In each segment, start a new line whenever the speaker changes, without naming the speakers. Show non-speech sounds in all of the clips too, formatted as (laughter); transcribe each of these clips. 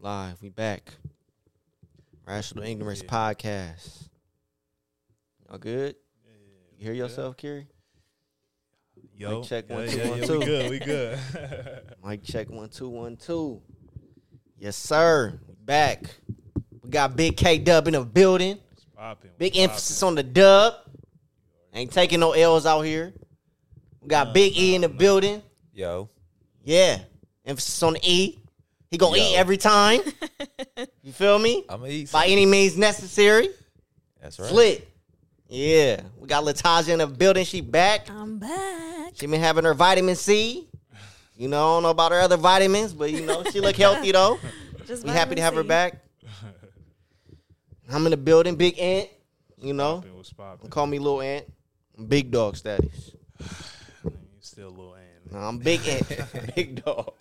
live. We back. Rational Ignorance Podcast. Y'all good? You hear yourself, Kerry?
Yo,
Mic check,
yeah,
one, two,
yeah,
one,
yeah,
two.
We good, we (laughs) good.
Mic check one two one two. Yes, sir. We back. We got Big K Dub in the building.
Popping.
Big
(laughs)
emphasis on the dub. Ain't taking no L's out here. We got Big E in the building.
Yo,
Yeah. Emphasis on the E. He gonna
Yo.
eat every time. you feel
(laughs)
me?
I'm gonna eat.
By
Some.
any means necessary.
That's right.
Slick. Yeah. We got Latasha in the building. She back.
(laughs) I'm back.
She been having her vitamin C. You know, I don't know about her other vitamins, but you know, she
(laughs)
look healthy though.
Just
We happy
vitamin
to have her
C.
back. I'm in the building, big ant. You know,
Popping, what's
Don't
popping?
call me little ant. I'm big dog status.
You still a little
No,
ant.
I'm big
(laughs)
ant, big dog.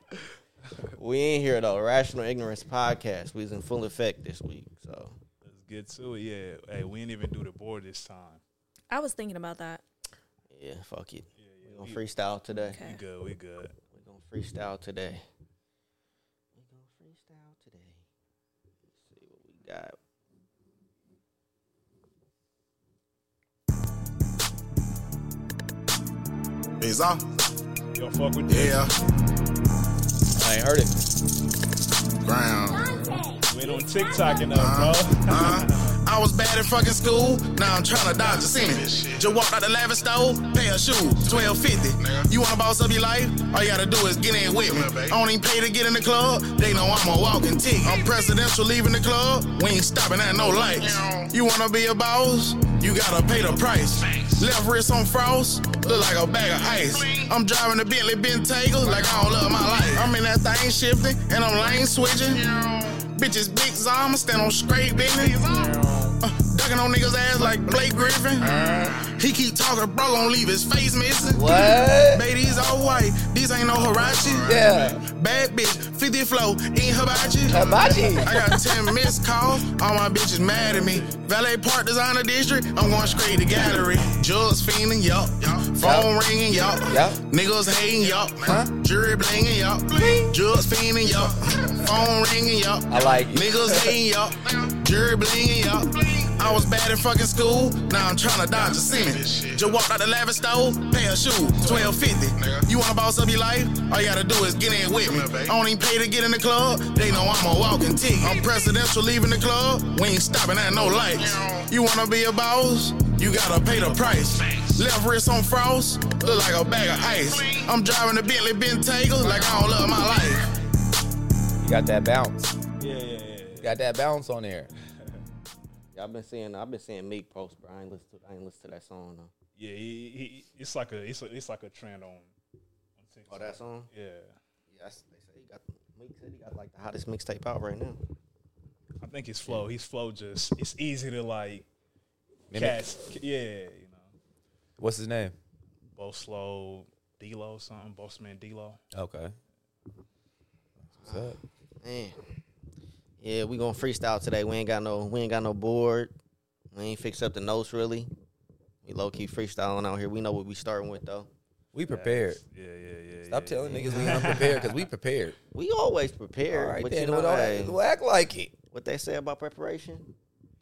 We in here though. Rational Ignorance Podcast. We was in full effect this week. So
Let's get to it. Yeah. Hey, we didn't even do the board this time.
I was thinking about that.
yeah, fuck it.
Yeah,
We
yeah.
gonna freestyle today.
Okay.
We good, we good.
We gonna freestyle today. We gonna freestyle today. Let's see what we got.
Is I?
Yo, fuck with this.
Yeah.
I ain't heard it.
Ground.
We ain't on TikTok enough, (laughs) bro.
Uh, I was bad in fucking school. Now I'm trying to dodge a sentence. Just walked out the lavish store, pay a shoe, twelve fifty. You wanna boss up your life? All you gotta do is get in with me. I don't even pay to get in the club. They know I'm a walking tick. I'm presidential leaving the club. We ain't stopping at no lights. You wanna be a boss? You gotta pay the price. Left wrist on frost, look like a bag of ice. I'm driving a Bentley Bentayga like I don't love my life. I'm in that thing shifting and I'm lane switching. Bitches big zom, stand on straight business. Uh, ducking on niggas ass like Blake Griffin. He keep talking, bro, gon' leave his face missing.
What?
Baby, these all white, these ain't no Hirachi.
Yeah,
Bad bitch, 50 flow, eating hibachi.
hibachi.
I got 10 missed calls. All my bitches mad at me. Valet Park Designer District. I'm going straight to gallery. Jugs fiending, yup. Phone ringing, yup.
Yup.
Niggas hating, yup. Jury blinging, yup. Jugs fiending, yup. Phone ringing, yup.
I like you.
Niggas hating, yup. Jury blinging, yup. I was bad in fucking school. Now I'm trying to dodge a sentence. Just walked out the lavish store, pay a shoe, twelve fifty. You wanna boss up your life? All you gotta do is get in with me. I don't even pay to get in the club. They know I'm a walking tick. I'm presidential leaving the club. We ain't stopping at no lights. You wanna be a boss? You gotta pay the price. Left wrist on frost, look like a bag of ice. I'm driving a Bentley Bentayga like I don't love my life.
You got that bounce.
Yeah, yeah, yeah.
You got that bounce on there.
Yeah, I've been seeing I've been seeing Meek post, but I ain't listen to I ain't listen to that song though.
Yeah, he, he, he- it's like a it's a, it's like a trend on, on
Oh,
TikTok.
that song?
Yeah.
Yes, they say he got Meek said he got like the hottest mixtape out right now.
I think his flow, his flow just it's easy to like
Mimic.
catch. Yeah, you know.
What's his name?
Bo slow, D Lo something, Boss Man D Lo.
Okay. What's up?
Man. Yeah, we gonna freestyle today. We ain't got no we ain't got no board. We ain't fix up the notes really. We low key freestyling out here. We know what we starting with though.
We prepared.
Yeah, yeah, yeah.
Stop
yeah,
telling niggas we unprepared because we prepared.
We always (laughs) prepared.
All right,
but
then.
you know,
Don't
hey,
act- don't act like it.
what they say about preparation?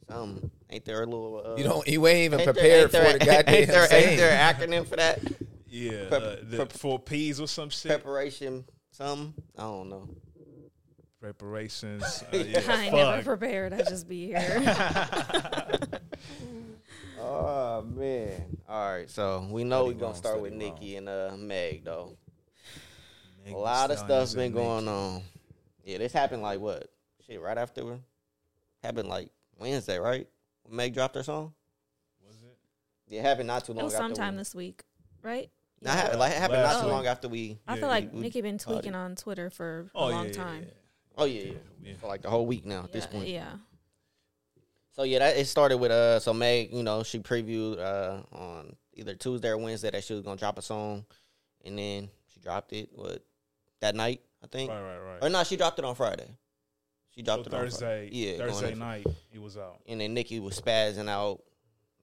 Something ain't there a little uh,
You don't. You ain't even
ain't there-
prepared
ain't there-
for
(laughs)
the goddamn
ain't there, ain't there
saying.
an acronym for (laughs) that?
Yeah,
Prep-
uh, the
prep-
four P's or some shit.
Preparation, something? I don't know. (laughs)
Preparations. Uh, yeah,
I ain't never
fuck.
prepared. I just
(laughs)
be here.
Oh man. All right, so we know
Study
we're gonna
wrong,
start with
study wrong.
Nikki and uh Meg though.
Niggas
A lot of
down
stuff's
is
been
in
going
nature.
on. Yeah, this happened like what? Shit, right after we- happened like Wednesday, right? When Meg dropped her song.
Was it?
Yeah, it happened not too
(laughs) it
long.
was
after
sometime
we,
this Oh. week, right?
Nah, it happened, like, it happened
Last
not too
week.
long after we.
I
Yeah,
feel like
we-
Nikki been
we-
tweaking on Twitter for
Oh
a
yeah,
long
yeah,
time.
yeah.
Oh yeah, yeah.
Yeah.
For like the whole week now at this
Yeah,
point.
yeah.
So yeah, that it started with uh. So Meg, you know, she previewed uh on either Tuesday or Wednesday that she was gonna drop a song, and then she dropped it what that night I think.
Right, right,
Or
right.
no, she dropped it on Friday. She
So
dropped it on
Thursday,
Friday.
yeah,
going
Thursday
into-
night, he was out.
and then Nikki was spazzing out.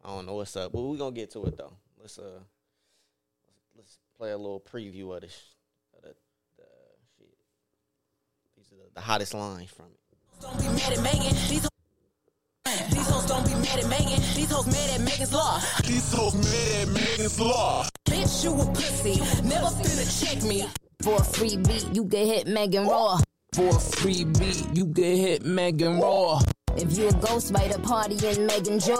I don't know what's up, but we gonna get to it though. Let's uh, let's play a little preview of this. Of the, the shit. These are the, the hottest lines from it.
Don't be mad at Megan. These hoes- these hoes don't be mad at Megan. These hoes mad at Megan's law.
These hoes mad at Megan's Law.
Bitch, you a pussy. Never finna check me.
For a free beat, you can hit Megan Raw.
For a free beat, you get hit Megan Raw.
If you a ghost spider, party in Megan Joy.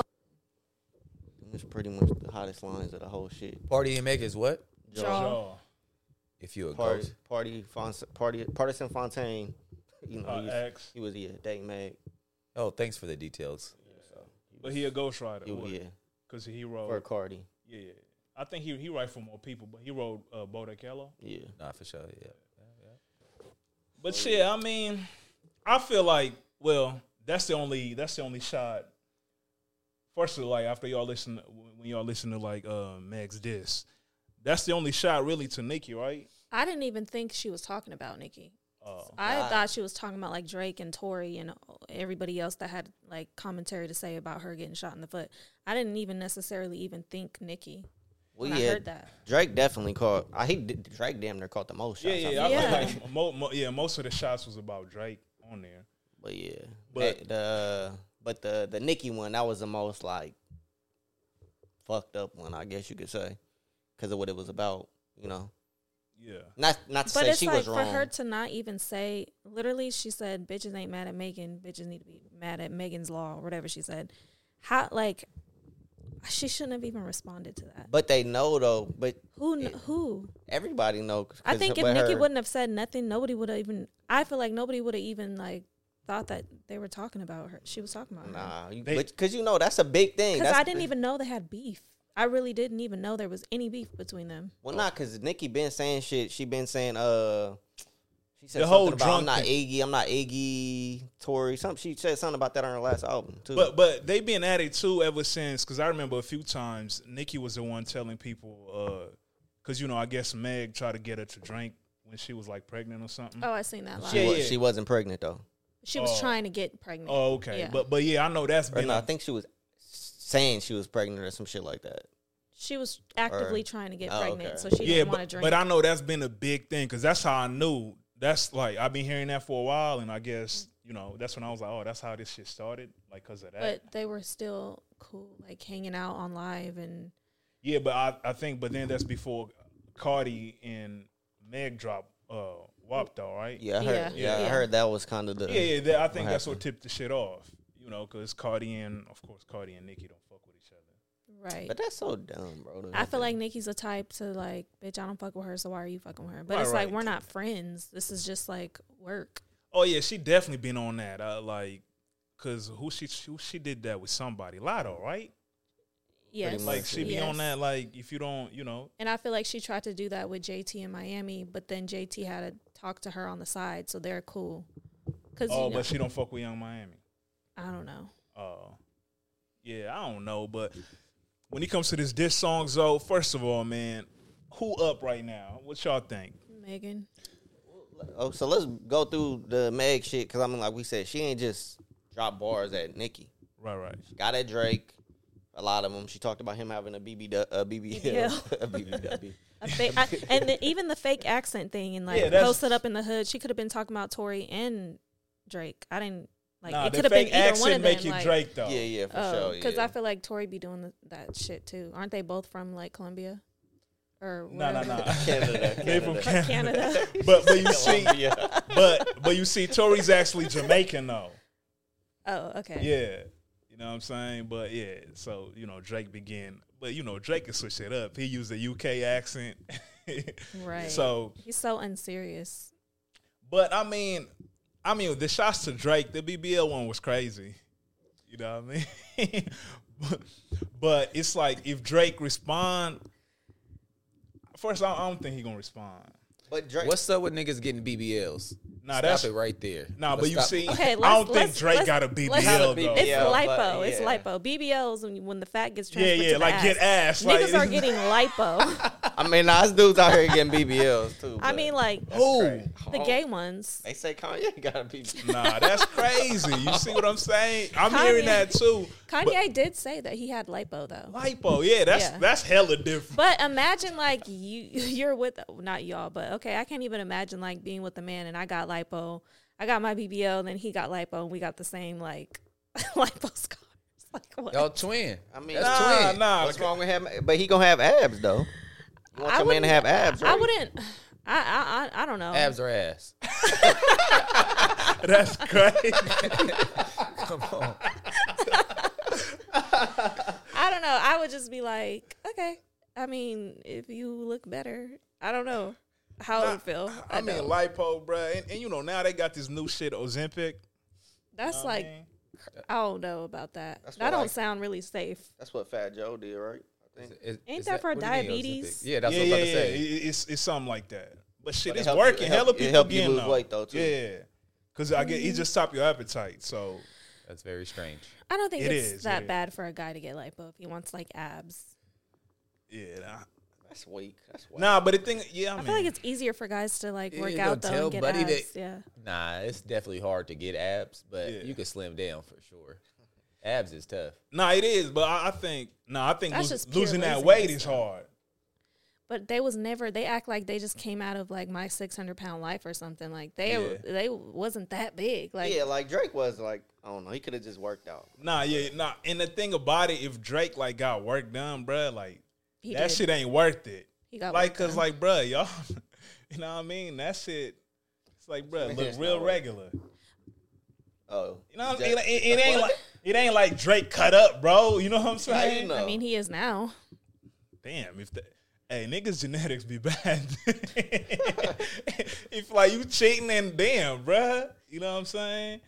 It's pretty much the hottest lines of the whole shit.
Party in Megan is what?
Jaw.
Jaw.
If you a
Party,
ghost.
party, Fons- party, partisan Fontaine. You know,
Uh,
he, was,
X.
he was yeah, date mag.
Oh, thanks for the details.
But he a ghostwriter.
He was, yeah,
Because he
for
wrote.
Cardi.
Yeah, yeah. I think he he write for more people, but he wrote uh, Bo Kello.
Yeah,
Nah, for sure. Yeah.
But shit, I mean, I feel like well, that's the only that's the only shot. First of all, like after y'all listen when y'all listen to like uh, Meg's diss, that's the only shot really to Nicki, right?
I didn't even think she was talking about Nicki.
Oh.
I thought she was talking about like Drake and Tori and everybody else that had like commentary to say about her getting shot in the foot. I didn't even necessarily even think Nicki.
well,
When I
yeah.
heard that.
Drake definitely caught. I he did- Drake damn near caught the most
Yeah,
shots.
yeah,
I
yeah.
think.
I
Yeah.
feel like mo- mo- yeah, most of the shots was about Drake on there.
But yeah,
But-
but the but the the Nicki one that was the most like fucked up one, I guess you could say, because of what it was about. You know,
Yeah,
not not to
But
say
it's
she
like
was
for
wrong.
her to not even say literally she said bitches ain't mad at Megan, bitches need to be mad at Megan's law or whatever she said. How like she shouldn't have even responded to that.
but they know though. But
Who kn- who?
everybody know. 'cause
I think if
with
Nikki
her-
wouldn't have said nothing, nobody would have even I feel like nobody would have even like thought that they were talking about her. She was talking about her.
Nah, you,
They-
but- cause you know that's a big thing.
Because
That's
I didn't e
the-
even know they had beef. I really didn't even know there was any beef between them.
Well, not cause Nikki been saying shit. She been saying uh, she said
The
something
whole
about I'm
drunk
not
thing.
Iggy, I'm not Iggy, Tory. Something she said something about that on her last album too.
but but they been at it too ever since. Because I remember a few times Nicki was the one telling people, because you know I guess Meg tried to get her to drink when she was like pregnant or something.
Oh, I seen that live.
she,
yeah,
was,
yeah.
she wasn't pregnant though.
She was
Oh.
trying to get pregnant.
Oh, okay.
Yeah.
But but yeah, I know that's
Or
been.
no,
a-
I think she was saying she was pregnant or some shit like that.
she was actively trying to get
Oh, okay.
pregnant, so she
yeah,
didn't want to
but,
drink.
but I know that's been a big thing because that's how I knew. That's like I've been hearing that for a while, and I guess you know that's when I was like, oh, that's how this shit started, like because of that.
But they were still cool, like hanging out on live and
yeah, but I, I think, but then that's before Cardi and Meg dropped uh, WAP though, right?
Yeah, I heard.
Yeah.
Yeah, I
Yeah.
heard that was kind of the.
yeah, yeah. That, I think
What
that's what
happened?
tipped the shit off, you know, because Cardi and of course Cardi and Nicki don't fuck with each other.
right.
But that's so dumb, bro. to-
I feel like Nikki's a type to like, bitch, I don't fuck with her, so why are you fucking with her? But
Right,
it's like
right.
we're not friends. This is just like work.
Oh yeah, she definitely been on that, uh, like, cause who she who she did that with somebody, Lotto, right?
Yes.
much,
Like she be on
Yes.
that, like if you don't, you know,
And I feel like she tried to do that with JT in Miami, but then JT had to talk to her on the side, so they're cool. Cause
Oh,
you know,
but she don't fuck with Young Miami.
I don't know.
Oh, yeah, I don't know, but when it comes to this diss songs, though, first of all, man, who up right now? What y'all think?
Megan.
Oh, so let's go through the Meg shit because I mean, like we said, she ain't just drop bars at Nicki.
Right, right.
Got at Drake. A lot of them. She talked about him having a BB, a BBL, (laughs)
(laughs)
a BBW.
A fa- I, and the, even the fake accent thing and like
Yeah, that's-
posted up in the hood, she could have been talking about Tory and Drake. I didn't like
nah,
it
the
could have been
fake
either one of
accent
them.
make you
like,
Drake though.
Yeah, yeah, for
oh,
sure.
because
yeah.
I feel like Tory be doing the, that shit too. Aren't they both from like Colombia or
No, no,
(laughs)
no.
(laughs) Canada,
(laughs) They from
Canada.
Canada.
Canada? (laughs)
But but you see,
(laughs) yeah.
but but you see, Tory's actually Jamaican though.
oh, okay.
Yeah. You know what I'm saying? But yeah, so you know, Drake began but you know, Drake can switch it up. He used the UK accent. (laughs)
Right.
So
He's so unserious.
But I mean, I mean, the shots to Drake, the BBL one was crazy. You know what I mean? (laughs) but, but it's like if Drake respond, first I, I don't think he gonna respond.
But Drake,
What's up with niggas getting BBLs?
Nah,
Stop
that's
it right there.
Nah,
Let's
but you
stop-
see,
Okay, let's,
I don't think
let's-
Drake
let's-
got a
let's-
BBL though.
It's
Yeah, but
lipo. It's
yeah.
lipo. BBLs when, when the fat gets
yeah,
transferred
yeah,
to
like
the
get ass. Like,
Niggas are
(laughs)
getting lipo.
I mean, nah, us dudes out here getting BBLs too.
I
but
mean, like
who?
the gay ones.
they say Kanye got a BBL.
Nah, that's crazy. You see what I'm
(laughs)
saying? I'm
Kanye.
hearing that too.
Kanye did say that he had lipo though.
Lipo, yeah, that's
Yeah.
that's hella different. (laughs)
But imagine like (laughs) you you're with not y'all, but okay, I can't even imagine like being with a man and I got lipo. I got my BBL, then he got lipo, and we got the same like (laughs) lipo scars. Like what?
Y'all twin.
I mean,
That's
Nah,
twin.
nah.
What's wrong with him? But he gonna have abs though. You want your man to have abs, right?
I wouldn't. I I I, I don't know.
Abs or ass.
(laughs)
That's crazy.
Come on.
I don't know. I would just be like, okay. I mean, if you look better, I don't know how it would feel.
I mean,
don't.
lipo, bro, and, and you know now they got this new shit, Ozempic.
that's like I don't know about that.
That's
That
what
don't
I-
sound really safe.
That's what Fat Joe did, right? I think.
Is-
Ain't
is
that for
what do you mean,
diabetes?
Ozempic? yeah, that's
yeah,
what I'm
yeah,
about
yeah.
to say.
It- It's it's something like that. But shit,
But it
it's
help you-
working.
it help-
Hella
it
people
help you
getting
lose
on.
weight, though, too.
Yeah, because I get it just stop your appetite. So
That's very strange.
I don't think
It
it's
is,
that
yeah.
bad for a guy to get lipo if he wants like abs.
yeah, nah.
That's weak. That's weak.
Nah, but the thing, yeah, I,
I
mean,
feel like it's easier for guys to like
Yeah,
work
you
out
don't
though
tell
and get
buddy that-
abs. Yeah.
Nah, it's definitely hard to get abs, but
Yeah.
you can slim down for sure. Abs is tough.
nah, it is. But I, I think, nah, I think
That's
lose-
just pure
losing that
laziness,
weight is
though.
hard.
But they was never. They act like they just came out of like my six hundred pound life or something. Like they
Yeah.
they wasn't that big. Like
yeah, like Drake was like, I don't know, he could have just worked out.
Nah, yeah, nah. And the thing about it, if Drake like got work done, bruh, like
He
that
did.
shit ain't worth it.
He got
like,
work
cause
done.
like, bruh, y'all, (laughs) you know what I mean? That shit, it's like, bruh, look
It's
real
not worth it.
regular.
Oh,
You know, what I mean? it, it- it ain't like it ain't like Drake cut up, bro. You know what I'm
How
saying?
you know?
I mean, he is now.
Damn, if the hey niggas genetics be (laughs) bad. if like you cheating and damn, bruh, you know what I'm saying?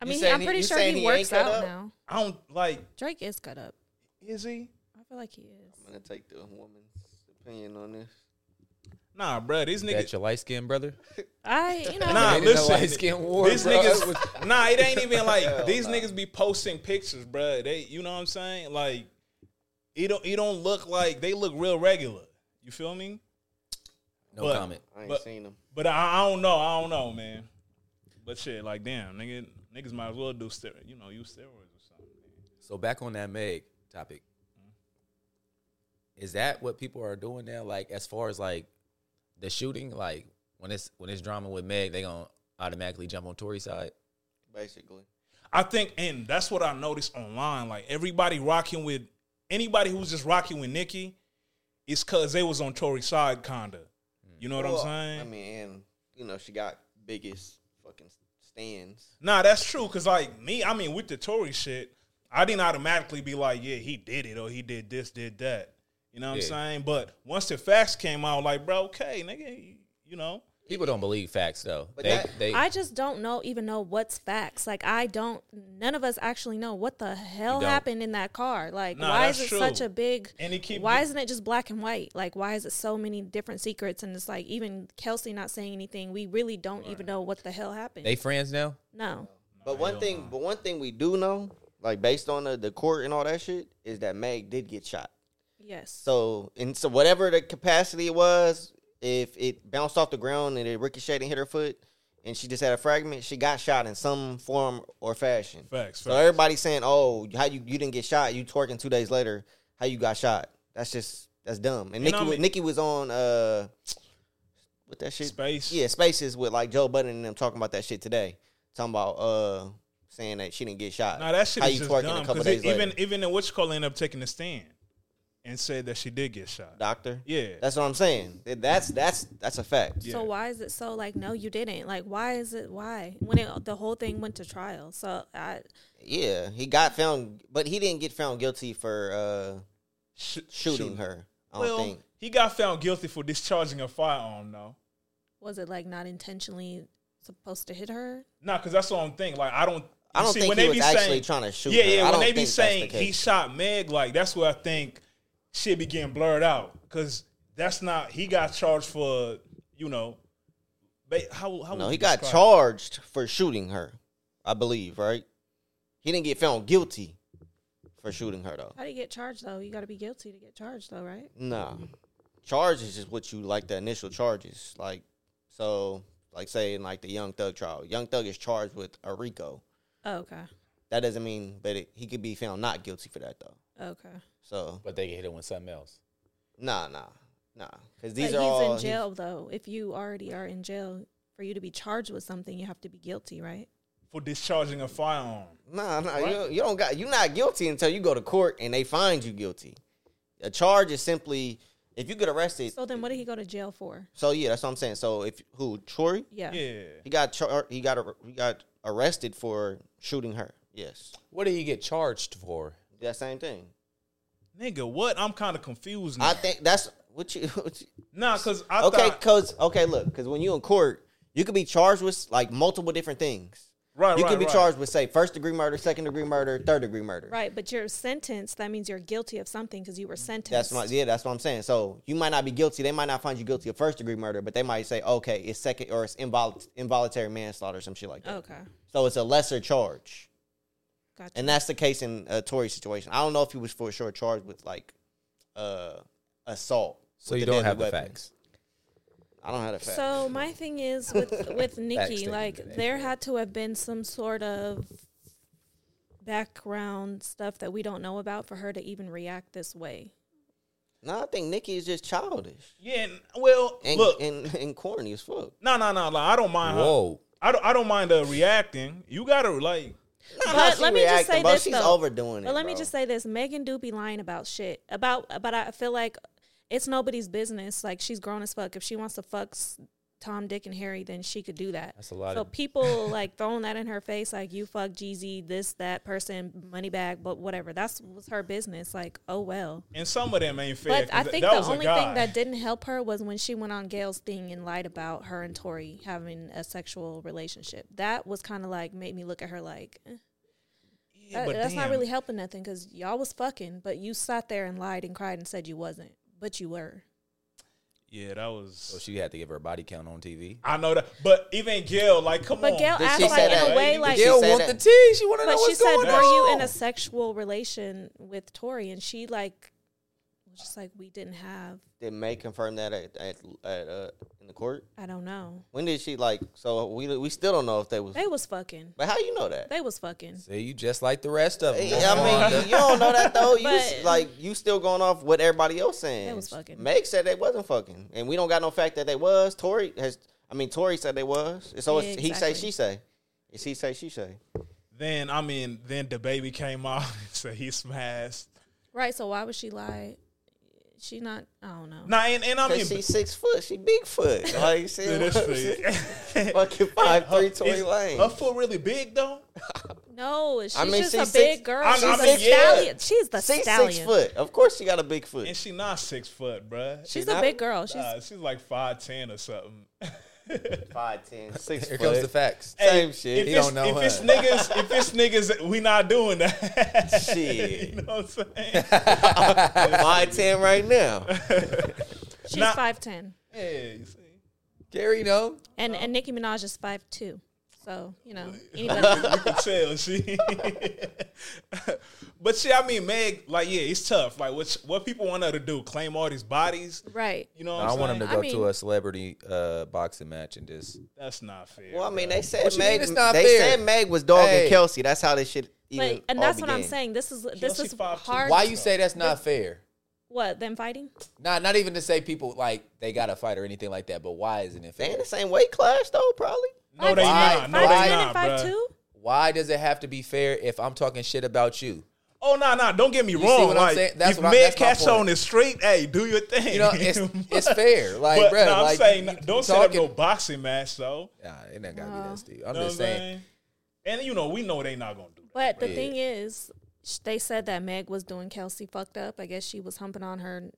I mean, he,
saying
I'm
he-
pretty
you
sure
saying
he,
he ain't
works
cut
out
up?
now.
I don't like.
Drake is cut up.
Is he?
I feel like he is.
I'm gonna take the woman's opinion on this.
Nah, bruh. These
That
niggas.
your light skinned brother?
I, you know,
Nah,
Ain't no
listen.
light-skinned war,
these
bro.
niggas.
It
(laughs) nah, it ain't even like these niggas be posting pictures, bruh. They, you know what I'm saying? Like, it don't. It don't look like they look real regular. You feel me?
No
But-
comment.
I ain't
But-
seen him.
But I, I don't know. I don't know, man. But shit, like damn, nigga, niggas might as well do steroid. You know, use steroids or something.
So back on that Meg topic. Is that what people are doing now? Like as far as like the shooting, like when it's when it's drama with Meg, they gonna automatically jump on Tory's side.
Basically,
I think, and that's what I noticed online. Like everybody rocking with anybody who's just rocking with Nikki, it's cause they was on Tory's side, kinda. You know what
Well,
I'm saying?
I mean, and you know, she got biggest fucking stands.
Nah, that's true. Cause like me, I mean, with the Tory shit, I didn't automatically be like, yeah, he did it or he did this, did that. You know what
Yeah.
I'm saying? But once the facts came out, like, bro, okay, nigga, you, you know.
People don't believe facts though.
But
they
that-
they
I just don't know even know what's facts. Like I don't. None of us actually know what the hell
don't.
happened in that car. Like
Nah,
why
that's
is it
true.
such a big?
And it keep-
why isn't it just black and white? Like why is it so many different secrets? And it's like even Kelsey not saying anything. We really don't even know what the hell happened.
they friends now?
no.
But one thing, but one thing we do know, like based on the, the court and all that shit, is that Meg did get shot.
Yes.
So and so, whatever the capacity was, if it bounced off the ground and it ricocheted and hit her foot, and she just had a fragment, she got shot in some form or fashion.
Facts,
So
facts.
everybody's saying, "Oh, how you you didn't get shot? You twerking two days later? How you got shot? That's just that's dumb." And Nikki
I
wa-
mean-
Nikki was on uh, what that shit
Space.
yeah, spaces with like Joe Budden and them talking about that shit today, talking about uh saying that she didn't get shot.
Now that shit
How
is
you
just
twerking
dumb
a couple
because
days
even
later,
even the witch call ended up taking a stand and said that she did get shot.
doctor.
Yeah.
that's what I'm saying. That- That's that's that's a fact.
Yeah.
So why is it so like no you didn't like why is it why when it, the whole thing went to trial so I
Yeah, he got found, but he didn't get found guilty for uh,
Sh-
shooting
shoot.
her. I don't
Well,
think.
he got found guilty for discharging a firearm, though.
was it like not intentionally supposed to hit her
Nah, because that's what I'm thinking. Like I don't.
I
you
don't
see,
think
when
he
they
was
be
actually
saying,
trying to shoot
Yeah,
her.
yeah.
I
when
don't
they
think
be
that's the
saying he
case.
shot Meg, like that's where I think shit be getting blurred out because that's not he got charged for you know. Ba- how how
No,
would
he
you
got
describe it?
charged for shooting her, I believe. Right? He didn't get found guilty for shooting her though.
how do you get charged though you got to be guilty to get charged though right
Nah. Charge is just what you like the initial charges. Like so like say in like the Young Thug trial. Young Thug is charged with a RICO.
oh, okay
That doesn't mean but it, he could be found not guilty for that though.
okay
So
But they get hit it with something else.
nah nah. Nah. Cuz
but
these
he's
are all
in jail though if you already are in jail for you to be charged with something, you have to be guilty, right?
for discharging a firearm.
Nah, nah, you, you don't got. You're not guilty until you go to court and they find you guilty. A charge is simply if you get arrested.
So then, what did he go to jail for?
So yeah, that's what I'm saying. So if who Troy?
Yeah.
Yeah.
He got char- he got ar- he got arrested for shooting her. Yes,
What did he get charged for?
that same thing.
Nigga, what? I'm kind of confused now.
I think that's what you. (laughs) What you
nah, because I
okay,
thought.
cause okay, look, because when you in court, you could be charged with like multiple different things.
Right,
You
right,
could be
right.
charged with say first degree murder, second degree murder, third degree murder.
Right, but you're sentenced. That means you're guilty of something because you were sentenced.
That's my yeah. That's what I'm saying. So you might not be guilty. They might not find you guilty of first degree murder, but they might say, okay, it's second or it's invol- involuntary manslaughter, or some shit like that.
Okay,
So it's a lesser charge,
gotcha.
and that's the case in uh, Tory's situation. I don't know if he was for sure charged with like uh assault.
So
with
you
a
don't
deadly
have the
weapon.
facts.
I don't have the facts.
So my thing
(laughs)
is with with Nikki,
Backstage.
like there had to have been some sort of background stuff that we don't know about for her to even react this way.
no, I think Nikki is just childish
Yeah, and- well,
and
look.
and, and corny as fuck.
No, no, no. Like, I don't
Uh-huh.
mind her.
Whoa.
I don't, I don't mind her reacting. You got to, like.
Not
But
how she
let me just
reacting,
say
bro.
this,
She's
though.
overdoing it.
But let me
bro.
just say this: Megan do be lying about shit about, but I feel like it's nobody's business. Like she's grown as fuck. If she wants to fuck s- Tom, Dick, and Harry, then she could do that.
That's a lot
So
of- (laughs)
people like throwing that in her face, like you fuck Jeezy, this, that person, money bag, but whatever. That's was her business. Like, oh well.
And some of them ain't fair.
But
'cause
I
that-
think
that
the
was a
only
guy.
thing that didn't help her was when she went on Gail's thing and lied about her and Tori having a sexual relationship. That was kind of like made me look at her like, eh,
Yeah,
that-
but
that's not
damn.
really helping nothing because y'all was fucking, but you sat there and lied and cried and said you wasn't, but you were.
Yeah, that
So
was.
she had to give her body count on TV.
Oh, I know that. But even Gail, like, come
But
on.
Gail
Did
asked
she
like
say
in
that?
a way
Did
like.
she
Gail
say
want
that?
the tea. She want to know
But she
what's
said,
going
"Were you in
on."
a sexual relation with Tori?" And she like was just like, "We didn't have.
Did May confirm that at, at, at uh, in the court?
I don't know.
When did she like? So we we still don't know if they was.
They was fucking.
but how you know that?
They was fucking."
See, you just like the rest of them.
I mean, you don't know that though.
(laughs)
You s-
But-
like you still going off what everybody else saying.
They was fucking.
Meg said they wasn't fucking, and we don't got no fact that they was. Tori has. I mean, Tori said they was. It's always
Yeah,
he say
exactly.
she say. It's he say she say.
Then, I mean, then the baby came out (laughs) and said he smashed.
Right. So why would she lie? She not. I don't know.
Nah, and, and I mean.
Cause she's six foot. She big foot. Like she
to (laughs) this
(laughs)
thing.
fucking five three Tory
Is
Lane.
Her foot really big though.
No, she's
mean,
just
she's
a big
six-
girl.
I- I
she's
mean,
a
yeah.
stallion. She's the
She's
stallion.
six foot. Of course, she got a big foot.
And she not six foot, bruh.
She's
She's
a
not-
big girl. She's
Nah, she's like five ten or something.
Five ten, six
Here
foot.
comes the facts.
Same
If
shit.
he
it's,
don't know
if
her.
it's niggas, if it's niggas, we not doing that. (laughs)
Shit.
you know what I'm saying?
(laughs) Five ten right now.
she's
nah.
five ten,
yeah, you see.
Gary, no.
and and Nicki Minaj is five two. So
(laughs)
you know anybody.
You can tell she. (laughs) but shit, I mean, Meg, like, yeah, it's tough. Like, what what people want her to do? Claim all these bodies?
right.
You know what
I
I'm
want
saying?
him to
I
go
mean-
to a celebrity uh, boxing match and just.
That's not fair.
Well, I mean,
bruh.
they said
What you mean
Meg.
it's not
they
fair?
said Meg was dogging
Hey.
Kelsey. That's how this shit. Even
But and
all
that's what I'm
began.
saying. This is this
she
is
5'2".
hard.
Why you say that's not fair?
What them fighting?
Not not even to say people like they got to fight or anything like that. But why isn't it
They in
fair?
the same weight class though, probably.
no, they
Why?
not. No,
Why?
they
5'10"
not,
and
bruh.
5'2"?
Why does it have to be fair if I'm talking shit about you?
Oh no, no, don't get me
see
wrong.
what I'm
like
saying? That's
if
what I-
Meg
that's my
catch
point.
on the street, hey, do your thing.
You know,
(laughs)
it's it's fair. Like,
but
bro,
no, I'm
like,
saying
you- you
don't set up
talking-
no boxing match though.
Nah, it ain't gotta
Uh-huh.
be that steep. I'm
You know
just
what I'm
saying.
And you know, we know they not gonna do that.
But the
Yeah.
thing is, sh- they said that Meg was doing Kelsey fucked up. I guess she was humping on her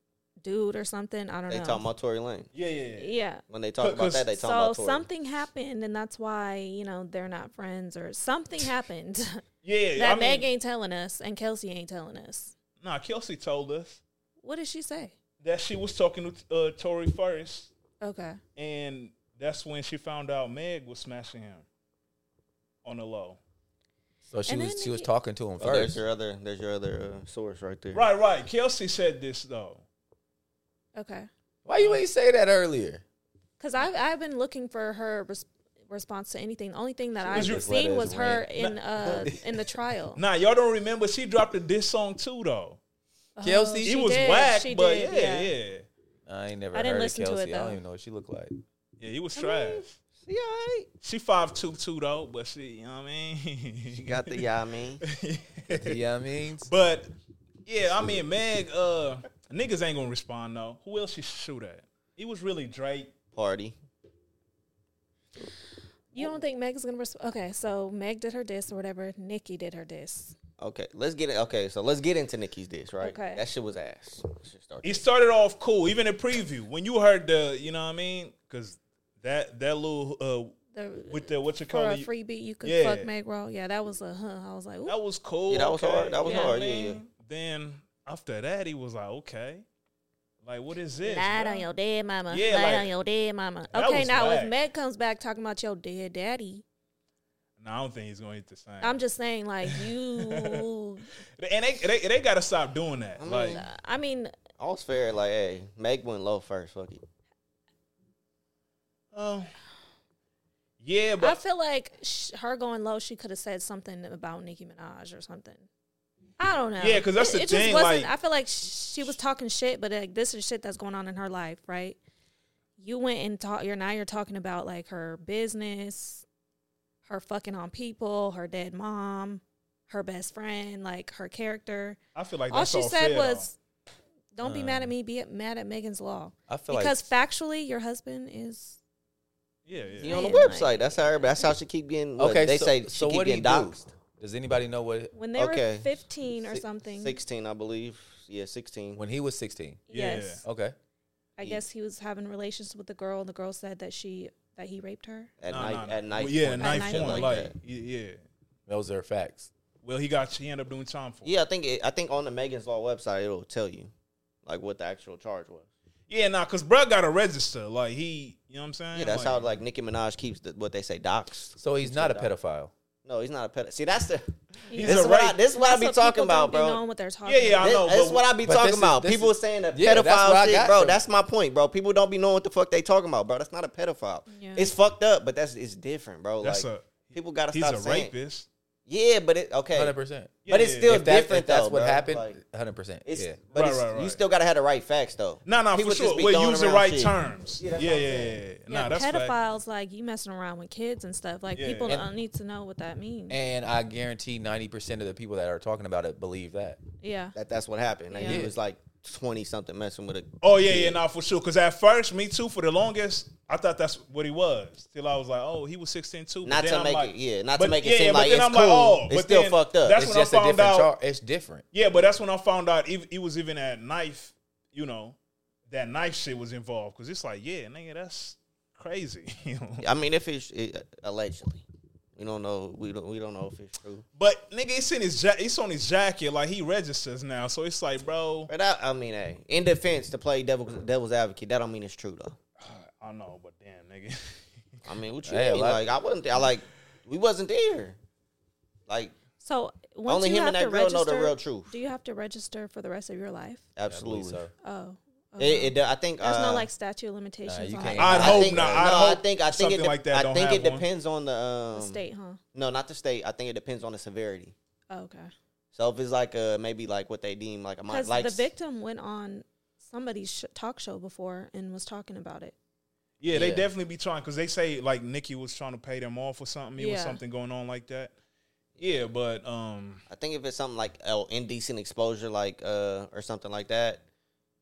dude or something. I don't
They
know.
talking about Tory Lane.
Yeah, yeah, yeah.
yeah.
When they talk about
Cause-
that, they talking
So
about Tory.
something happened, and that's why you know they're not friends, or something happened (laughs)
Yeah,
that
I mean,
Meg ain't telling us, and Kelsey ain't telling us.
Nah, Kelsey told us
What did she say?
that she was talking to uh, Tori first,
Okay,
and that's when she found out Meg was smashing him on the low.
So she
And
was
then
she was
he-
talking to him
Oh, there's
first.
your other. There's your other uh, source right there.
Right, right. Kelsey said this though.
okay.
Why you ain't say that earlier?
Because I've I've been looking for her res- response to anything. The only thing that
was
I've
just let
seen
us
was her
rant.
in uh in the trial.
Nah, y'all don't remember she dropped a diss song too though.
Oh.
Kelsey,
It
She
was
did,
whack,
she
but
did,
yeah,
yeah.
yeah.
I ain't never
I didn't
heard of
listen to it,
Kelsey. I
though.
don't even know what she looked like.
Yeah, he was trash.
She all right.
She five two two though, but she, you know what I mean.
She got the yeah,
(laughs)
I mean.
You know what I (laughs) mean?
(laughs) But yeah, I mean Meg, uh niggas ain't gonna respond though. Who else she shoot at? It was really Drake.
Party.
You don't think Meg is gonna respond? Okay, so Meg did her diss or whatever. Nikki did her diss.
Okay, let's get it. Okay, so let's get into Nikki's diss, right?
Okay.
That shit was ass. Let's just start.
It started off cool, even in preview. When you heard the you know what I mean? Cause that that little uh
The,
with the what you
for
call
a
it
free beat, you could
Yeah.
fuck Meg Raw. Yeah, that was a huh. I was like, ooh.
that was cool.
Yeah, that was
okay,
hard. That was
you know
hard,
what I
yeah,
mean? Then after that he was like, Okay. Like what is this?
Lied
bro?
on your dead mama.
Yeah,
Lied
like-
on your dead mama.
That
Okay,
was
now
whack.
if Meg comes back talking about your dead daddy,
No, I don't think he's gonna hit the same.
I'm just saying, like,
(laughs)
you.
and they, they they gotta stop doing that. like
I mean,
All's fair. Like, hey, Meg went low first. Fuck it.
Oh. Yeah,
I
but
feel like sh- her going low, she could have said something about Nicki Minaj or something. I don't know.
Yeah, 'cause that's
it,
the
it
thing,
Just wasn't,
like-
I feel like she was talking shit, but like this is shit that's going on in her life, right? You went and taught. You're now you're talking about like her business, her fucking on people, her dead mom, her best friend, like her character.
I feel like
all
that's
she said
fair,
was,
uh,
"Don't be
um,
mad at me. Be mad at Megan's Law."
I feel like
Because factually, your husband is
though. yeah,
He
yeah.
on the
Yeah, like-
website. that's how. That's how she keep getting. What,
okay,
They
so,
say she
so
keep
what do you
getting
do?
doxxed.
Does anybody know what
when they
Okay.
were 15 or
Six-
something.
Sixteen, I believe. Yeah, sixteen.
when he was sixteen?
Yeah.
Yes.
Okay,
I guess he was having relations with the girl, and the girl said that she that he raped her.
At
Nah,
night.
nah, nah.
At night.
Well, yeah,
point,
night
night
shit
form,
point.
like,
that.
yeah, yeah.
those are facts.
Well, he got he ended up doing time for. it.
Yeah, I think. It, I think on the Megan's Law website, it'll tell you, like, what the actual charge was.
yeah, nah, cause bruh got to register. Like he, you know what I'm saying?
Yeah, that's how like Nicki Minaj keeps the, what they say doxxed.
So he's not a pedophile.
No, he's not a pedo. See, that's the.
He's
This
a
is what I,
rape-
this is what I
That's
be
what
talking
people
about,
don't be
bro.
knowing what they're talking
Yeah, yeah, I
This-
know.
that's
but-
what I be
but this
talking
is-
about.
this
People
is-
saying that
Yeah, that's where
pedophile
I
shit,
got
bro.
from.
That's my point, bro. People don't be knowing what the fuck they talking about, bro. That's not a pedophile.
Yeah.
It's fucked up, but that's it's different, bro.
That's
like
a-
people gotta
he's
stop
a
saying.
rapist.
Yeah, but it okay.
Hundred percent.
But it's
Yeah.
still
If, that,
different.
if that's
though,
what
bro. Like,
happened, hundred percent.
it's
Yeah.
but
Right,
it's,
right,
you
right.
still gotta have the right facts though.
No, no,
People
for
just
sure.
be
We're
throwing
using
around
right
shit.
terms. Yeah, yeah, yeah, yeah. Nah,
Yeah,
that's fact.
pedophiles like you messing around with kids and stuff. Like
Yeah.
people
And-
don't need to know what that means.
And I guarantee ninety percent of the people that are talking about it believe that.
yeah,
That that's what happened. And he
Yeah.
was like twenty something messing with a
Oh yeah, yeah, nah, for sure. Cause at first, me too. For the longest, I thought that's what he was. Till I was like, oh, he was 16 too. But
Not
then
to
I'm
make
like-
it- yeah, not to
but-
make it
yeah,
seem
yeah, but
like
then
it's
I'm like,
cool.
oh,
It's
but
still
then-
fucked up.
That's
It's
when I
just a
found
different.
out.
Char- it's different.
Yeah, but that's when I found out it, it was even that knife, you know, that knife shit was involved. Cause it's like, yeah, nigga, that's crazy. (laughs) you know?
I mean, if it's it, allegedly, we don't know. We don't. We don't know if it's true.
But nigga, it's in his ja- it's on his jacket, like he registers now. So it's like, bro,
But I, I mean, hey, in defense, to play devil, devil's advocate, that don't mean it's true though.
I know, but damn, nigga.
I mean, what you
Hey,
mean?
like-
Like, I wasn't. there. I like, we wasn't there. Like,
So once
Only
you
him
have
and that
to
girl know
register,
the real truth.
Do you have to register for the rest of your life?
absolutely.
So,
Oh, okay.
It, it, I think
there's
uh,
no like statute of limitations
you
on
can't.
like,
(laughs) I'd
I
hope
think- uh,
not.
no,
I'd hope
I think I think it.
something
De-
like that
I
don't
think it
have one.
depends on the um,
the state, huh?
No, not the state. I think it depends on the severity.
Oh, okay,
So if it's like uh maybe like what they deem like a minor,
because
like
the victim went on somebody's sh- talk show before and was talking about it.
Yeah, they
Yeah.
definitely be trying because they say like Nikki was trying to pay them off or something. It was
Yeah.
something going on like that. Yeah, but um,
I think if it's something like oh, indecent exposure, like uh, or something like that,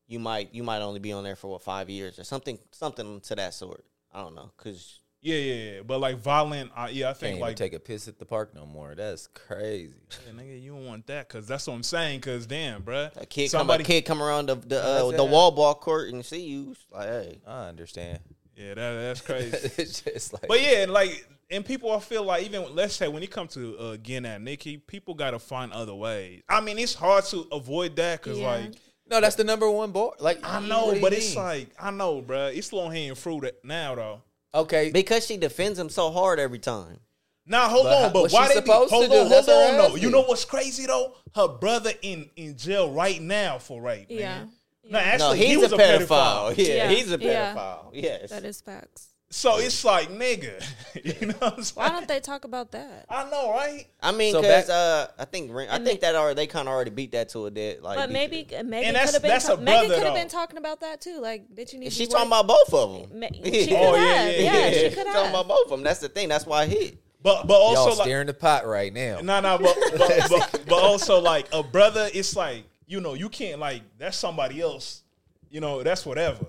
you might you might only be on there for what five years or something something to that sort. I don't know because
yeah, yeah, yeah. But like violent, I, yeah, I
can't
think
even
like
take a piss at the park no more. That's crazy.
Yeah, nigga, you don't want that because that's what I'm saying. Because damn, bruh,
a kid
somebody,
come a kid come around the the, uh,
That's
the
it.
wall ball court and see you it's like hey
I understand.
yeah, that,
(laughs)
that's crazy.
(laughs) it's just like.
but yeah, and like, and people, I feel like even let's say when it comes to uh, getting at Nikki, people gotta find other ways. I mean, it's hard to avoid that because
Yeah.
like
No, that's the number one board. Like
I
what
know,
do you
but it's
mean?
like I know, bruh, it's long hand fruit now though.
okay.
because she defends him so hard every time.
Now hold
But
on,
how-
but
what
why
she
they be,
supposed
hold
to
on,
do?
hold
That's her
on though.
ass
You
is.
know what's crazy though? Her brother in in jail right now for rape.
Yeah.
man. No, actually,
no, he's
he was
a pedophile. Yeah,
Yeah,
he's a
yeah.
pedophile. Yes,
That is facts.
So it's like, nigga, (laughs) you know what I'm saying?
Why don't they talk about that?
I know, right?
(laughs) I mean,
So
because
back-
uh, I think Ren- I
And
think that already they kind of already beat that to a dead. Like,
But
beat
maybe Megan
that's-
could have been
that's a
ta- Megan
brother,
could have
though.
been talking about that too. Like, bitch, you
the-
need.
she
to
talking
work-
about both of them. (laughs)
Ma- She could
Oh,
have.
yeah,
Yeah,
yeah, yeah.
she
She
could
talking about
have.
both of them. That's the thing. That's why I hit.
But but also
Y'all
like
stirring the pot right now.
No, no, but, but, but,
(laughs)
but also like a brother, it's like, you know, you can't like that's somebody else. You know, that's whatever.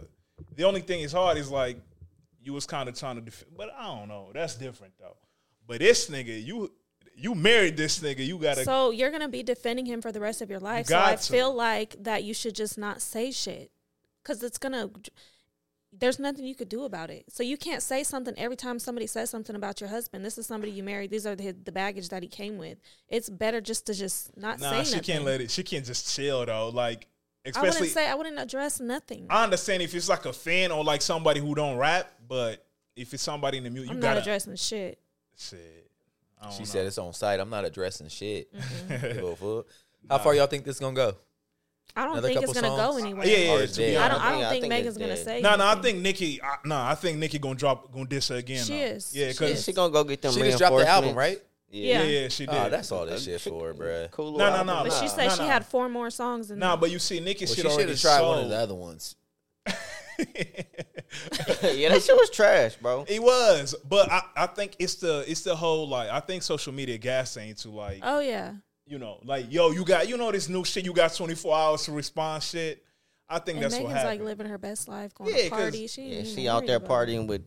The only thing is hard is like you was kind of trying to defend, but I don't know. That's different though. But this nigga, you you married this nigga, you gotta
So you're gonna be defending him for the rest of your life. So
got
I
to.
feel like that you should just not say shit, because it's gonna. There's nothing you could do about it. So you can't say something every time somebody says something about your husband. This is somebody you married. These are the, the baggage that he came with. It's better just to just not say
Nah, she
nothing.
can't let it she can't just chill though. Like
I wouldn't
especially
say I wouldn't address nothing.
I understand if it's like a fan or like somebody who don't rap, but if it's somebody in the music, you
I'm not
gotta
addressing shit.
shit. I don't
She
know.
said it's on site. I'm not addressing shit.
Mm-hmm.
Give
(laughs)
a fuck. How far y'all think this gonna go?
I don't
Another
think it's gonna
couple
go
songs?
anywhere.
Yeah, yeah,
Oh, it's
to be
dead.
I
honest.
don't. I don't
I
think,
think
Megan's
it's
gonna
dead.
say.
No, no, I
anything.
think Nikki. I, no, I think Nikki gonna drop, gonna diss her again.
She
though.
is.
Yeah,
She
because
is.
She gonna go get them.
She just dropped the album,
reinforcements.
right?
yeah,
Yeah.
yeah, she did.
Oh, that's all that shit for, bruh.
Cool.
No, no,
album.
no,
But she
Nah.
said
Nah,
she
nah.
had four more songs. And
nah, but you see, Nikki
Well, she
shit
should
already
have tried one of
sold.
the other ones.
(laughs)
(laughs)
yeah, that shit was trash, bro.
It was, but I, I think it's the it's the whole like I think social media gas ain't to like
oh yeah,
you know like yo you got you know this new shit you got twenty four hours to respond shit. I think
and
that's
Megan's
what
like
happened.
living her best life, going
Yeah,
to
'cause-
parties. She,
Yeah,
ain't
she
even
out
worried
there
about it.
partying with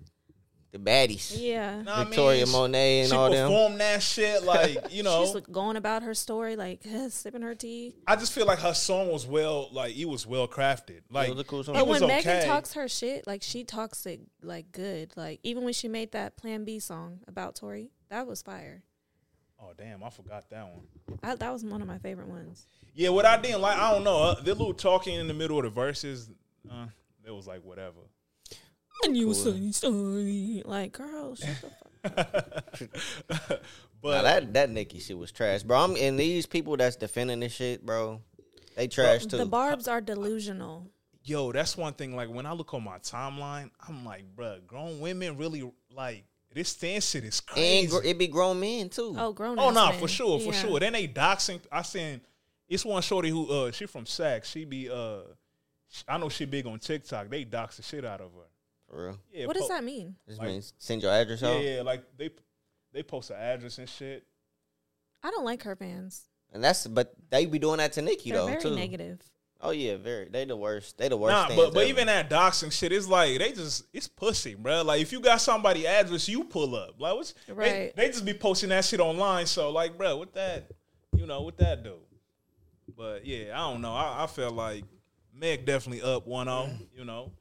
the baddies.
Yeah,
Nah, I mean,
Victoria
she-
Monet and
she
all them.
performed that
(laughs)
shit like you know.
she's like, going about her story, like (laughs) sipping her tea.
I just feel like her song was well like it was well crafted. Like
was a cool song.
it
But
was
when Megan
okay.
talks her shit, like she talks it like good. Like even when she made that Plan B song about Tori, that was fire.
oh damn, I forgot that one.
I, that was one of my favorite ones.
Yeah, what I didn't like, I don't know. Uh, the little talking in the middle of the verses, uh, it was like whatever.
And you say sorry, like girl, shut
(laughs)
the fuck.
Nah,
But
that that Nicki shit was trash, bro. I'm and these people that's defending this shit, bro. They trash too.
The Barb's are delusional.
yo, that's one thing. Like when I look on my timeline, I'm like, bruh, grown women really like this fan shit is
and
crazy.
gr- it be grown men too.
Oh, grown.
oh no,
ass
nah,
men.
for sure, for
Yeah.
sure. Then they doxing. I seen it's one shorty who uh she from Sac. She be uh, sh- I know she big on TikTok. They dox the shit out of her.
For real.
Yeah,
What does
po-
that mean?
This
Like-
means send your address
Yeah,
out.
yeah, like they they post an address and shit.
I don't like her fans.
And that's but they be doing that to Nicki
They're
though
very
too.
negative.
Oh yeah, very. They the worst. They the worst.
Nah,
fans
but, but
ever.
even that doxing shit, it's like they just it's pussy, bruh. Like if you got somebody address, you pull up. Like what's they-
Right.
They, just be posting that shit online. So like, bruh, what that, you know, what that do? But yeah, I don't know. I, I feel like Meg definitely up one 0 you know.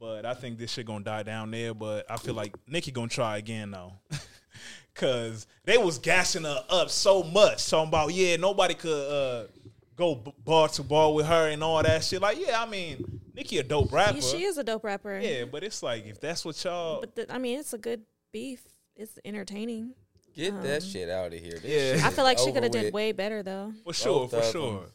But I think this shit gonna die down there. But I feel like Nikki gonna try again though. (laughs) Cause they was gassing her up so much, talking about yeah, nobody could uh, go b- bar to bar with her and all that shit. Like yeah, I mean, Nikki a dope rapper,
Yeah, she is a dope rapper.
yeah, but it's like if that's what y'all,
But the, I mean, it's a good beef. It's entertaining.
Get that shit out of here. This
Yeah.
shit
Uh-huh. I feel like
is
she could have
over
did
with.
way better though.
for sure,
both
for
of
sure.
them.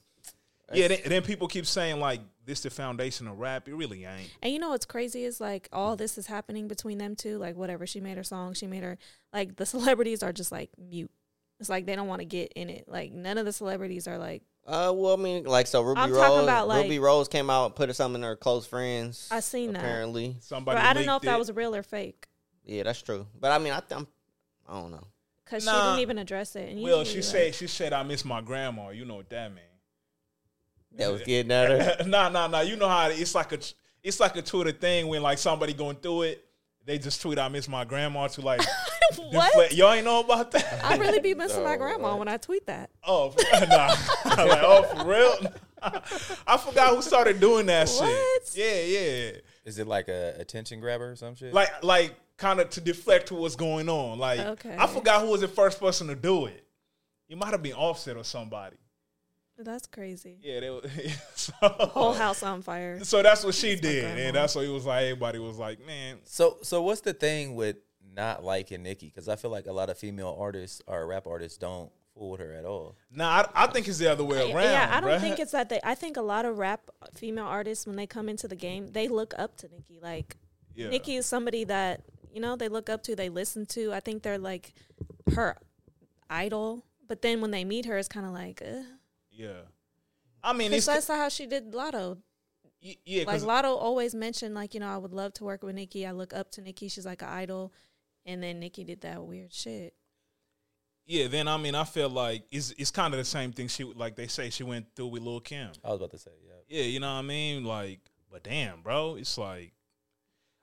Yeah, then, then people keep saying like this the foundation of rap. It really ain't.
And you know what's crazy is like all this is happening between them two. Like whatever she made her song, she made her like the (laughs) celebrities are just like mute. It's like they don't want to get in it. Like none of the celebrities are like
Uh, well, I mean, like so Ruby
I'm talking
Rose.
about, like-
Ruby Rose came out, put something in her close friends.
I seen that.
apparently.
But
Somebody,
I don't know if
leaked
that
it.
was real or fake
Yeah, that's true. But I mean, I th- I'm, I don't know.
because she
Nah.
didn't even address it. And
Well,
usually,
she
like-
said
(laughs)
she said I miss my grandma. You know what that means.
That was getting at
(laughs)
her.
nah, nah, nah. You know how it's like a it's like a Twitter thing when like somebody going through it, they just tweet "I miss my grandma" to
(laughs)
like
What?
deflect- Y'all ain't know about that? (laughs)
(laughs) I really be missing my grandma
uh,
when I tweet that.
oh, for, nah. (laughs) I'm like, oh, for real? (laughs) I forgot who started doing that
What?
shit. Yeah, yeah.
Is it like a attention grabber or some shit?
Like, like kind of to deflect to what's going on. Like,
Okay.
I forgot who was the first person to do it. You might have been Offset or somebody.
That's crazy.
Yeah, they were. (laughs) so, oh.
Whole house on fire.
so that's what she did,
grandma.
and that's what it was like. Everybody was like, man.
so so what's the thing with not liking Nicki? Because I feel like a lot of female artists or rap artists don't fool with her at all.
Nah, I, I think it's the other way around.
yeah, I don't
bruh.
think it's that they. I think a lot of rap female artists, when they come into the game, they look up to Nicki. Like
(laughs) Yeah.
Nicki is somebody that you know, they look up to, they listen to. I think they're like her idol. But then when they meet her, it's kind of like, uh,
Yeah. I mean,
cause
it's
that's not how she did Lotto.
y- yeah,
Like
cause,
Lotto always mentioned, like you know, I would love to work with Nikki. I look up to Nikki. She's like an idol. And then Nikki did that weird shit.
yeah. Then I mean, I feel like it's it's kind of the same thing. She like they say she went through with Lil Kim.
I was about to say, yeah.
Yeah, you know what I mean. Like, but damn, bro, it's like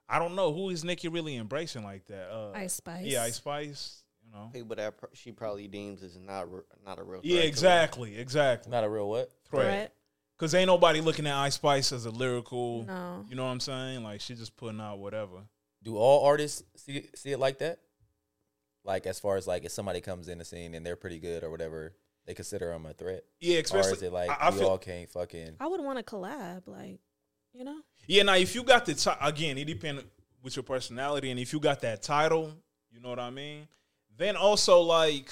I don't know who is Nikki really embracing like that. Uh,
Ice Spice.
Yeah, Ice Spice. You know.
People that pr- she probably deems is not re- not a real.
Yeah,
threat to
exactly, exactly.
Not a real what?
Correct. Because ain't nobody looking at Ice Spice as a lyrical.
No.
You know what I'm saying? Like she just putting out whatever.
Do all artists see see it like that? Like as far as like if somebody comes in the scene and they're pretty good or whatever, they consider them a threat.
Yeah, especially
or is it like
I, I
we
feel.
all can't fucking?
I would want to collab, like, you know.
yeah, now if you got the ti- again, it depends with your personality, and if you got that title, you know what I mean. Then also like,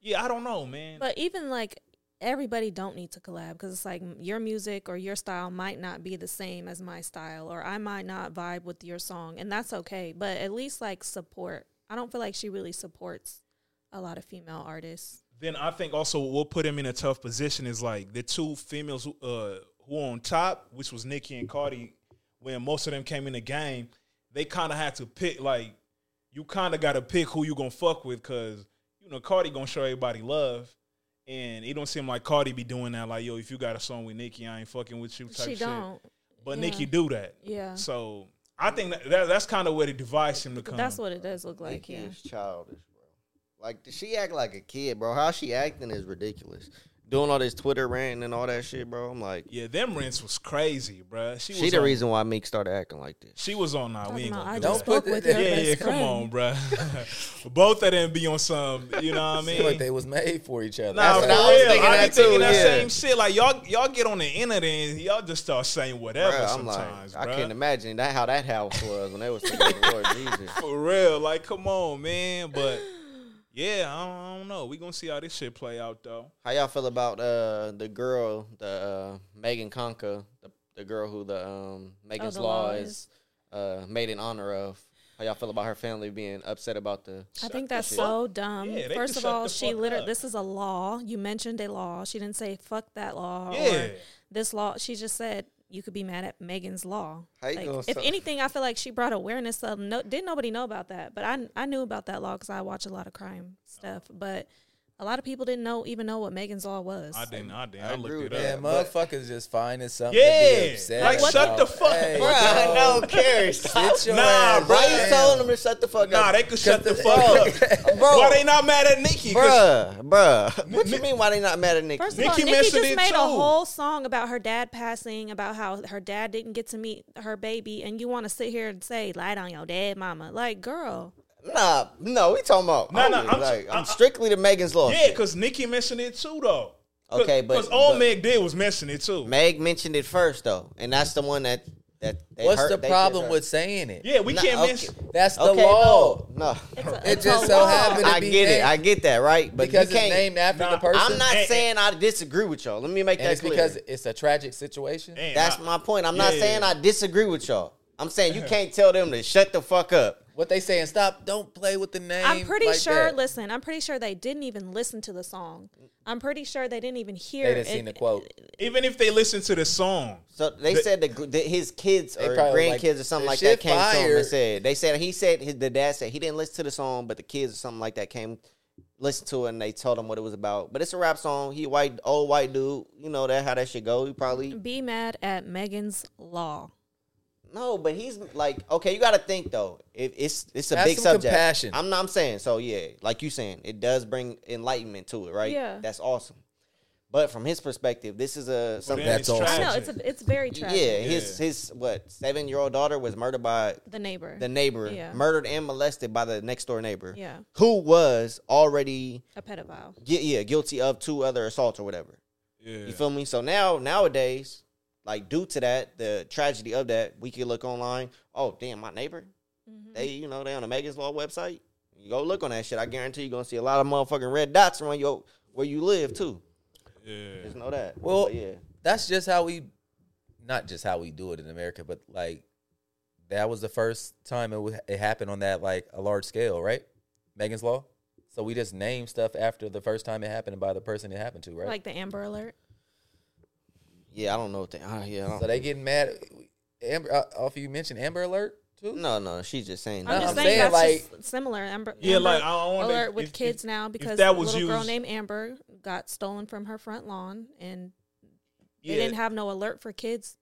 yeah, I don't know, man.
But even like everybody don't need to collab because it's like m- your music or your style might not be the same as my style, or I might not vibe with your song, and that's okay. But at least like support. I don't feel like she really supports a lot of female artists.
then I think also what will put him in a tough position is like the two females who, uh, who were on top, which was Nikki and Cardi, when most of them came in the game, they kind of had to pick. Like you kind of got to pick who you gonna fuck with, cause you know Cardi gonna show everybody love, and it don't seem like Cardi be doing that. Like yo, if you got a song with Nikki, I ain't fucking with you. Type
she
shit.
don't.
but
yeah.
Nikki do that.
Yeah.
So I think that, that that's kind of where the device him to come.
That's what it does look
That
like. Yeah.
kid's childish, bro. Like she act like a kid, bro. How she acting is ridiculous. Doing all this Twitter ranting and all that shit, bro. I'm like,
Yeah, them rents was crazy, bruh. She,
she
was
the
on,
reason why Meek started acting like this.
She was on. Nah, we
Talking
ain't
about,
gonna
I
do
Don't
just
that.
put
spoke
that-
with her
yeah,
best
yeah,
friend.
come on, bro. (laughs) Both of them be on some, you know what I
Feel like
mean?
they was made for each other.
Nah,
That's
for
what
real.
I
I
was
be
thinking
thinking that,
that too, yeah.
same shit. Like y'all, y'all get on the internet and y'all just start saying whatever
Bro, I'm like,
sometimes,
I
bruh.
can't imagine that how that house was when they was thinking,
(laughs)
Lord Jesus.
For real, like come on, man. But yeah, I don't, I don't know. We gonna see how this shit play out though.
How y'all feel about uh, the girl, the uh, Megan Conca, the, the girl who the um, Megan's
Oh,
the
Law
law
is uh, made in honor of? How y'all feel about her family being upset about the?
I think that's
shit.
so dumb.
Yeah, they
First
just
of
shut
all,
the
she
fuck
literally
up.
this is a law. You mentioned a law. She didn't say fuck that law
Yeah.
or this law. She just said you could be mad at Megan's law.
How you
Like,
gonna
if
stop-
anything, I feel like she brought awareness of. No, didn't nobody know about that? But I I knew about that law because I watch a lot of crime stuff.
Oh.
But a lot of people didn't know even know what Megan's law was.
I didn't. I didn't.
I
I
agree
looked
with
it
that.
up.
Yeah, motherfuckers just finding something. to be
Yeah,
upset
like
about.
shut the fuck up.
Hey, yo,
Bruh, no cares.
Sit your
Nah,
ass
bro,
Why
Damn.
you telling them to shut the fuck
Nah,
up?
they could shut the
the-
(laughs)
fuck up. Why they not mad at Nikki? 'Cause
oh. Bruh, bruh. What you mean? Why they not mad at Nicki?
First of
Nicki
all, Nicki
mentioned
just
it
made
too.
a whole song about her dad passing, about how her dad didn't get to meet her baby, and you want to sit here and say light on your dad, mama. Like, girl,
Nah, no, we talking about.
Nah, nah,
I'm,
I'm-
like, I'm
I-
strictly the Megan's Law.
Yeah, because Nikki mentioned it too, though.
Okay, but-
because all
but-
Meg did was mention it too.
Meg mentioned it first though, and that's the one that that. They
What's
hurt-
the
they did
problem
hurt.
with saying it?
yeah, we
Nah,
can't
okay.
mention.
That's the
Okay,
law.
no, no.
it's a,
It
it's
just
a
so
law.
happened to
I
be
get it.
named-
I get that right, but
because
you
it's
can't.
named after
Nah,
the person.
I'm not
Eh, eh.
saying I disagree with y'all. Let me make
and
that
it's
clear.
because it's a tragic situation.
Man,
that's
I-
my point. I'm not
Yeah.
saying I disagree with y'all. I'm
(laughs)
saying you can't tell them to shut the fuck up.
What they saying? Stop! Don't play with the name.
I'm pretty
like
sure.
that.
Listen, I'm pretty sure they didn't even listen to the song. I'm pretty sure they didn't even hear.
They didn't
it.
seen the quote.
Even if they listen to the song,
So they
The-
said the, gr- that his kids or
probably
grandkids
like,
or something
"This
like that
shit
came to him
fire."
and said they said he said his the dad said he didn't listen to the song, but the kids or something like that came listen to it and they told him what it was about. But it's a rap song. He white old white dude. You know that how that should go. He probably
Be mad at Megan's law.
No, but he's like, okay, you got to think though. It, it's it's a
Have
big
some
subject.
compassion.
I'm not. I'm saying so. Yeah, like you saying, it does bring enlightenment to it, right?
Yeah.
that's awesome. But from his perspective, this is a something.
That's all.
I
I
know it's a, it's very
yeah,
tragic.
his his what seven year old daughter was murdered by
The neighbor.
the neighbor,
Yeah.
murdered and molested by the next door neighbor,
Yeah.
who was already
a pedophile.
gu- yeah guilty of two other assaults or whatever.
yeah.
You feel me? So now nowadays, like due to that, the tragedy of that, we can look online. Oh damn, my neighbor.
Mm-hmm.
They you know they on the Megan's Law website. You go look on that shit. I guarantee you're gonna see a lot of motherfucking red dots around your where you live too.
Yeah.
Just know that.
Well,
But yeah,
that's just how we, not just how we do it in America, but like
that was the first time it, wa- it happened on that like a large scale, right? Megan's Law. So we just name stuff after the first time it happened by the person it happened to, right?
Like the Amber Alert.
Yeah, I don't know what they. Uh, yeah, I don't-
so they getting mad. Amber, uh, off you mentioned Amber Alert too.
no, no, she's just saying.
I'm
that.
just
I'm
saying,
saying,
that's just similar. Amber,
Yeah,
Amber
like, I don't wanna-
alert with
if-
kids
if-
now
if
because
that
a
was
little girl
used-
named Amber got stolen from her front lawn, and
Yeah.
they didn't have no alert for kids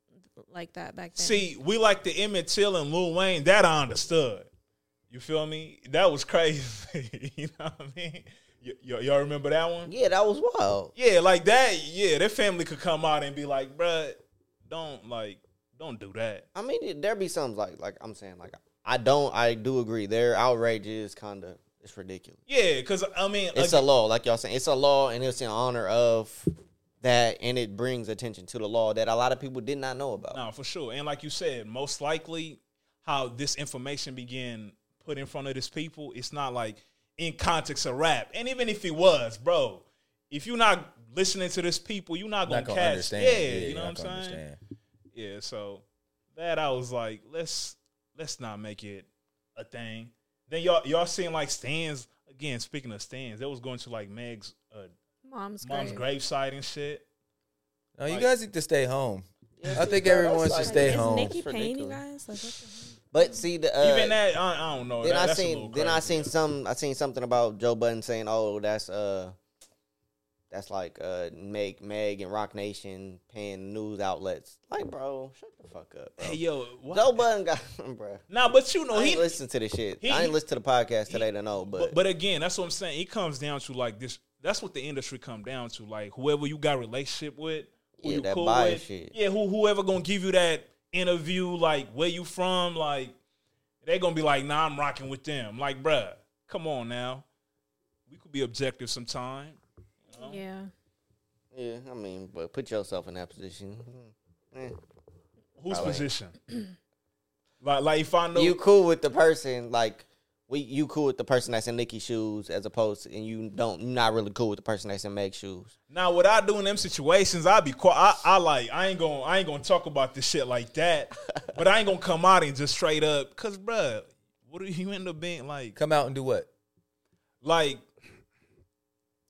like that back then.
See, we like the Emmett Till and Lil Wayne. That I understood. You feel me? That was (laughs) crazy. you know what I mean? Y- y- y'all remember that one?
yeah, that was wild.
Yeah, like that. Yeah, their family could come out and be like, bruh, don't like, don't do that.
I mean, it- there be some like like I'm saying like I don't I do agree. Their outrage is kind of it's ridiculous.
Yeah, because I mean,
It's
ag-
a law, like y'all saying. It's a law, and it's in honor of that, and it brings attention to the law that a lot of people did not know about.
no, for sure. And like you said, most likely how this information began put in front of this people, it's not like in context of rap. And even if it was, bro, if you're not listening to this people, you're not gonna,
Not gonna
catch.
understand.
Yeah, you know what
not
I'm saying.
gonna understand.
Yeah, so that I was like, let's let's not make it a thing. Then y'all y'all seeing like stands again. Speaking of stands, they was going to like Meg's uh,
mom's
mom's
grave.
gravesite and shit.
No, you
Like-
guys need to stay home.
Yeah,
I
see,
think
bro,
everyone
that's
should
like-
stay
Is
home.
Nikki
It's
Payne, you
ridiculous.
guys? Like, what the hell?
But see the uh,
Even that I, I don't know.
Then
That-
I
that's a little
seen then I
crazy.
seen some I seen something about Joe Budden saying, "Oh, that's uh, that's like uh, Meg Meg and Rock Nation paying news outlets." Like, bro, shut the fuck up. Bro.
Hey yo, what?
Joe Budden got, (laughs) bro.
nah, but you know
I
he.
ain't listen to this shit.
he-
I ain't listen to the podcast today
he-
to know,
but,
but,
but again, that's what I'm saying. It comes down to like this. That's what the industry come down to. Like whoever you got relationship with, who
Yeah,
you
that
cool
bias
with,
shit.
yeah, who whoever gonna give you that interview, like where you from, like they gonna be like, nah, I'm rocking with them. Like, bruh, come on now, we could be objective sometime.
Yeah.
yeah, I mean, but put yourself in that position. Eh.
Whose
Probably.
position? (clears throat) like, like if I know
You cool with the person like. We, you cool with the person that's in Nikki's shoes as opposed to, and you don't you not really cool with the person that's in Meg's shoes.
Now, what I do in them situations, I be quiet. I, I like, I ain't gonna, I ain't gonna talk about this shit like
(laughs)
that. but I ain't gonna come out and just straight up, cause bruh, what do you end up being like?
Come out and do what?
Like,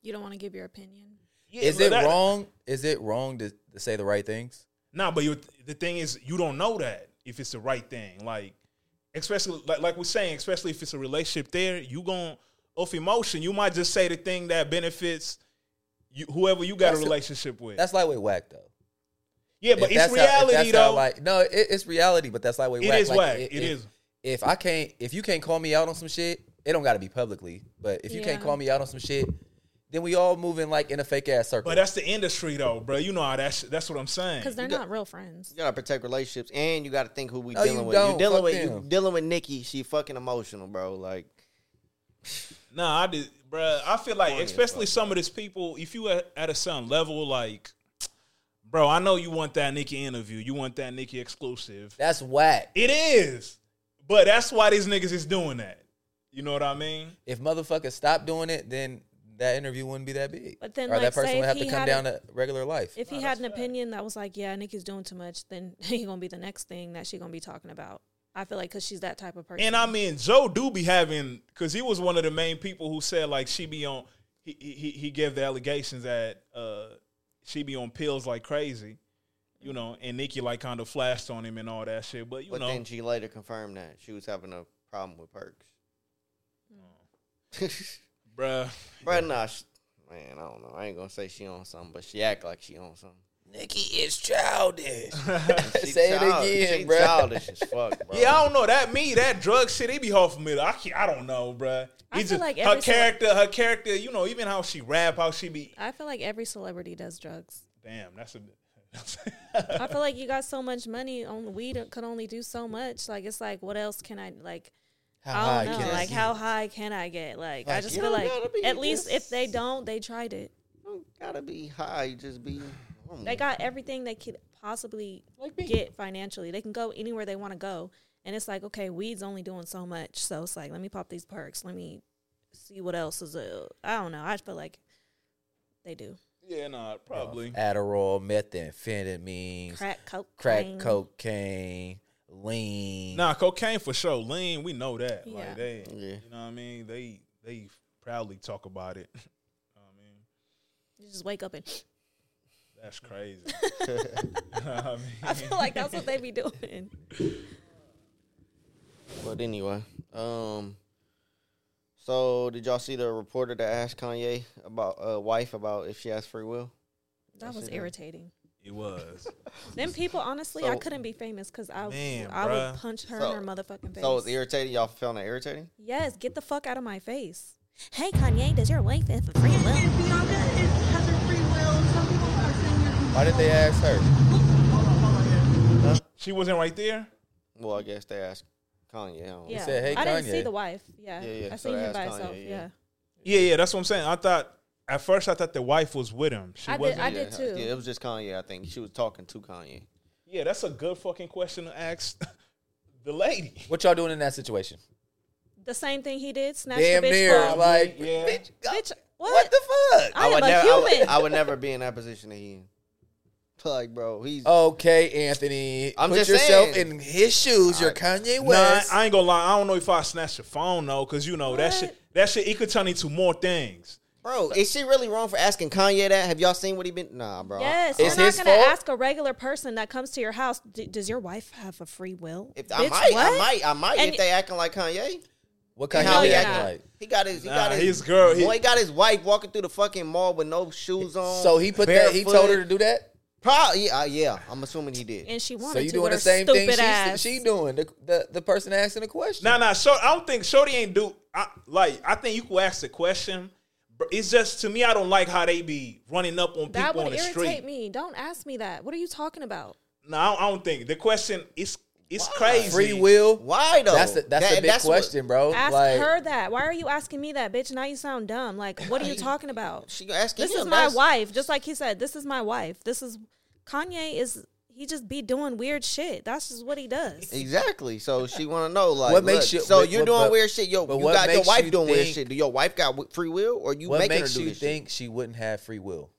You don't want to give your opinion.
yeah,
Is
but
it
that-
wrong? Is it wrong to, to say the right things?
Nah, but you the thing is, you don't know that if it's the right thing. Like, especially like, like we're saying, especially if it's a relationship, there you gon' off emotion, you might just say the thing that benefits you, whoever you got
That's
a
a-
relationship with.
That's lightweight whack though.
yeah, but it's
If that's how- if
reality
that's how,
though.
like no, it, it's reality, but that's lightweight
It
whack.
is
like,
whack. It
if,
is.
If I can't, if you can't call me out on some shit, it don't got to be publicly. But if you can't
Yeah.
call me out on some shit, then we all moving like in a fake ass circle.
but that's the industry though, bruh. You know how that's that's what I'm saying.
Because they're not real friends.
You gotta protect relationships, and you gotta think who we
No,
dealing
you
with.
don't.
You dealing
Fuck
with
them.
you dealing with Nikki. She fucking emotional, bro. Like
Nah, I did, bruh. I feel like,
Corny as
especially
fuck.
some of these people, if you at, at a certain level, like, bro, I know you want that Nikki interview, you want that Nikki exclusive.
that's whack.
It is, but that's why these niggas is doing that. You know what I mean?
If motherfuckers stop doing it, then that interview wouldn't be that big.
But then,
or
like,
that person
say
would
if
have to
he
come
had
down
a-
to regular life.
If he had an opinion that was like, yeah, Nikki's doing too much, then (laughs) he gonna be the next thing that she gonna be talking about. I feel like because she's that type of person.
And I mean, Joe do be having because he was one of the main people who said like she be on. He he he gave the allegations that uh she be on pills like crazy, you know, and Nikki like kind of flashed on him and all that shit. But you
but
know,
then she later confirmed that she was having a problem with perks. (laughs)
bruh.
Bro, nah, sh man, I don't know. I ain't gonna say she on something, but she act like she on something.
Nikki is childish.
She
(laughs) say it
childish-
again,
she
bro.
Childish as
(laughs)
fuck, bro.
Yeah, I don't know. That me, that drug shit, it be hard for me. to- I can't, I don't know, bruh.
I
It's
feel
just-
like
her
every single-
character, her character, you know, even how she rap, how she be.
I feel like every celebrity does drugs.
Damn, that's a. (laughs) That's
I feel like you got so much money, on weed could only do so much. Like it's like, what else can I like? I don't know. Like how high can I get? Like I
Like,
just
you
feel
don't
like
gotta be
at least
this-
if they don't, they tried it.
don't gotta be high. you Just be. normal.
They got everything they could possibly get financially. They can go anywhere they want to go, and it's like, okay, weed's only doing so much. So it's like, let me pop these perks. Let me see what else is. Uh, I don't know. I feel like they do
yeah, nah, probably.
Adderall, methamphetamine,
crack, coke,
crack
cocaine.
cocaine. lean.
Nah, cocaine for sure. Lean, we know that.
Yeah.
Like they,
Yeah.
you know what I mean. They they proudly talk about it. (laughs) I mean,
You just wake up and (laughs)
that's crazy. You know what I mean?
I feel like that's what they
(laughs)
be doing.
But anyway, um, so did y'all see the reporter that asked Kanye about uh, wife about if she has free will?
That was irritating.
It was.
Them people, honestly, I
So-
couldn't be famous because I,
Man,
I
bruh.
would punch her
So-
in her motherfucking face.
So it was irritating. Y'all found that irritating?
yes, get the fuck out of my face. Hey Kanye, does your wife have a free will?
Bianca is, has her free will. Some people are saying you're
Why did they ask her?
she wasn't right there.
Well, I guess they asked Kanye. I don't know.
Yeah,
said, "Hey,
I didn't see
Kanye."
the wife. Yeah,
Yeah, yeah,
I
so
seen
they
him by
asked Kanye,
himself.
yeah.
Yeah,
Yeah, yeah. That's what I'm saying. I thought at first I thought the wife was with him. She
I did.
wasn't.
I did
Yeah,
too.
Yeah, it was just Kanye. I think she was talking to Kanye.
yeah, that's a good fucking question to ask (laughs) the lady.
What y'all doing in that situation?
The same thing he did. Snatch
Damn
the bitch
near,
ball.
like,
Yeah.
bitch, go-
bitch, what?
what the fuck?
I, am a
never. I,
human.
would, I would never be in that position Oh, to
(laughs)
him. Like, bro, he's
Okay, Anthony.
I'm
put
just
yourself
saying.
in his shoes. You're Kanye
Nah,
West.
I ain't gonna lie. I don't know if I snatched your phone though, because you know that
What?
shit. That shit it could turn into more things.
bro. Is she really wrong for asking Kanye that? Have y'all seen what he been? Nah, bro.
Yes,
It's
you're
his
not gonna
fault?
ask a regular person that comes to your house. D- does your wife have a free will?
If, I
Bitch,
might, I
what?
might, I might.
And-
if they acting like Kanye,
what
how
Kanye
he
we
acting?
acting like?
he got his, he
Nah,
got his,
his girl- he-
Boy, he got his wife walking through the fucking mall with no shoes on.
So he put that. He told her to do that.
Probably, yeah, uh, yeah. I'm assuming he did.
and she wanted
So you
to
doing
with
the
her
same thing
stupid
she
ass.
she doing? The, the the person asking the question.
Nah, nah. So I don't think Shorty ain't do. I, like I think you could ask the question. But it's just to me, I don't like how they be running up on
that
people
would
on the
irritate
street.
me. Don't ask me that. What are you talking about?
No, I don't, I don't think the question is it's crazy.
Free will.
Why though?
That's a, that's
That-
a big
what-
question, bro.
Ask
like,
her that. Why are you asking me that, bitch? Now you sound dumb. Like, what
(laughs)
are you talking about?
She asking
This
him,
is my
that's-
wife. Just like he said, this is my wife. This is Kanye is he just be doing weird shit. That's just what he does.
Exactly. So she want to know like
What makes
look,
you-
So
but-
you're
but-
doing
but-
weird shit. Yo,
but
you
what
got your
makes
wife
you
doing weird
think-
shit. Do your wife got w- free will, or you
what
making
makes
her do
you
this shit?
think she wouldn't have free will?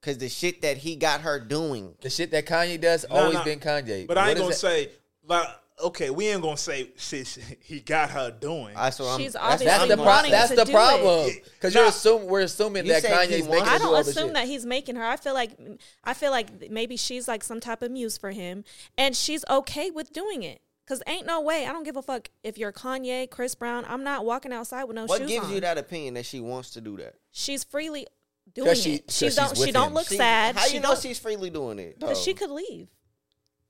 Because the shit that he got her doing.
The shit that Kanye does
Nah,
always
nah.
been Kanye.
But I
What
ain't
is
gonna
that-
say like okay, we ain't gonna say shit, (laughs) shit he got her doing.
I so
She's
I'm,
obviously
That's the
wanting
pro- that's
to
the
do it.
problem. Because
Nah.
you're assuming we're assuming
You
that
said he
Kanye's
wants-
making
I
her
I
do
don't
all this
assume
shit.
that he's making her. I feel like I feel like maybe she's like some type of muse for him, and she's okay with doing it. Cause ain't no way. I don't give a fuck if you're Kanye, Chris Brown. I'm not walking outside with no
what
shoes
gives
on.
you that opinion that she wants to do that?
She's freely doing
'Cause she-
it. She
'cause
don't.
she's
She
with
don't
him.
look
She-
sad.
How
she
you know
don't,
she's freely doing it?
Cause she
though?
could leave.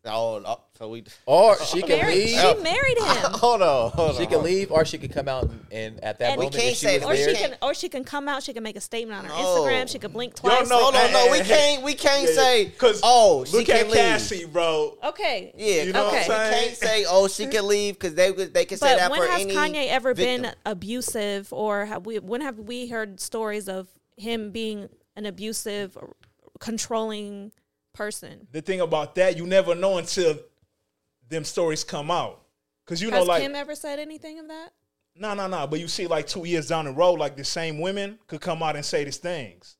Oh, oh, so we.
Or she can
Married,
leave.
she married him.
Hold on, hold on.
She can leave, or she can come out and, and at that
And- We
moment,
can't
if she
say
was
that.
or she
there,
can or she can come out. She can make a statement on her
No.
Instagram. She can blink
Y'all
twice.
know-
Hold on, no,
Hey, (laughs)
we
hey,
can't. We can't say
because
Oh, she
look
can
at
leave.
Cassie, bro.
okay.
Yeah,
You know
what I'm
we
saying?
can't say oh she can leave because they could- they can say
But
that
when
for
has
any.
Kanye ever
victim.
been abusive, or have we? When have we heard stories of him being an abusive, controlling person?
The thing about that, you never know until them stories come out. Cause you know,
Has
like
Kim ever said anything of that?
no, no, no. But you see, like two years down the road, like the same women could come out and say these things.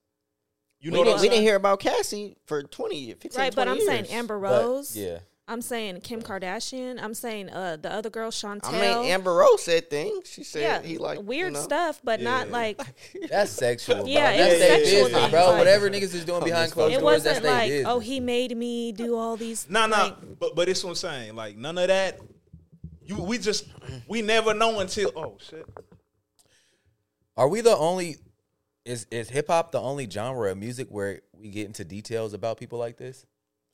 You
We,
know, what I'm
didn't, we
saying?
didn't hear about Cassie for 20 years, 15,
Right, but
20
I'm saying
years.
Amber
but-
Rose.
yeah,
I'm saying Kim Kardashian. I'm saying uh, the other girl, Chantel.
I mean, Amber Rose said things. She said
yeah,
he like
weird
you know.
stuff, but not like
(laughs)
that's sexual. Bro.
Yeah,
that's
it's
their
sexual
business,
things,
bro.
like-
Whatever niggas is doing behind closed
it
doors, that's
wasn't
their
like
business.
oh he made me do all these.
No, no,
like,
but but it's what I'm saying. Like none of that. You we just we never know until oh shit.
Are we the only? Is is hip hop the only genre of music where we get into details about people like this?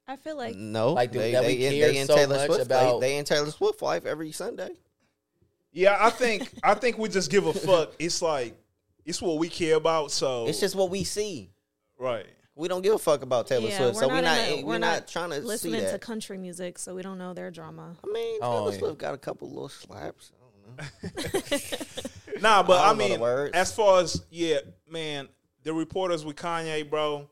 I feel like
No,
Like, do-
they,
that
they,
we
in-
care
they in
so
Taylor
much
Swift.
about-
They, they in Taylor Swift life every Sunday.
Yeah, I think I think we just give a fuck. It's like it's what we care about. So
It's just what we see.
right.
We don't give a fuck about Taylor
yeah,
Swift, so we're
in
not
a-
we're, not, trying to
listening
see that.
to country music, so we don't know their drama.
I mean,
Oh,
Taylor
yeah.
Swift got a couple little slaps. I don't know.
Nah, but
I
I,
don't know the
mean,
words.
as far as yeah, man, the reporters with Kanye, bro,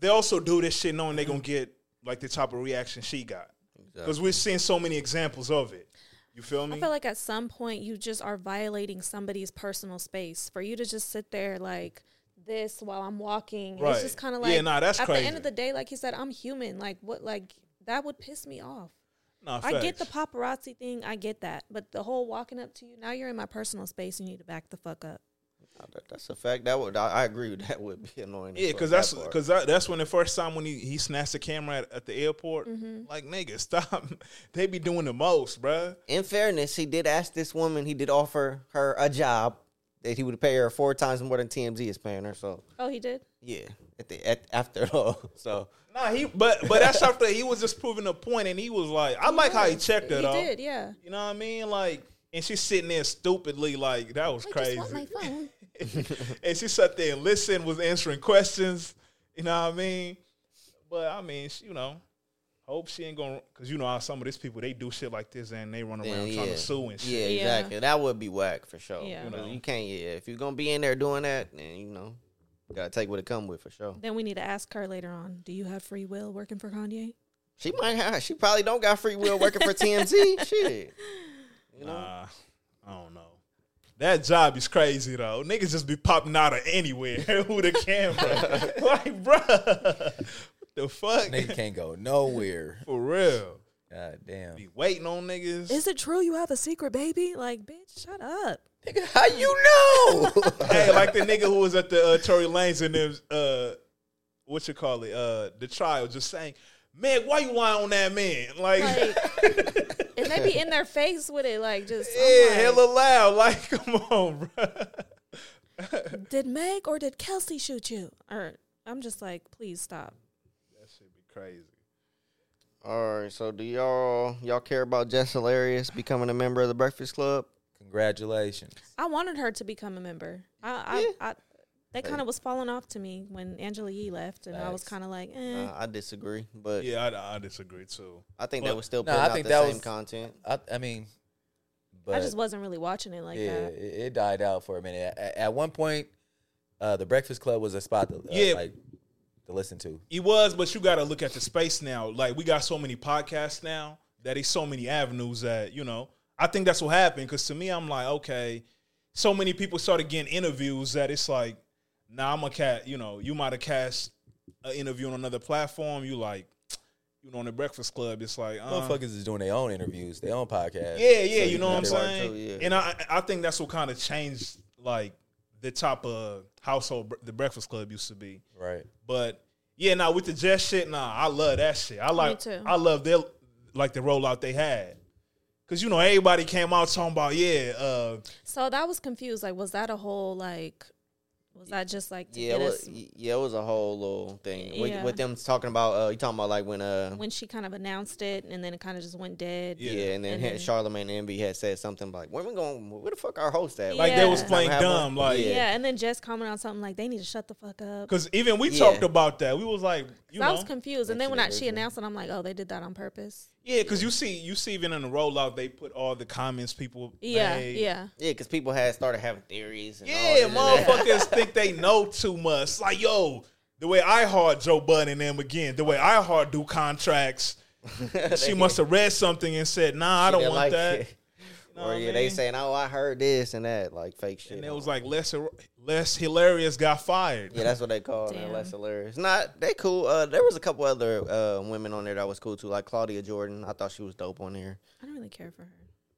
they also do this shit knowing they gonna get like the type of reaction she got because we're seeing so many examples of it. You feel me?
I feel like at some point you just are violating somebody's personal space. For you to just sit there like this while I'm walking,
Right.
it's just kind of
Yeah,
like
nah, that's
at the
crazy.
end of the day, like you said, I'm human. Like what? Like that would piss me off.
Nah,
I get
facts.
the paparazzi thing. I get that. But the whole walking up to you, now you're in my personal space and you need to back the fuck up.
Nah, that- that's a fact. That would I, I agree with that would be annoying. as
Yeah,
fuck,
because
that
that's
part.
because that's when the first time when he, he snatched the camera at, at the airport.
Mm-hmm.
Like nigga, stop! (laughs) they be doing the most, bruh.
in fairness, he did ask this woman. He did offer her a job that he would pay her four times more than TMZ is paying her. So
Oh, he did?
yeah, at the at, after (laughs) all, so
Nah, he but but that's after he was just proving a point, and he was like, I like how he checked
He
that off.
did, yeah.
You know what I mean? Like, and she's sitting there stupidly, like that was crazy.
phone.
(laughs) and she sat there and listened, was answering questions. You know what I mean? But I mean, she, you know, hope she ain't gonna because you know how some of these people they do shit like this and they run around
then,
trying
yeah.
to sue and shit.
Yeah,
Yeah.
exactly. That would be whack for sure. You,
Yeah. You
know,
know.
you can't. Yeah, if you're gonna be in there doing that, then you know, gotta take what it come with for sure.
Then we need to ask her later on do you have free will working for Kanye?
She might have. She probably don't got free will working for
(laughs)
TMZ. Shit. You know.
Nah, I don't know. That job is crazy though. Niggas just be popping out of anywhere (laughs) with
(laughs)
a camera. like, bruh, (laughs) what the fuck?
Nigga can't go nowhere.
For real.
God damn.
Be waiting on niggas.
Is it true you have a secret baby? Like, bitch, shut up.
Nigga, how you know?
hey, like the nigga who was at the uh, Tory Lanez and them, uh, what you call it, uh, the trial, just saying, man, why you lying on that man? (laughs) Like,
Like,
(laughs)
and they be in their face with it. Like, just,
yeah,
yeah,
hella loud. Like, come on, bro.
did Meg or did Kelsey shoot you? Or I'm just like, please stop.
Crazy.
All right. So do y'all y'all care about Jess Hilarious becoming a member of the Breakfast Club?
(laughs) Congratulations.
I wanted her to become a member. I, I, I that kind of was falling off to me when Angela Yee left, and I was
Facts.
kind of like, eh.
Uh, I disagree, but
Yeah, I, I disagree too.
I think they
Well,
was still
no,
putting
I
out
think
the
that
same
was-
content.
I, I mean, but
I just wasn't really watching it like
yeah,
that.
it, it died out for a minute. At, at one point, uh, the Breakfast Club was a spot to, uh,
Yeah.
like, to listen to.
It was, but you got to look at the space now. Like we got so many podcasts now that it's so many avenues that you know. I think that's what happened because to me, I'm like, okay, so many people started getting interviews that it's like, nah, I'm a cat. You know, you might have cast an interview on another platform. You like, you know, on the Breakfast Club, it's like, uh,
Motherfuckers is doing their own interviews, their own podcast.
yeah, yeah,
So
you know what I'm
can-
part
saying.
too, yeah.
And I, I think that's what kind of changed like the type of household bre- the Breakfast Club used to be.
Right.
But yeah, now with the Jets shit, nah, I love that shit. I like,
too.
I love their like the rollout they had, cause you know everybody came out talking about yeah, uh,
So that was confused. Like, was that a whole like? Was that just like to
Yeah, it
get
was,
us
yeah, it was a whole little thing with,
Yeah.
with them talking about. Uh, you talking about like when uh
when she kind of announced it, and then it kind of just went dead?
yeah,
Yeah.
and then
And
had
then-
Charlemagne and Envy had said something like, "Where we going? Where the fuck our host at?
like they was
Yeah.
playing
Have one?
dumb, like
Yeah. and then Jess commented on something like they need to shut the fuck up.
cause even we
Yeah.
talked about that. We was like, you
I
know,
was confused, and then when I, she
Actually,
announced it, I'm like, oh, they did that on purpose.
yeah, cause you see, you see, even in the rollout, they put all the comments people,
Yeah,
made.
yeah.
Yeah, because people had started having theories. And all
yeah,
this and that.
motherfuckers think they know too much. Like yo, the way I hard Joe Budden and them again, the way I hard
(laughs)
do contracts. she must have read something and said, "Nah, I don't
didn't
want
like (laughs)
that."
it.
Know
or
what I
yeah, they
mean?
saying, "Oh, I heard this and that," like fake shit.
and
I'm
it was like less less hilarious got fired.
Yeah, that's what they call it. man.
Damn.
Less hilarious. Not they cool. Uh, there was a couple other uh, women on there that was cool too, like Claudia Jordan. I thought she was dope on here.
I don't really care for her.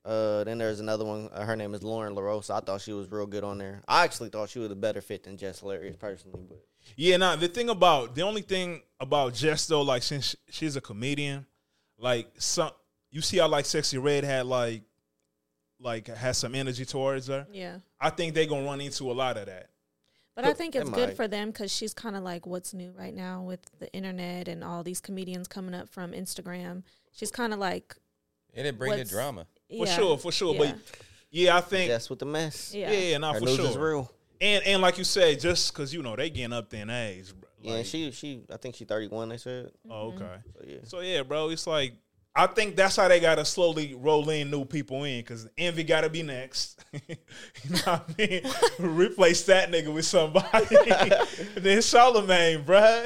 Uh, then there's another one. Uh, her name is Lauren LaRosa. I thought she was real good on there. I actually thought she was a better fit than Jess Hilarious personally, but
Yeah, nah. The thing about the only thing about Jess though, like since sh- she's a comedian, like some you see how like Sexy Red had like like has some energy towards her.
Yeah,
I think they gonna run into a lot of that.
but I think
They
it's good
might.
for them because she's kind of like what's new right now with the internet and all these comedians coming up from Instagram. She's kind of like,
And it bring the
What's-
drama.
yeah,
For sure, for sure.
Yeah.
But yeah, I think
Jess with the mess.
Yeah.
yeah, yeah, nah,
Her
for
news
sure.
is real.
And and like you said, just because you know they getting up there in age. bro.
Yeah,
Like,
and she she I think she 31. They said.
Oh,
Mm-hmm.
okay.
So, yeah.
So yeah, bro, it's like I think that's how they gotta slowly roll in new people in because envy gotta be next. (laughs) you know what I mean?
(laughs)
Replace that nigga with somebody. (laughs) then Charlemagne, bro.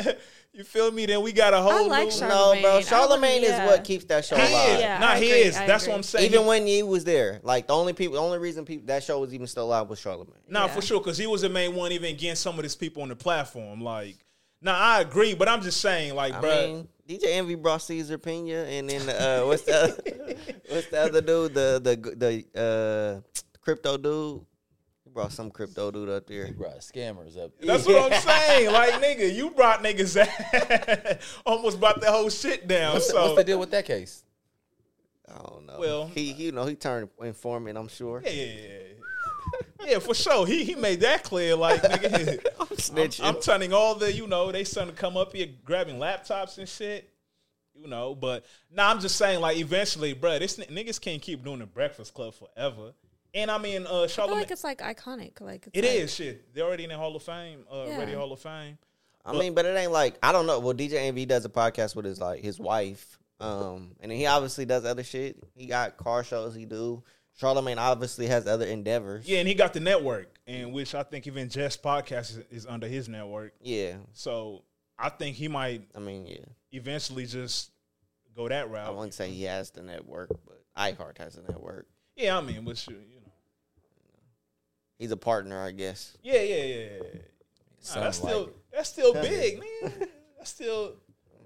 You feel me? Then we got a whole
like
new.
Charlemagne.
No, bro.
I
Charlemagne
wouldn't-
is
yeah.
what keeps that show
He
alive.
is.
Yeah,
Nah,
I
he
agree,
is.
I
That's
agree.
what I'm saying.
Even when he was there, like the only people, the only reason people that show was even still alive was Charlemagne.
Nah,
Yeah.
for sure, because he was the main one even getting some of these people on the platform. Like, nah, I agree, but I'm just saying, like,
I
bro,
mean, DJ Envy brought Caesar Pena, and then uh, what's the (laughs) other, what's the other dude? The the the uh, crypto dude. He brought some crypto dude up there.
Bruh, scammers up.
That's what I'm saying. Like nigga, you brought niggas (laughs) ass, almost brought the whole shit down.
What's, the,
so
what's the deal with that case?
I don't know.
Well-
he he- you know he turned informant. I'm sure.
yeah, yeah, yeah. yeah, for sure. He he made that clear. Like nigga, (laughs) I'm,
Snitching.
I'm turning all the you know they starting to come up here grabbing laptops and shit. You know, but nah, I'm just saying like eventually, bruh, this n- niggas can't keep doing the Breakfast Club forever. And I mean, uh,
I feel
Charlamagne,
like it's like iconic. Like it's
it
like-
is shit. They're already in the Hall of Fame, uh,
Yeah.
Radio Hall of Fame.
I mean, but it ain't like I don't know. Well, DJ Envy does a podcast with his like his wife, um, and then he obviously does other shit. He got car shows he do. Charlemagne obviously has other endeavors.
Yeah, and he got the network, and which I think even Jess Podcast is, is under his network.
Yeah.
So I think he might
I mean, yeah.
eventually just go that
I
route.
wouldn't say he has the network, but iHeart has the network.
yeah, I mean, but you, you know,
He's a partner, I guess.
yeah, yeah, yeah. yeah. Nah,
Something
that's still
like
that's still
Something.
big, man. That's still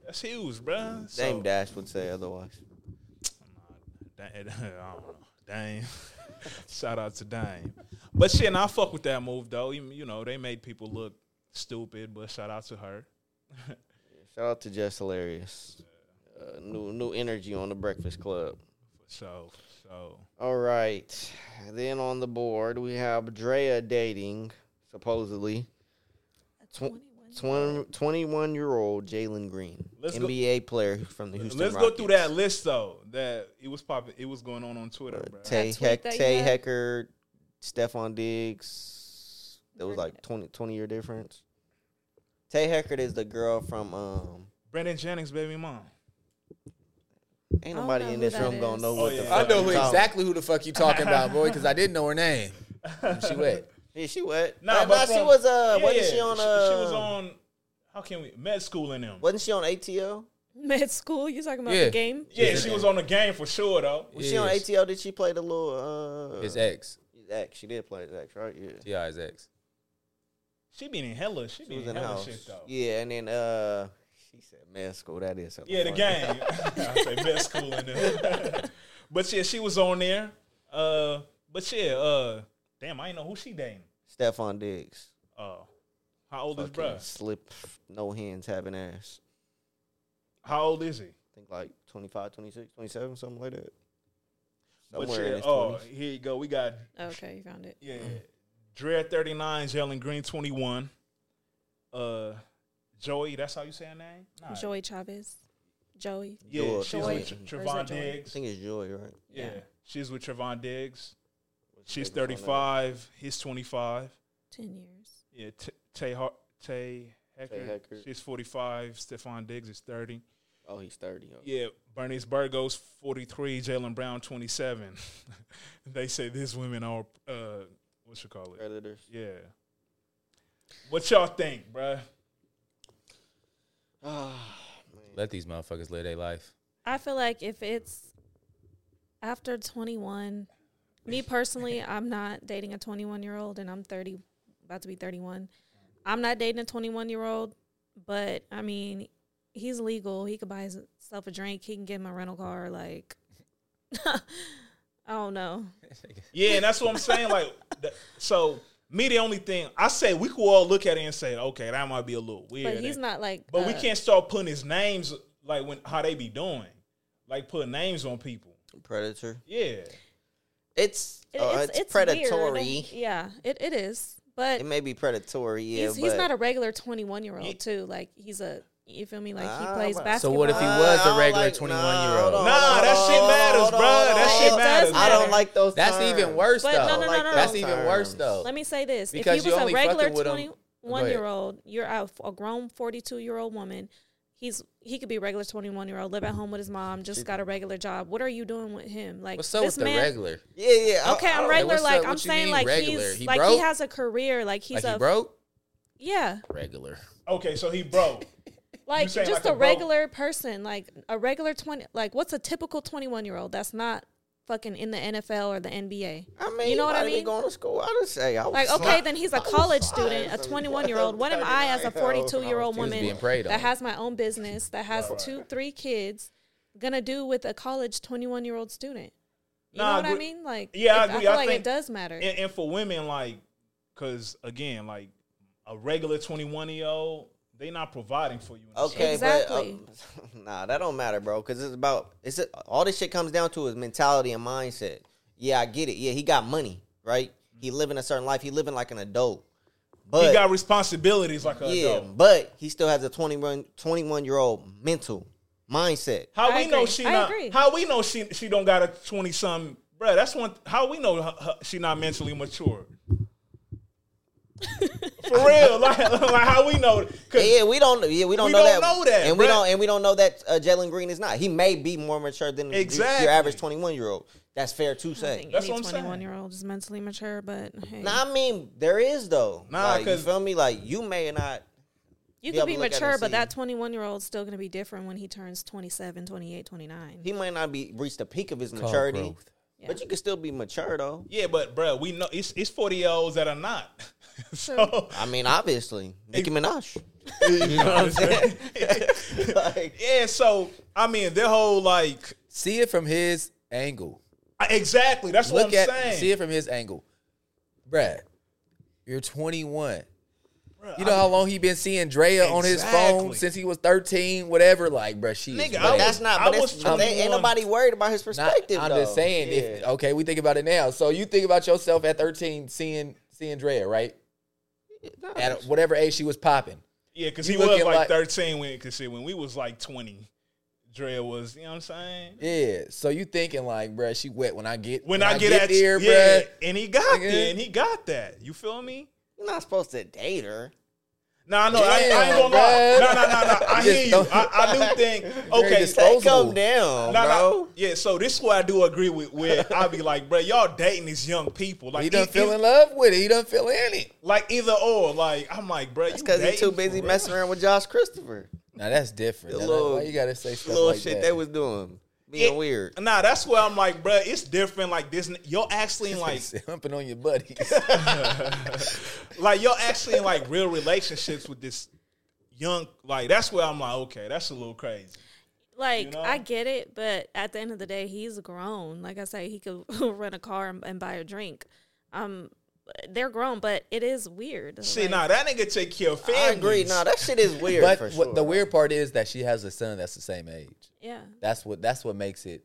that's huge, bruh. So,
Dame Dash would say otherwise.
Dang, (laughs) I don't know. Dame. (laughs) Shout out to Dame. But shit, and I fuck with that move though. You, you know, they made people look stupid, but shout out to her.
Shout out to Jess Hilarious. Uh, new new energy on the Breakfast Club.
So, so
All right. Then on the board we have Drea dating supposedly
That's
Tw-
21.
21 year old Jalen Green,
Let's go-
NBA player from the Houston.
let's go
Rockets.
through that list though. That it was popping, it was going on on Twitter,
Uh,
bro.
Tay,
That tweet
Heck,
that you
Tay
had?
Hecker, Stephon Diggs. There was like 20, 20 year difference. Tay Heckard is the girl from um.
Brandon Jennings, baby mom.
Ain't
I don't
nobody
know
in
who
this
that
room gonna
is.
know
Oh,
what the
yeah.
fuck
I know
you
who
talking-
exactly who the fuck you talking about, boy, because I didn't know her name. She
(laughs)
wet.
Yeah, she what?
Nah,
Nah,
but
nah, she
from-
was uh.
Yeah,
wasn't
yeah.
she on
She,
uh?
she was on. How can we med school in them?
Wasn't she on ATL?
(laughs) Med school? You talking about
Yeah.
the game?
Yeah, she was on the game for sure though.
Was she on
Yes.
ATL? Did she play the little uh?
His ex.
his ex. She did play his ex, right? Yeah.
Yeah, his ex.
She been in hella. She
She
been
was
in
in the
hella
house.
shit though.
Yeah, and then uh, she said, "Man, school that is something."
Yeah, the
funny."
game. (laughs) I say med school in them. but yeah, she was on there. Uh, but yeah, uh, damn, I ain't know who she dating.
Stephon Diggs,
Uh, how old is
Fucking
bruh?
slip, no hands, having ass.
How old is he?
I think like 25, 26, 27, something like that.
But
Somewhere in
yeah,
his
oh,
20s.
here you go. We got
(laughs) Okay, you found it.
Yeah. Dread 39, Jalen Green 21. Uh Joey, that's how you say her name? Nah.
Joey Chavez. Joey.
Yeah,
Joy.
she's
Joy. Or
with
is
Trevon
that Joey?
I
Diggs.
think it's Joy, right?
Yeah.
Yeah.
She's with Trevon Diggs. She's
Trayvon Diggs.
35. He's 25.
Ten years.
Yeah, T- Tay Har- Tay Hecker.
Hecker.
She's 45. Stephon Diggs is 30.
Oh, he's thirty. okay.
Yeah, Bernice Burgos 43, Jalen Brown 27. (laughs) they say these women are uh what you call it?
Predators.
Yeah. What y'all think, bruh?
Let these motherfuckers live their life.
I feel like if it's after 21,
(laughs)
me personally, I'm not dating a 21 year old and I'm 30, about to be 31. I'm not dating a 21 year old, but I mean, he's legal. He could buy himself a drink, he can get him a rental car. Like, (laughs) I don't know.
Yeah, and that's what I'm saying. Like, th- so me, the only thing I say, we could all look at it and say, okay, that might be a little weird.
but he's not like.
But we
uh,
can't start putting his names like when how they be doing, like putting names on people.
Predator.
Yeah,
It's
it-
uh, it's,
weird.
predatory.
Yeah, it, it is. But
It may be predatory. Yeah,
he's, he's
but-
not a regular 21 year
Ye-
old, too. Like, he's a. You feel me? Like, he
Ah,
plays
but-
basketball.
So what if he
Uh,
was
I
a
don't
regular
like-
21
nah,
year
hold
old?
on,
Nah,
hold
that
on,
shit
hold on,
matters,
hold on,
bruh.
hold
That
on.
shit
It
matters,
does I
bruh.
don't like those.
That's even
terms.
worse
But
though.
no, no, no, no, no.
That's
Those
even worse
terms.
though.
Let me say this:
Because
if he
you
was a
only
regular
fucking with him- Go
twenty-one
ahead.
year old, you're a, a grown forty-two-year-old woman. He's he could be a regular twenty-one-year-old, live at home with his mom, just got a regular job. What are you doing with him? Like
What's up
this
with the
man.
regular?
Yeah, yeah. I-
Okay,
I
I'm
don't-
regular.
what's up-
like
what
I'm
you
saying,
mean
like
regular?
he's
He
like he
broke?
has a career. Like
like
he's a
he broke?
yeah,
Regular.
okay, so he
(laughs)
broke.
like
saying
just
like a
a
broke-
regular person, like a regular twenty. Like what's a typical twenty-one-year-old? That's not fucking in the NFL or the NBA.
I mean,
you know what I
why they
mean?
Going to school, I just say I was
Like, okay, then he's a college student, a 21 year old. What am I as a 42 year old
She was
woman
being preyed on.
that has my own business, that has two, three kids, gonna do with a college 21 year old student? You
Nah, I
know what I
agree.
mean? Like,
Yeah, I
it-
agree.
feel
I
like
think-
it does matter.
And, and for women, like, because again, like a regular 21 year old, they not providing for you.
Okay,
Exactly.
but um, (laughs) nah, that don't matter, bro. Because it's about it's all this shit comes down to is mentality and mindset. Yeah, I get it. Yeah, he got money, right? He living a certain life. He living like an adult. But
He got responsibilities like a
yeah,
adult.
but he still has a 21, 21 year old mental mindset.
How
I
we know
agree.
she
I
not?
agree.
How we know she she don't got a 20 something? Bruh, that's one. How we know her- her- she not mentally
(laughs)
mature? for real, like, like how we know? 'Cause
Yeah, we don't. Yeah, we don't,
We
know, that.
don't know that,
and we
bruh.
don't. And we don't know that uh, Jalen Green is not. He may be more mature than your-
Exactly.
your average twenty one year old. That's fair to
I
say.
think
That's
any
what I'm saying.
21 year old is mentally mature, but hey,
Nah, I mean there is though.
Nah,
Like, you
'cause-
feel me? Like you may not.
you
be
could
able
be
to look at it
mature,
and
but
see.
that 21 year old's still gonna be different when he turns 27, 28, 29.
He might not be reached the peak of his maturity,
growth.
but you can still be mature though.
Yeah, but bruh, we know it's it's 40 year olds that are not. (laughs) so
I mean, obviously, Nicki
(laughs)
Minaj.
(laughs)
Like,
yeah, so I mean, their whole like
See it from his angle.
I- exactly. That's
Look
what I'm
at
saying.
see it from his angle. Brad, you're 21.
Bruh,
You know how long he been seeing Drea on his phone
Exactly.
since he was 13, whatever. Like, bruh, she. is
Nigga,
ready.
I
that's not.
I
But
was
it's, they, ain't
21.
nobody worried about his
Not-
perspective.
I'm
though.
just saying. If, oh,
Yeah.
okay, we think about it now. So you think about yourself at 13, seeing seeing Drea, right? At whatever age she was popping.
yeah, because
you
he was like,
looking like-
13 when cause shit, when we was like 20. Dre was, you know what I'm saying?
Yeah. So you thinking like, bruh, she wet when I get
When, I, get, at
there,
yeah,
bruh.
and he got
Nigga.
there, and he got that. You feel me?
You're not supposed to date her.
Nah, no, I, I ain't
Damn,
gonna lie.
bruh.
No, no, no, no. I
Just
hear you.
don't-
I, I
(laughs)
do think okay.
disposable.
Take
Disposable.
him down,
Nah, nah.
bro.
Yeah, so this is what I do agree with. Where I be like, bruh, y'all dating these young people, like
He done
e-
feel
e-
in love with it. He done feel in it.
like either or. Like I'm like, bruh,
That's
you
because he's
dating
too
for
busy
real?
messing around with Josh Christopher.
Now that's different.
The
Now,
little-
why you gotta say stuff
Little
like
shit
that? (laughs)
they was doing, being
It-
weird.
Nah, that's where I'm like, bruh, it's different. Like this, you're actually in like,
humping on your
(laughs)
buddies.
like you're actually in like real relationships with this young. Like that's where I'm like, okay, that's a little crazy.
Like
You know?
I get it, but at the end of the day, he's grown. Like I say, he could (laughs) rent a car and, and buy a drink. Um, they're grown, but it is weird.
See,
Like,
nah, that nigga take care of families.
I agree. Nah, that shit is weird
but
for sure.
what, the weird part is that she has a son that's the same age.
yeah,
That's what that's what makes it.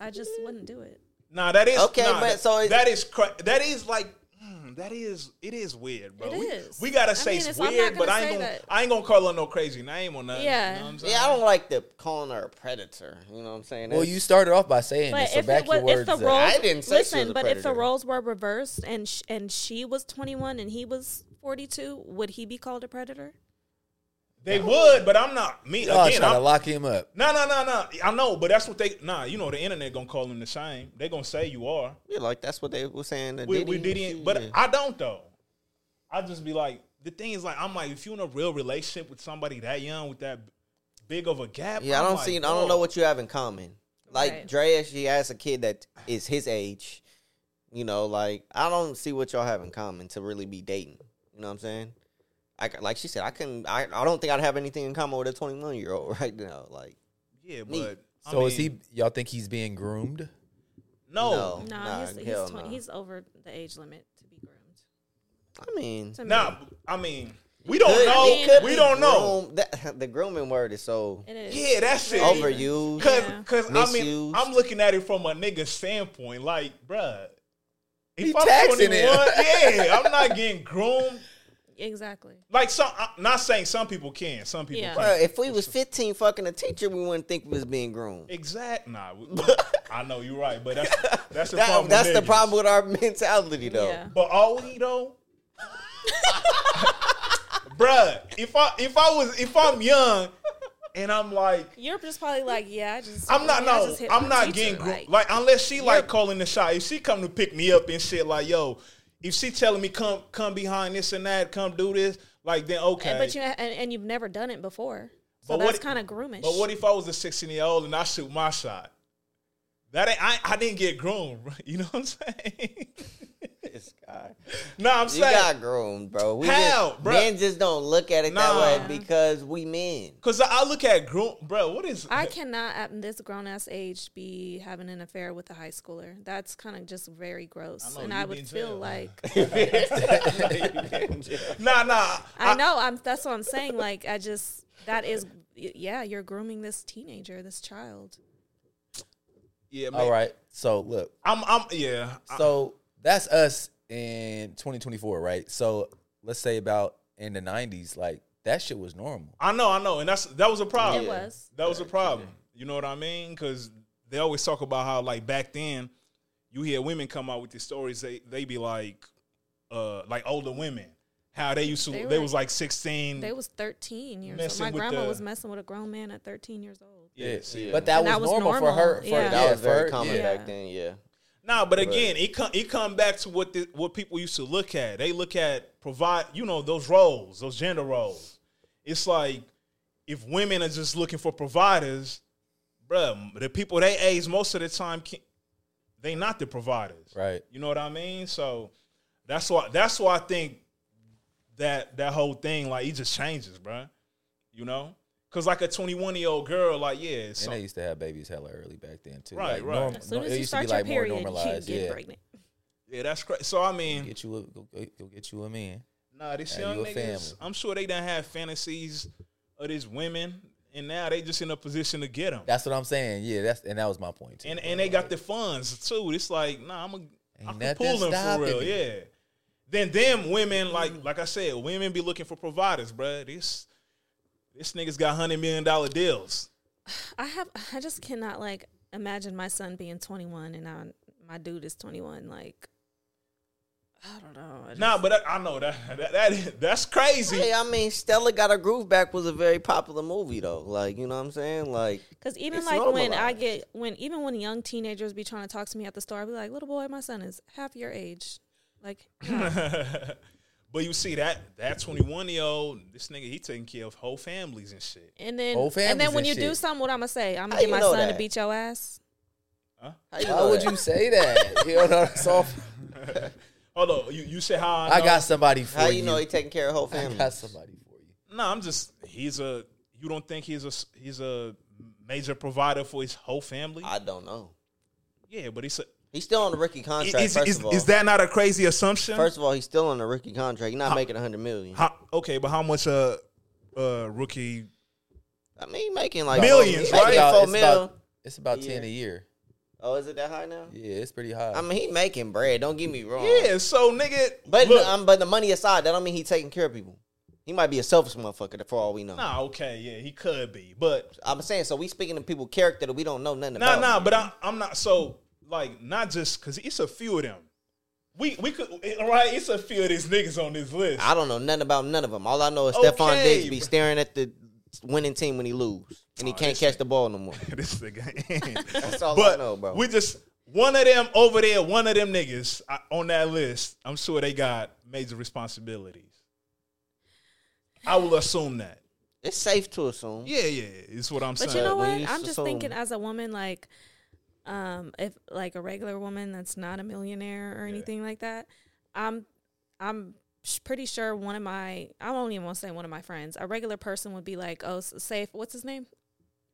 I just wouldn't do it.
Nah, that is
Okay,
nah,
but
that-
so it-
that is cra- that is like hmm, that is it is weird, bro.
It
we,
is.
we gotta
I
say
mean,
it's
it's- I'm not
weird, but
gonna
I ain't
say
gonna
that.
I ain't gonna call her no crazy name or nothing.
Yeah.
you know what I'm saying?
yeah, I don't like the calling her a predator. You know what I'm saying?
Well,
That's-
you started off by saying
But
this, so
if it
back
was,
your words.
if the roles,
up.
uh, I didn't say she
listen,
was a
but if the
predator.
roles were reversed and sh- and she was twenty one and he was forty two, would he be called a predator?
They would, but I'm not me
Y'all
again.
trying to
I'm,
lock him up.
no, no, no, no. I know, but that's what they. Nah, you know the internet gonna call them the same. They gonna say you are.
Yeah, like that's what they were saying. that
We, we
Diddy-
didn't, but
yeah.
I don't though. I just be like, the thing is like, I'm like, if you in a real relationship with somebody that young with that big of a gap,
yeah, I
I'm
don't
like,
see. I don't
dog.
know what you have in common. Like
Right.
Drea, she has a kid that is his age. You know, like I don't see what y'all have in common to really be dating. You know what I'm saying? I, c- like she said, I couldn't. I, I don't think I'd have anything in common with a 21 year old (laughs) right now. Like
Yeah,
Me.
but I
So is
mean,
he? Y'all think he's being groomed?
No,
No.
No,
Oh, Nah,
he's he's,
hell
20,
nah.
he's over the age limit to be groomed.
I mean,
To me,
Nah, I mean, we don't
could-
know.
he could
we
be
don't know.
groom- that- (laughs) the grooming word is so
it is.
Yeah, that shit.
overused.
Cause,
Yeah.
cause I mean,
Misused.
I'm looking at it from a nigga standpoint. Like, bruh, if
He
I'm
taxing
21,
him.
yeah, I'm not getting groomed.
exactly.
Like, some. I'm not saying some people can. Some people
Yeah.
can't.
Bruh, if we was 15 fucking a teacher, we wouldn't think we was being groomed.
Exact. Nah,
(laughs)
we- I know you're right, but that's that's the
That-
problem. with
that's the
niggas.
problem with our (laughs) mentality, though.
Yeah.
But are
(laughs)
we though? Bruh, if I if I was if I'm young and I'm like
You're just probably like, yeah, I just.
I'm not
yeah, I
no
just hit
I'm
my
not
teacher,
getting gro- like, unless she like calling the shot. If she come to pick me up and shit like yo, if she telling me come come behind this and that, come do this, like then okay.
And- Eh, But you and, and you've never done it before, so
But what
that's
i-
kind of groomish.
But what if I was a 16 year old and I shoot my shot? That ain't, I I didn't get groomed. (laughs) bro. You know what I'm saying? (laughs)
This guy.
no, I'm
You
saying
got groomed, bro. We
How,
just,
bruh?
Men just don't look at it
Nah.
that way because we men.
because I, I look at groom, bro. What is
I cannot at this grown ass age be having an affair with a high schooler. That's kind of just very gross.
know,
and
you
I
be in
would feel
jail.
like
nah nah?
I know I'm that's what I'm saying. Like I just that is y- yeah, you're grooming this teenager, this child.
Yeah, man.
All right. So look.
I'm I'm yeah. I-
So that's us in 2024, right? So let's say about in the 90s, like that shit was normal.
I know, I know, and that's that was a problem.
It was.
That was a problem. You know what I mean? Because they always talk about how like back then, you hear women come out with these stories. They they be like, uh, like older women, how they used to. They,
They
was
were-
like sixteen.
They was 13 years old.
Mm. Messing
My
with
grandma
the-
was messing with a grown man at 13 years old.
yeah, see,
yeah.
But that
And
was,
that was
normal, for
normal,
her. For
yeah.
That
yeah,
was very
for-
common
yeah.
back then, yeah.
Nah, but again, it come it come back to what the, what people used to look at. They look at provide, you know, those roles, those gender roles. It's like if women are just looking for providers, bruh, the people they age most of the time can, they not the providers,
Right.
You know what I mean? So that's why that's why I think that that whole thing like it just changes, bruh. You know, because like a twenty one year old girl, like yeah, it's
And
some-
they used to have babies hella early back then too.
Right,
Like,
right.
norm-
As soon
no-
as
it
you
used to be
start your
like more
period, you
normalized.
get
Yeah.
pregnant.
yeah, that's crazy. So I mean,
Get you a, go, go, go get you a man.
Nah, this
Yeah,
young
you a
niggas,
family.
I'm sure they done have fantasies of these women, and now they just in a position to get them.
That's what I'm saying. Yeah, that's and that was my point. Too.
and and they got the funds too. It's like, nah, I'm a, I can
nothing
pull them for
stopping
real,
it.
yeah. Then them women, like like I said, women be looking for providers, bruh. This this niggas got hundred million dollar deals.
I have I just cannot like imagine my son being 21 and I, my dude is 21 like I don't know. I just-
Nah, but I, I know that, that that is- that's crazy. (laughs)
Hey, I mean, Stella Got Her Groove Back was a very popular movie, though. Like, you know what I'm saying? Like,
Because even
It's
like when I
normalized.
get when even when young teenagers be trying to talk to me at the store, I be like, "Little boy, my son is half your age." Like, no.
but you see that that 21 year old, this nigga he taking care of whole families and shit.
and then
Whole
and
families
then when
and
you do
shit.
something, what I'm gonna say? I'm
How
gonna get
you
my
know
son
that?
to beat your ass.
how you
Why
know
would
that?
you say that? (laughs) you know, that's all.
Hold on, you, you said how (laughs) I,
I
know?
got somebody for
How you know he taking care of whole
I
family?
got somebody for you.
No, I'm just he's a. You don't think he's a s- he's a major provider for his whole family?
I don't know.
yeah, but he's a.
He's still on the rookie
Is,
contract.
is,
first
is,
of all,
is that not a crazy assumption?
first of all, he's still on the rookie contract. He's not making a hundred million.
How- okay, but how much a uh, uh, rookie?
I mean, he making like
Millions,
he
right?
making
About-
Four
it's
mil.
about, it's about ten
Yeah.
a year.
oh, is it that high now?
Yeah, it's pretty high.
I mean, he making bread. Don't get me wrong.
Yeah, so nigga,
but
look,
um, but the money aside, that don't mean he taking care of people. He might be a selfish motherfucker for all we know.
nah, okay, yeah, he could be, but
I'm saying so. We speaking to people character that we don't know nothing
nah,
about.
nah, but I, I'm not so like not just because it's a few of them. We we could right, it's a few of these niggas on this list.
I don't know nothing about none of them. All I know is
Okay,
Stephon Diggs be
bro.
staring at the winning team when he lose, and
Oh,
he can't catch the ball no more.
this nigga. (laughs)
That's all
but
I know, bro.
we just one of them over there, one of them niggas I, on that list. I'm sure they got major responsibilities. I will assume that.
it's safe to assume.
Yeah, yeah, yeah, it's what I'm
But
saying.
you know
we
what?
used
I'm
to
just
sell
thinking
them.
as a woman, like, um, if like a regular woman that's not a millionaire or anything like that, I'm, I'm sh- pretty sure one of my, I won't even want to say one of my friends, a regular person would be like, oh, s- say, if- what's his name?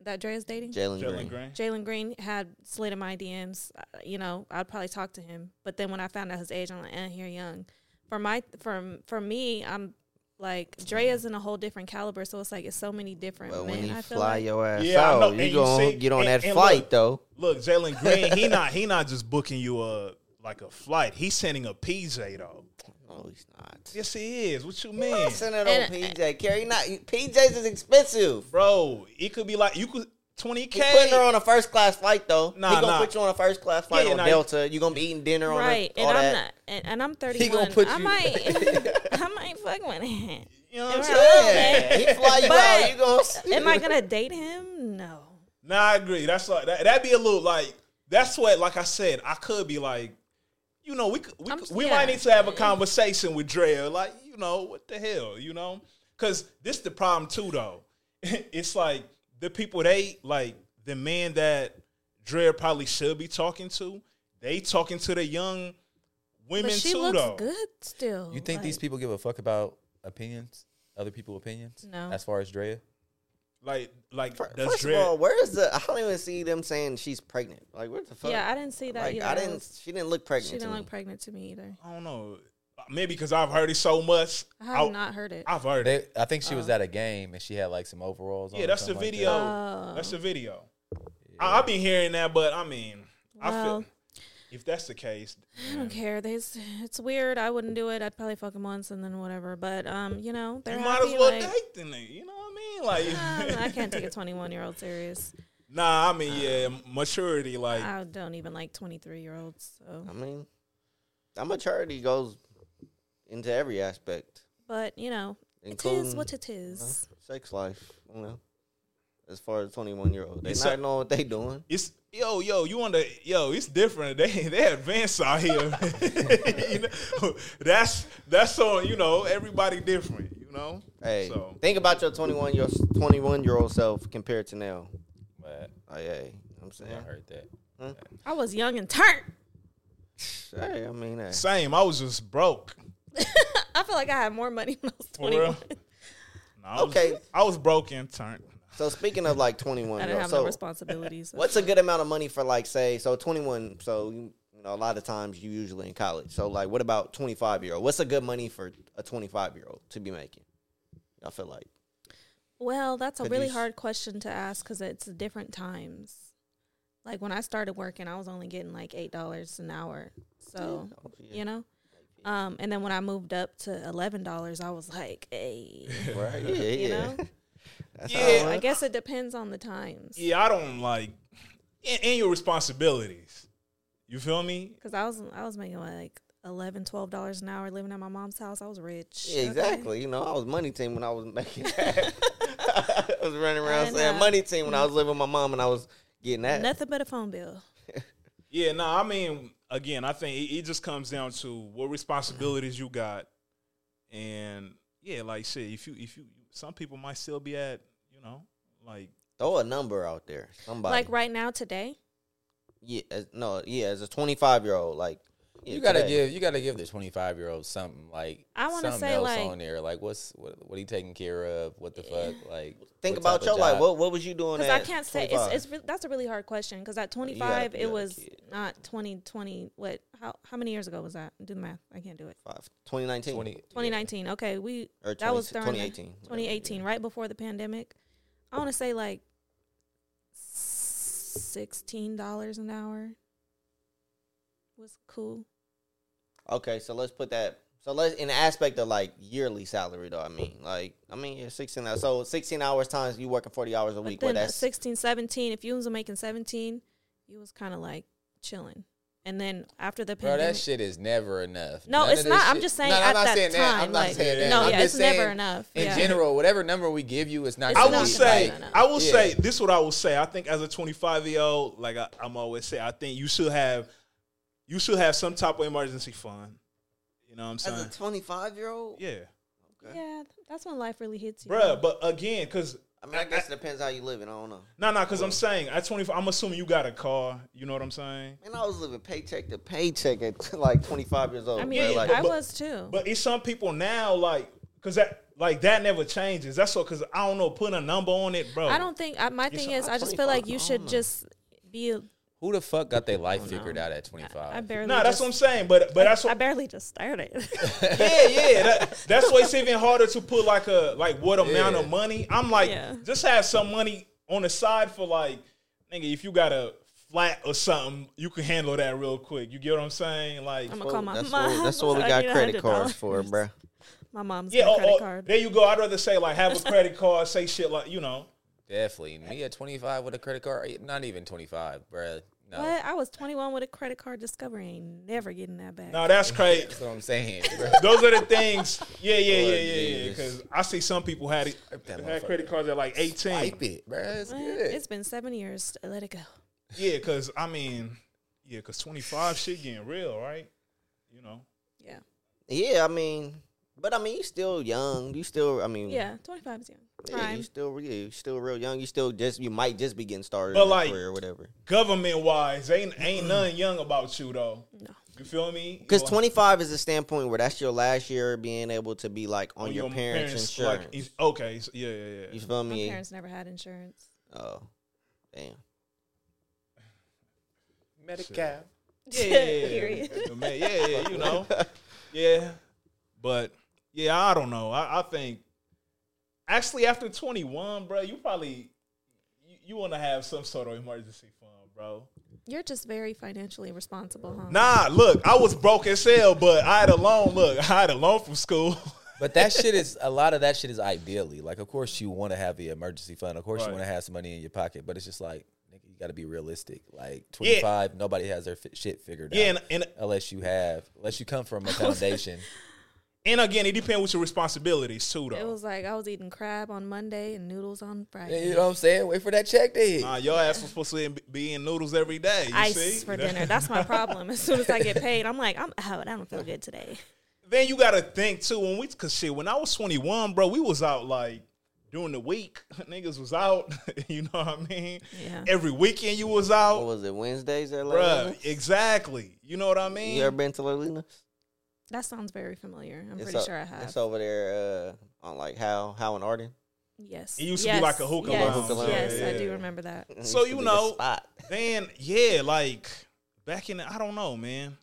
That Dre is dating?
Jalen Green.
Jalen Green.
Jalen Green had slid in my DMs. uh, You know, I'd probably talk to him. But then when I found out his age, I'm like, eh, you're young. For my, from for me, I'm like Dre is in a whole different caliber. So it's like it's so many different
But
men.
when
I
he
feel
fly
like.
your ass
Yeah, I know,
out,
and
you
you
gonna
see-
get on
and-
that
and
flight
look,
though.
Look, Jalen Green, he not he not just booking you a like a flight. He's sending a PJ though.
No, he's not.
Yes, he is. What you mean,
Send it
And-
on PJ. Carry not you- PJs is expensive.
bro? It could be like you could twenty
He's putting her
k.
on a first class flight though.
Nah,
he gonna
nah.
put you on a first class flight
Yeah,
on
nah.
Delta. You gonna be eating dinner on
Right,
the,
and
all
I'm
that.
not, and, and I'm 31.
put
I
you-
(laughs) might, I might fuck with him.
You know what I'm
Right.
(laughs)
saying?
Yeah, he fly you out.
But-
You gonna
(laughs) Am I gonna date him? No.
Nah, I agree. That's like that, that'd be a little like that's what like I said. I could be like, you know, we could, we
I'm-
could- we
yeah.
might need to have a conversation with Dre. Like, you know, what the hell, you know? Because this the (laughs) problem too, though. it's like the people they like the men that Dre probably should be talking to. They talking to the young women
But she
too,
looks
though.
good still.
You think these
like-
people give a fuck about opinions, other people's opinions?
No.
As far as Drea,
Like, like
Fir-
does
First
Dre?
of all, where's the? I don't even see them saying she's pregnant. Like, where the fuck?
Yeah, I didn't see that
Like,
either.
I
That
didn't.
was-
She didn't look pregnant.
She didn't
to me.
look pregnant to me either.
I don't know. Maybe because I've heard it so much.
I have
I-
not heard it.
I've heard it.
they, I think she was at a game and she had like some overalls. on
Yeah,
or
that's the
something like
video.
that.
That's the video. I, I've been hearing that, but I mean, I feel
Well.
if that's the case,
I don't care. They, s- it's weird. I wouldn't do it. I'd probably fuck him once and then whatever. But um, you know, they're
you might
happy.
as well
like,
date the nigga. You know what I mean? Like,
um, I can't take a 21 year old serious.
(laughs) nah. I mean, yeah, maturity. Like,
I don't even like 23 year olds. So,
I mean, that maturity goes into every aspect,
but you know, it is
including
what it is.
sex life. You know, as far as twenty one year old, they
It's
not
a-
know what they doing.
it's yo, yo. You want to yo? It's different. (laughs) They they advanced out here. (laughs) You know? That's that's on. You know, everybody different. You know.
Hey,
So
think about your twenty one your twenty one year old self compared to now.
But
Like, hey, you know what I'm saying,
I heard that.
I was young and turned.
hey, I mean, hey.
same. I was just broke.
I feel like I had more money (laughs) when I was
For
21.
real. Nah, I was,
Okay.
I was broke and turned.
So speaking of like twenty
(laughs) I
one year
didn't
old,
have no
so
responsibilities. so-
what's a good amount of money for like say so 21 so you, you know a lot of times you usually in college so like what about 25 year old what's a good money for a 25 year old to be making i feel like
Well, that's a
Could you
really
s-
hard question to ask because it's different times. Like when I started working, I was only getting like eight dollars an hour. So
Oh,
you know, um, and then when I moved up to eleven dollars, I was like, (laughs)
(laughs)
"Hey,
right yeah yeah
you
(laughs)
know."
That's how it
(laughs) Yeah,
I
went.
guess it depends on the times.
yeah. I don't like and, and your responsibilities. You feel me?
Because I was I was making like eleven, twelve dollars an hour living at my mom's house. I was rich.
yeah
okay?
exactly you know i was money team when i was
(laughs)
making that (laughs) i was running
I
around saying
know. Mm.
money team when i was living with my mom and i was getting that
Nothing but a phone bill.
Yeah, no, I mean, again, I think it, it just comes down to what responsibilities you got, and yeah, like shit. If you, if you, some people might still be at, you know, like
throw a number out there somebody
Like right now today,
yeah as, no yeah as a 25 year old like yeah,
You gotta
today.
give you gotta give the twenty five year old something like
I wanna
something
say,
else
like-
on there like what's what what he taking care of what the fuck like
think
what
about
type
your
of
life
job-
what, what was you doing
because I
at
can't say it's,
25?
it's re- that's a really hard question because at
you
25
got
it
a
was
kid.
not 2020 what how how many years ago was that do the math I can't do it
Five. 2019.
20
2019 okay we
Or
that was
20
during the-
2018, whatever,
2018 right before the pandemic I want to say like sixteen dollars an hour was cool
Okay, so let's put that. So let's in the aspect of like yearly salary though. I mean, like I mean, you're 16 hours. So 16 hours times you working 40 hours a
but
week. Well,
then at
that's
16 17 if you was making 17 you was kind of like chilling and then after the
Bro,
pandemic
that shit is never enough.
No,
None
it's
of this
not. I'm
shit-
just saying
No, no, I'm
at
not
that
saying that. I'm
time,
not
like-
saying that.
No,
I'm
yeah,
just
it's never
saying
enough,
In
yeah.
general, whatever number we give you, it's not.
It's
I
gonna
will
be,
not
say,
gonna-
I will
Yeah.
say this is what I will say. I think as a 25 year old, like I, I'm always say, I think you should have, you should have some type of emergency fund. You know what I'm saying?
as a 25 year old.
yeah,
yeah that's when life really hits you
bruh. But again, because
I mean, I guess it depends how you living. I don't know.
no, no, because I'm saying at 25, I'm assuming you got a car. You know what I'm saying?
Man, I was living paycheck to paycheck at (laughs) like 25 years old.
I
bro.
mean
like,
I was too
But it's some people now, like, cause that, like, that never changes. That's all. Cause I don't know, putting a number on it, bro.
I don't think I, my thing
said,
is
"I'm
I just feel
25,
like you
I
should
don't know."
just be. a-
Who the fuck got their life figured out at twenty
Oh, I
five?
barely.
No, that's
just-
what I'm saying. But but that's
I
what,
barely just started. (laughs)
yeah yeah. That, that's why it's even harder to put like a like what amount of
Yeah.
money. I'm like
Yeah.
just have some money on the side for like nigga if you got a flat or something you can handle that real quick. You get what I'm saying? Like
I'm gonna call my
that's
mom.
what, that's what we
(laughs) I
got
need
credit cards
$100.
for, bro.
My mom's
yeah.
got
oh,
credit
oh,
card.
there you go. I'd rather say like have a credit card. Say shit like you know.
Definitely me at twenty five with a credit card. Not even twenty five, bruh. No,
What? I was 21 with a credit card. Discovery ain't never getting that back.
No, that's crazy.
that's what I'm
(laughs)
saying. bruh.
Those are the things. Yeah,
Oh,
yeah, yeah,
Lord
yeah, yeah.
Jesus.
Because I see some people had it,
that
had
motherfucker.
credit cards at like eighteen.
Wipe it, bruh. It's
Eh,
good.
It's been seven years. Let it go.
Yeah, because I mean, yeah, because twenty five shit getting real, right? You know.
Yeah.
Yeah, I mean, But I mean, you still young. You still, I mean,
Yeah, 25 is young.
yeah, you
Prime.
still, yeah, you still real young. You still just, you might just be getting started,
But
in your
like-
career or whatever.
Government wise, ain't ain't nothing young about you though.
No.
You feel me?
Because
Like,
twenty five is a standpoint where that's your last year being able to be like on, your, parents', insurance.
like, is- okay, so, yeah, yeah, yeah.
you feel
My
me?
parents never had insurance.
Oh, damn.
Medical.
yeah, yeah, yeah, yeah.
Period.
The man- yeah, yeah, you (laughs) know, yeah. But yeah, I don't know. I, I think actually after twenty one, bro, you probably you, you want to have some sort of emergency fund, bro.
You're just very financially responsible, huh?
Nah, look, I was broke as hell, but I had a loan. Look, (laughs) I had a loan from school.
But that shit is a lot of that shit is ideally. Like, of course you want to have the emergency fund. Of course
Right.
you want to have some money in your pocket. But it's just like, nigga, you got to be realistic. Like twenty five, nobody has their fi- shit
(laughs)
figured
yeah,
out.
and, and
unless you have, unless you come from a foundation.
and again, it depends with your responsibilities too,
It
though.
was like I was eating crab on Monday and noodles on
Yeah,
Friday.
you know what I'm saying? Wait for that check to hit.
Nah, your ass was supposed to be in noodles every day. You
Ice
see?
for dinner. That's my problem. As soon as I get paid, I'm like, I'm out. I don't feel good today.
then you gotta think too when we cause shit when I was 21, bro, we was out like during the week. (laughs) Niggas was out. (laughs) you know what I mean?
Yeah.
Every weekend you was
What
out.
was it? Wednesdays at Lelena's?
Bruh, exactly. You know what I mean?
You ever been to Lelena's?
That sounds very familiar. I'm
It's
pretty
o-
sure I have.
It's over there uh, on like how how and Arden. (laughs)
yes.
It used to be
yes.
like a hookah
yes.
lounge. Hookah
Yes,
lounge,
I do
yeah.
remember that.
It
So
used to
you
be the
know-
spot.
Then yeah, like back in the, I don't know, man.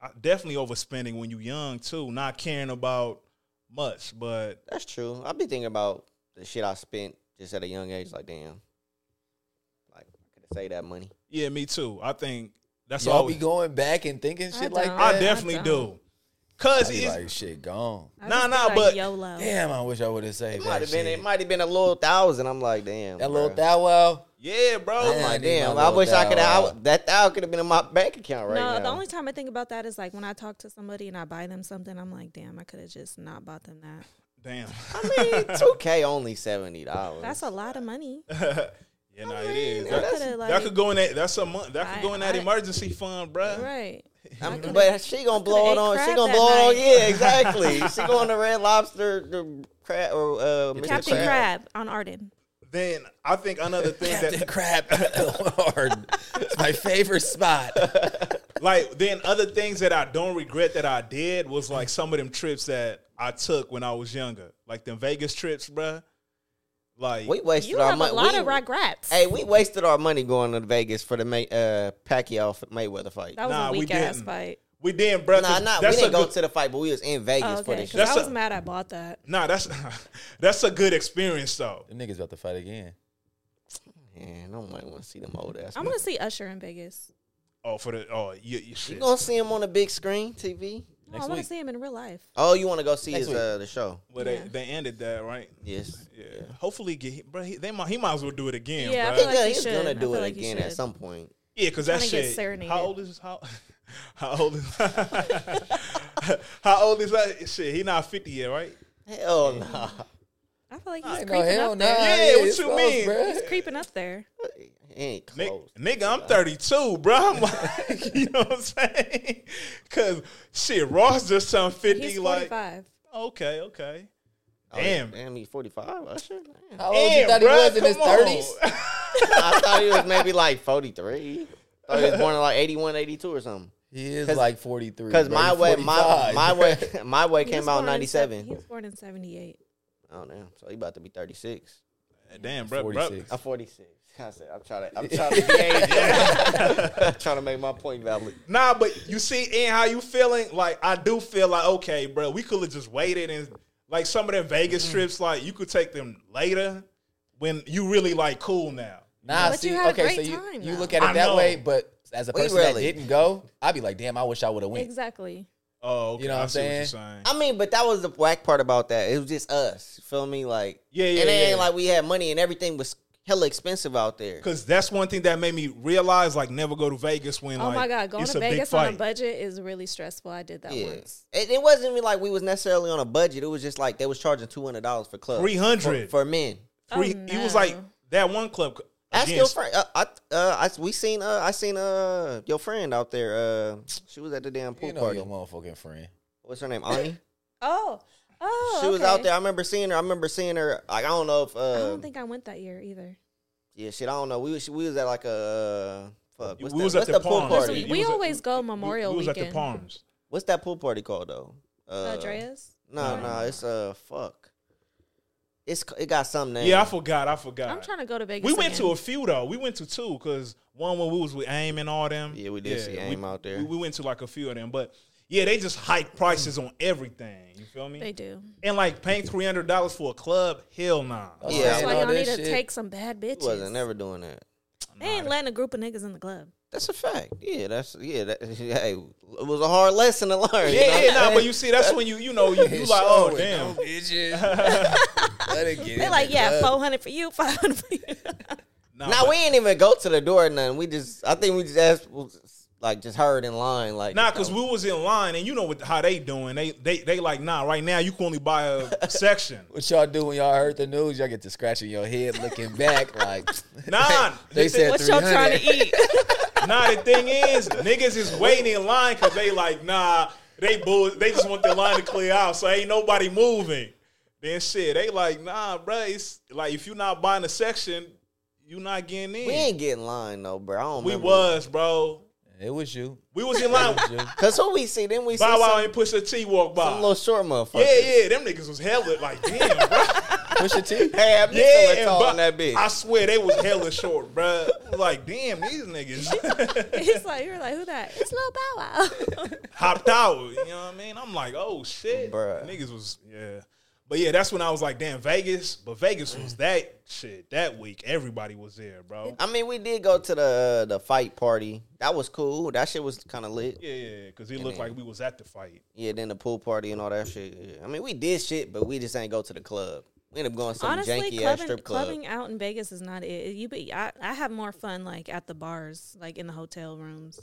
I, definitely overspending when you young too, not caring about much. But
that's true. I've been thinking about the shit I spent just at a young age. Like damn, like I could have saved that money.
yeah, me too. I think that's
Y'all
all
be
we.
going back and thinking shit
I
like
don't.
that.
I definitely
I
do. Cause
I be
it's,
like shit gone.
I
Nah,
just be
nah,
like,
but-
YOLO.
Damn, I wish I would have saved
It
that
might have been.
shit.
It might have been a little thousand. I'm like damn.
that little
bruh.
thou wow.
yeah, bro.
Yeah,
I'm
I
like
need
damn.
my
I
little
wish I could.
thou.
I, would- that thou could have been in my bank account right
no,
now.
the only time I think about that is like when I talk to somebody and I buy them something, I'm like, damn, I could have just not bought them that.
Damn.
(laughs)
(laughs)
I
(laughs)
mean, two K only seventy dollars.
That's a lot of money.
Yeah, no, it is.
I
That,
coulda,
that
like-
could go in that. That's a month. That could
I-
go in that
I-
emergency fund, bruh.
right.
I mean,
could've-
but she gonna blow it
ate
on. She
crab
gonna
that
blow it on.
night.
Yeah,
(laughs)
exactly. she going to Red Lobster, the crab or uh, Mr.
Captain
Crab.
Crab on Arden.
Then I think another
(laughs)
thing
Captain
that,
Crab (laughs) Lord. It's my favorite spot.
like, then other things that I don't regret that I did was like some of them trips that I took when I was younger, like them Vegas trips, bruh. Like,
We wasted
You
our
have a
money.
lot
we,
of regrets.
Hey, we wasted our money going to Vegas for the May, uh, Pacquiao f- Mayweather fight.
That was
Nah,
a
we
weak ass
didn't.
fight.
we didn't, bruh.
nah,
'cause
nah, we
that's
didn't
a
go
good,
to the fight, but we was in Vegas
Oh,
for
okay,
this.
because
shit.
That's
I was
a-
mad I bought that.
nah, that's (laughs) that's a good experience though.
Them niggas about to fight again.
Man, I might want to see them old ass.
I'm gonna see Usher in Vegas.
Oh, for the oh, you, you
You
shit.
gonna see him on a big screen TV?
No, I want to see him in real life.
Oh, you want to go see
Next
his
week.
uh, the show?
Well, they,
Yeah.
they ended that right.
Yes.
Yeah. Hopefully, get bro. He, they might. He might as well do it again.
Yeah, I
bruh.
feel like
Yeah,
he
he's
should.
gonna
I
do
feel
it
like he
again at
should.
some point.
Yeah, because that
Tryna get
shit.
serenaded.
How old is how? (laughs) How old is? (laughs) how old is that shit? He not fifty yet, right?
Hell nah.
I feel like he's
No,
creeping
hell
up
no.
there.
Yeah, what
it's
you
close,
mean?
bruh.
He's creeping up
(laughs)
there.
He ain't
Nick,
close.
nigga, I'm thirty two, bro. I'm like, (laughs) you know what I'm saying? Cause shit, Ross just turned fifty.
He's
like,
45.
okay, okay.
Oh,
Damn.
damn, he's forty five. Usher. Damn.
How old you thought he
bruh,
was in his
come on.
thirties?
I thought he was maybe like 43. Thought he was born in like 81, 82 or something.
He is
'Cause-
like forty three.
Because my way, my my way, (laughs) my way
He
came
was
out
born
in
in sev- He
97.
was born in 78.
Oh damn! So he about to be 36.
Damn, bro, bro.
46.
I'm 46. I said I'm trying (laughs) to, I'm trying to be (laughs) I'm trying to make my point valid.
Nah, but you see, and how you feeling? Like, I do feel like, okay, bro, we could have just waited and like some of them Vegas trips, like you could take them later when you really like cool now.
(laughs) Nah,
But
see,
you had a
okay,
great
so you,
time,
you
though.
look at
I
it that
know.
way, but as a
We
person
really-
that didn't go, I'd be like, damn, I wish I would have went.
Exactly.
Oh, okay.
You know what
I
I'm
see
saying?
you're saying.
I mean, but that was the whack part about that. It was just us. You feel me? Like
Yeah, yeah,
And it
yeah.
ain't like we had money and everything was hella expensive out there.
Because that's one thing that made me realize, like, never go to Vegas when,
oh
like,
my God. Going
it's
to
a big
Vegas on a
fight.
budget is really stressful. I did that
Yeah.
once.
It, it wasn't even like we was necessarily on a budget. It was just like they was charging two hundred dollars for club,
300.
for, for men.
Free-
Oh,
He was
no.
like, that one club.
Ask your
against-
friend. Uh, I, uh, I, we seen. Uh, I seen. Uh, your friend out there. Uh, she was at the damn
You
pool
know
party.
your motherfucking friend.
(laughs)
What's her name? Ani.
Oh, oh,
she was
okay.
out there. I remember seeing her. I remember seeing her. Like I don't know if. Uh,
I don't think I went that year either.
Yeah, shit. I don't know. We was we was at like a uh, fuck. What's
We
that,
was at
what's
the
the pool
pond.
party?
Listen, It
we
was a-
always go Memorial
we was
Weekend.
at the Palms.
What's that pool party called though? Uh,
Andreas.
No, no, it's uh fuck. It's c- it got some name.
Yeah, I forgot. I forgot.
I'm trying to go to Vegas.
We went to
again.
a few though. We went to two because one when we was with Aim and all them.
Yeah, we did see Aim out there.
We, we went to like a few of them, but yeah, they just hike prices on everything. You feel me?
They do.
and like paying three hundred dollars for a club? Hell nah.
Yeah,
That's
and
why
all
y'all
that
need to
shit.
take some bad bitches.
He wasn't never doing that.
They ain't letting a group of niggas in the club.
That's a fact. Yeah, that's yeah. That, (laughs) hey, it was a hard lesson to learn. you
Yeah,
know?
yeah, nah. But you see, that's when you you know you,
(laughs)
you like oh
Showing
damn. (laughs)
them bitches. Let it get
They
in
like,
the
yeah,
club.
four hundred for you, (laughs) five hundred for you.
Nah,
Now
but-
we ain't even go to the door or nothing. We just I think we just asked was just, like just heard in line like
Nah, cause we was in line, and you know what, how they doing? They they they like nah. Right now, you can only buy
(laughs)
a section.
What y'all do when y'all heard the news? Y'all get to scratching your head, looking back, (laughs) like
Nah,
they said.
What y'all trying to
300.
eat?
Nah, the thing is, niggas is waiting in line because they like, nah, they bull, they just want their line to clear out, so ain't nobody moving. Then shit, they like, nah, bro, it's like if you not buying a section, you not getting in.
we ain't getting in line though, bro. I don't
We
remember.
was, bro.
It was you.
We was in line.
It was you.
cause who we see then we see
Bow Wow
some,
and Pusha T walk by.
some little short motherfucker.
yeah, yeah, them niggas was hella like,
(laughs)
damn, bro.
Push
(laughs)
your teeth.
Hey, I'm
Yeah,
yeah,
and
tall
Bow-
on that bitch.
I swear they was hella short, bro. Like, damn,
(laughs)
these
(laughs)
niggas.
He's like, you're like, who that? It's Lil Bow Wow.
hopped out. You know what I mean? I'm like, oh shit,
Bruh.
niggas was yeah. But yeah, that's when I was like, damn, Vegas. But Vegas was
Mm.
that shit that week. Everybody was there, bro.
I mean, we did go to the the fight party. That was cool. That shit was kind of lit.
Yeah, yeah, because it looked like we was at the fight.
Yeah, then the pool party and all that shit. Yeah. I mean, we did shit, but we just ain't go to the club. We ended up going to (laughs) some
(laughs) Honestly,
janky ass
clubbing,
strip club.
clubbing out in Vegas is not it. You be, I, I have more fun like at the bars, like in the hotel rooms.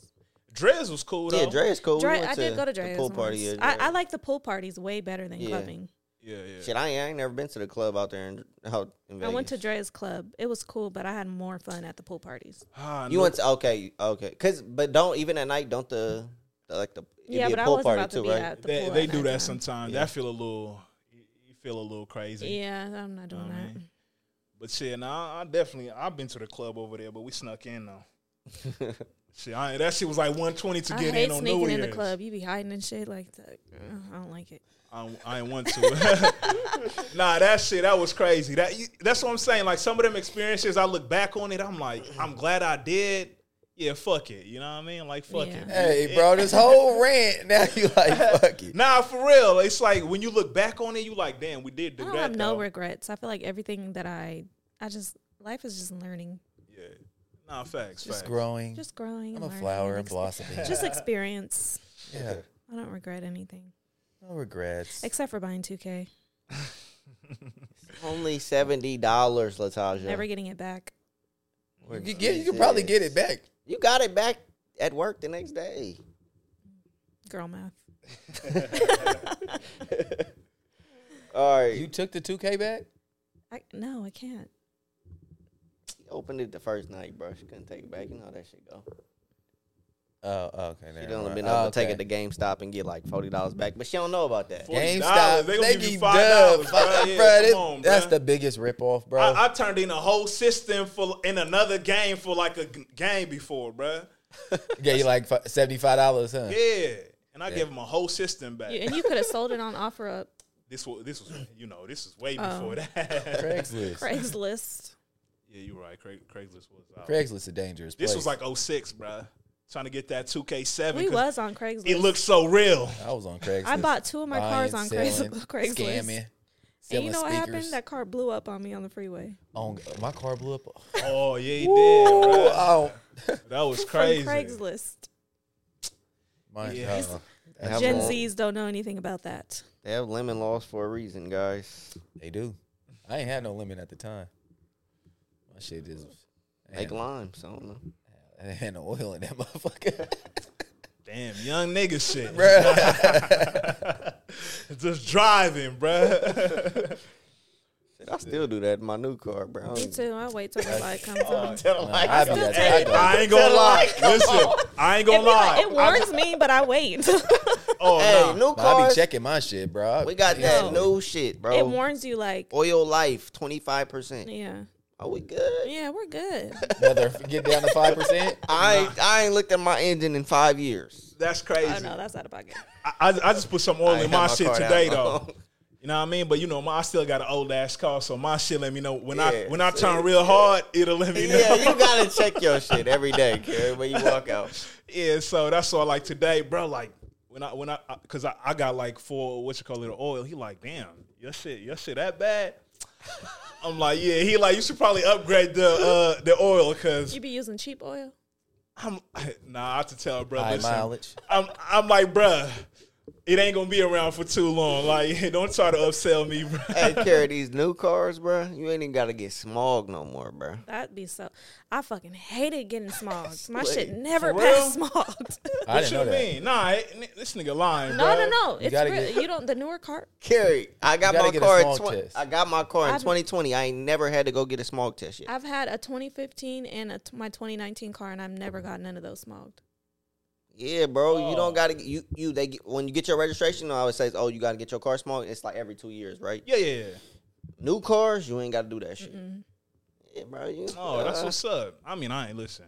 Drez was cool though.
Yeah, Dre is cool. We
Dre,
went
I did go to
the
Dre's
pool party.
once.
yeah,
I,
Dre.
I like the pool parties way better than
Yeah.
clubbing.
Yeah, yeah.
Shit, I ain't, I ain't never been to the club out there in, out in Vegas.
I went to Dre's club. It was cool, but I had more fun at the pool parties.
Ah,
You
no-
went to okay, okay, cause but don't even at night don't the, the like the it'd
yeah,
be a
but I
pool
wasn't
party
about to
too,
be
right?
at the
they,
pool.
they
at
do that
nighttime.
sometimes. That feel a little. You you feel a little crazy.
Yeah, I'm not doing
know what I
that.
mean? But shit, nah, I definitely I've been to the club over there, but we snuck
(laughs)
in though. shit, I, that shit was like one twenty to
I
get
hate
in on New
sneaking
Year's.
in the club. You be hiding and shit like that. Ugh, I don't like it.
I, I ain't want to. (laughs) nah, that shit, that was crazy. That you- that's what I'm saying. Like some of them experiences, I look back on it, I'm like, I'm glad I did. Yeah, fuck it. You know what I mean? Like fuck
Yeah.
it.
Hey, bro, this whole rant. Now you
(laughs)
like fuck it.
Nah, for real. It's like when you look back on it, you like, damn, we did do
I don't
that.
have no
though.
regrets. I feel like everything that I, I just life is just learning,
Yeah. Nah, facts.
Just
facts.
growing.
just growing.
I'm
and
a
learning
flower and
and exp-
blossoming.
Just experience.
Yeah,
I don't regret anything
no regrets.
except for buying 2K.
Only seventy dollars, Latasha.
Never getting it back.
You can get. You can probably get it back.
You got it back at work the next day.
Girl math.
All right,
You
you
took the 2K back.
I, no, I can't.
opened it the first night, bro. She couldn't take it back. You know how that shit go.
Oh, oh, okay.
She
never
done
mind.
been
Oh,
able to
okay.
take it to GameStop and get like forty dollars back, but she don't know about that.
Forty-
GameStop,
They
they,
gonna give you $5,
be dumb,
bro.
Fuck,
Yeah,
bro,
come
this-
on, bro.
That's the biggest ripoff, bro.
I, I turned in a whole system for in another game for like a g- game before, bruh.
Gave you like seventy five dollars, huh?
Yeah. And I gave him a whole system back.
You, and you could have sold it on offer up
This was this was you know this was
Oh.
way before that.
Craigslist.
(laughs) Craigslist.
(laughs) yeah, you're right. Craig, Craigslist was out.
Craigslist a dangerous place.
This was like 06, bruh. Trying to get that 2K7.
We
'cause
was on Craigslist.
It looked
(laughs)
so real.
I was on Craigslist.
I bought two of my cars on Craigs-
selling,
Craigslist. (laughs)
scamming,
and
selling
you know what
speakers.
happened? That car blew up on me on the freeway.
on, my
(laughs)
car blew up. (laughs)
Oh yeah, he did.
Ooh,
bruh.
oh,
That was crazy.
(laughs) From Craigslist.
my
Yeah.
God.
They have
Gen
lemon-
Zs don't know anything about that.
They have lemon laws for a reason, guys.
They do. I ain't had no limit at the time. My shit is. I
Make
ain't-
lime, so I don't know.
I ain't had no oil in
(laughs)
that (laughs) motherfucker.
Damn, young nigga shit.
Bruh.
(laughs) Just driving, bruh.
Shit, I still do that in my new car, bro. I don't
Me
even-
too. I wait till my
(laughs)
light comes on.
No, I be
(laughs)
at that. I
I ain't gonna lie. Listen, I ain't gonna
It, be like-
lie.
it warns me, but I wait. (laughs)
Oh,
Hey,
nah.
new
But I
cars.
be checking my shit, bro.
We
(laughs)
got that new shit, bro.
It warns you like,
Oil life, twenty five percent.
yeah,
Are we good?
yeah, we're good.
Another get down to five (laughs) percent.
I ain't, I ain't looked at my engine in five years.
That's
oh
crazy.
no, that's out of pocket.
I, I, I just put some oil
I
in
ain't
my
had
shit
car that
today
long. (laughs)
though. You know what I mean? But you know, my, I still got an old ass car, so my shit let me know when I
Yeah,
when I
see?
turn real hard, it'll let me know.
Yeah, you gotta check your shit every day, Kerry, when you walk out.
(laughs) Yeah, so that's all like today, bro. Like when I when I because I, I got like four what you call it oil. He like, damn, your shit, your shit that bad. (laughs) I'm like, yeah. He like, you should probably upgrade the uh the oil because
You be using cheap oil.
I'm (laughs) nah. I have to tell, bro.
High
listen,
mileage.
I'm I'm like, bruh, it ain't gonna be around for too long. Like, (laughs) don't try to upsell me, bro.
(laughs)
Hey, Kerry, these new cars, bro, you ain't even gotta get smog no more, bro.
That'd be so. I fucking hated getting smogged. My shit
Wait,
never
for
passed
real?
smogged.
I
What
didn't
you
know that.
mean? Nah, it- this nigga lying,
(laughs) no,
bruh.
no, no. It's
gotta
real.
get-
you don't. The newer car.
Kerry, I got
You gotta
my
get a
car. In
smog
twen-
test.
I got my car in
I've-
2020. I ain't never had to go get a smog test yet.
I've had a 2015 and a, t- my 2019 car, and I've never got none of those smogged.
Yeah, bro, you
Oh.
don't gotta get you you they get, when you get your registration. I always says, oh, you gotta get your car smog. It's like every two years, right?
Yeah, yeah. yeah.
New cars, you ain't gotta do that shit. Yeah, bro. You,
No,
(laughs)
that's
uh,
what's up. I mean, I ain't listen.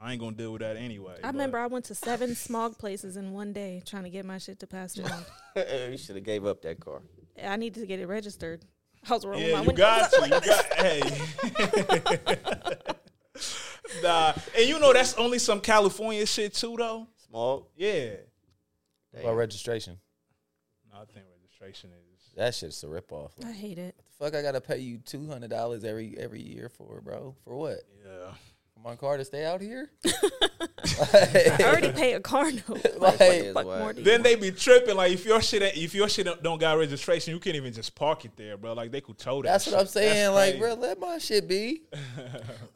I ain't gonna deal with that anyway.
I remember I went to seven smog places in one day trying to get my shit to pass smog.
you should have gave up that car.
I need to get it registered. I was rolling my
Yeah, you
windows
got
up.
to. You got hey.
(laughs)
(laughs) nah, and you know that's only some California shit too, though.
Smog.
Yeah.
About registration.
No, I think registration is.
That shit's a ripoff. Like,
I hate it.
fuck, I gotta pay you two hundred dollars every every year for, bro. For what?
Yeah.
For my car to stay out
(laughs)
here? (laughs)
I already pay a car note. Like,
Like,
Is
fuck
whack.
more do you
Then
want?
they be tripping like if your shit ain't- if your shit don't- don't got registration, you can't even just park it there, bro. Like they could tow that.
That's what
shit.
I'm saying.
That's
Like, bro, let my shit be.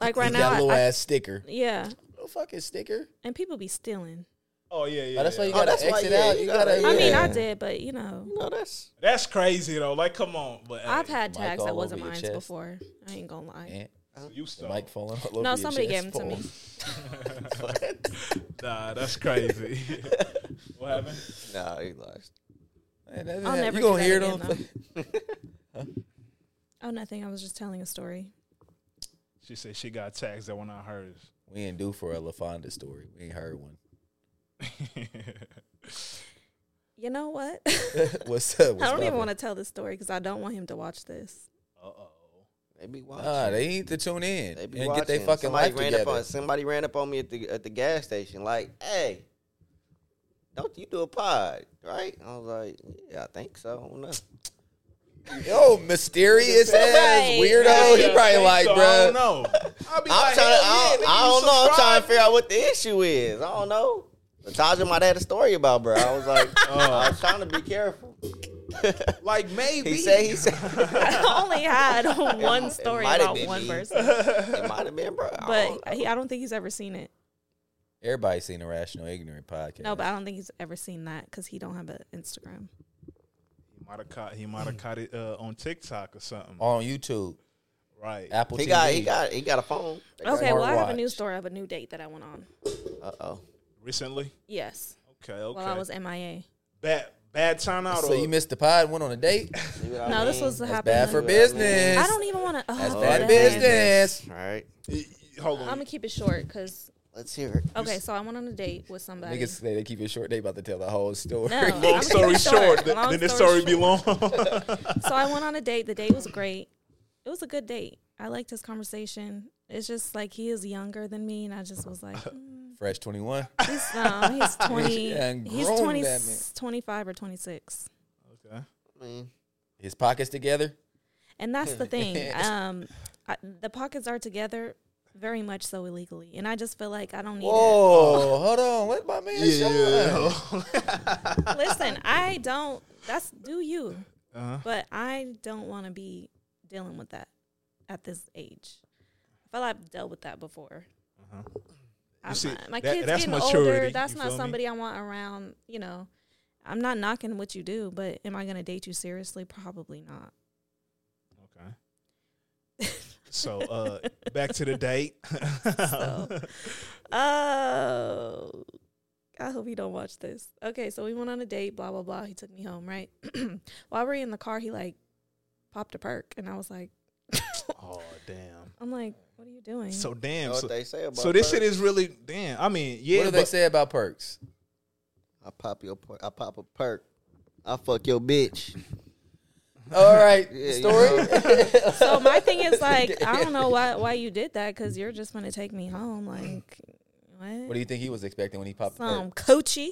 like right
you got a
now.
little
I-
ass sticker.
yeah,
No fucking sticker.
and people be stealing.
Oh yeah, yeah.
Oh, that's why you
yeah.
gotta
that's why,
exit
yeah,
out.
you
You
gotta-
gotta.
I mean,
yeah.
I did, but you know,
No, that's
That's crazy though. Like, come on. But hey,
I've had
mic
tags
all
that
over
wasn't
your
mine
chest.
before. I ain't gonna lie.
Eh,
you saw.
the mic falling all over
No,
your
somebody
chest,
gave them to me.
Paul.
Nah, that's crazy. (laughs) what happened?
nah. He lost.
Man, that-
I'll
that-
never
you
do
gonna
that
hear it
again,
on
though.
(laughs)
Oh, nothing. I was just telling a story.
She said she got tags that were not hers.
We ain't due for a LaFonda story. We ain't heard one. (laughs)
You know what?
(laughs) What's up?
I don't even want to tell this story because I don't want him to watch
(laughs)
this.
Uh oh.
They be watching.
Nah, they need to tune in
They
and
be
get their
watching.
fucking
somebody
life
ran
together.
Up on, somebody ran up on me at the at the gas station. Like, hey, don't you do a pod, right? I was like, yeah, I think so. I don't know.
Yo, mysterious ass
Right,
weirdo. He probably like,
I don't
bro.
know. I'll be
I'm
like,
trying. To,
hell
I,
yeah,
I
nigga, you
don't know. I'm trying to
subscribed?
figure out what the issue is. I don't know. Natasha might have had a story about, bro. I was like, I was trying to be careful.
Like maybe.
He said, he said, (laughs)
I only had (laughs) one story
might have
about
been
(laughs)
one
me.
person,
it might have been, bro. I
but
don't know.
he, I don't think he's ever seen it.
Everybody seen a rational ignorant podcast.
No, but I don't think he's ever seen that because he don't have an Instagram.
He might have caught. He might have caught it uh, on TikTok or something.
on YouTube,
Right.
Apple
he
TV.
got, he got, he got a phone.
Okay, well, I have a new
smartwatch.
story of a new date that I went on.
Uh oh.
Recently.
Yes,
Okay. Okay.
while I was MIA.
bad. Bad time out.
So
or,
you missed the pod, went on a
(laughs)
date.
No, this was
That's
happening.
bad for business.
I don't even want to. Oh,
That's bad
dang.
business.
All right,
Hold
I'm
on.
gonna keep it short because
let's hear it.
okay, so I went on a date with somebody.
Niggas say they keep it short. They about to tell the whole story.
No, I'm
Long
gonna keep
story
it
short, th-
Long
then this story be
short.
long. (laughs)
So I went on a date. The date was great. It was a good date. I liked his conversation. It's just like he is younger than me, and I just was
(laughs)
like, mm,
(laughs) Fresh twenty one.
he's, no,
(laughs)
he's 20.
and
he's
grown
20,
that man.
25 or 26.
okay.
I mean,
His pockets together.
And that's
(laughs)
the thing. Um, I, the pockets are together very much so illegally. And I just feel like I don't need
Whoa, Oh, hold on. Let my man shine.
it. Listen, I don't, that's do you.
Uh-huh.
But I don't want to be dealing with that at this age. I feel I've dealt with that before. I'm
Uh-huh. see,
not- my
that-
kids
that's
getting
maturity,
older. That's
you
not
feel me?
somebody I want around. You know, I'm not knocking what you do, but am I going to date you seriously? Probably not.
Okay.
(laughs)
So uh, back to the date.
So, oh, I hope he don't watch this. Okay, so we went on a date, blah blah blah. He took me home, right? (clears throat) While we're in the car, he like popped a perk, and I was like,
Oh damn.
(laughs) I'm like, what are you doing?
So damn.
know
So,
what they say about
so this
perks?
shit is really damn. I mean, yeah.
what do they
but-
say about perks?
I pop your per- I pop a perk. I fuck your (laughs) bitch.
All right,
(laughs) Yeah, you
story.
so my thing is like, I don't know why why you did that because you're just gonna take me home, like what?
what do you think he was expecting when he popped? the
Some
perk?
coochie.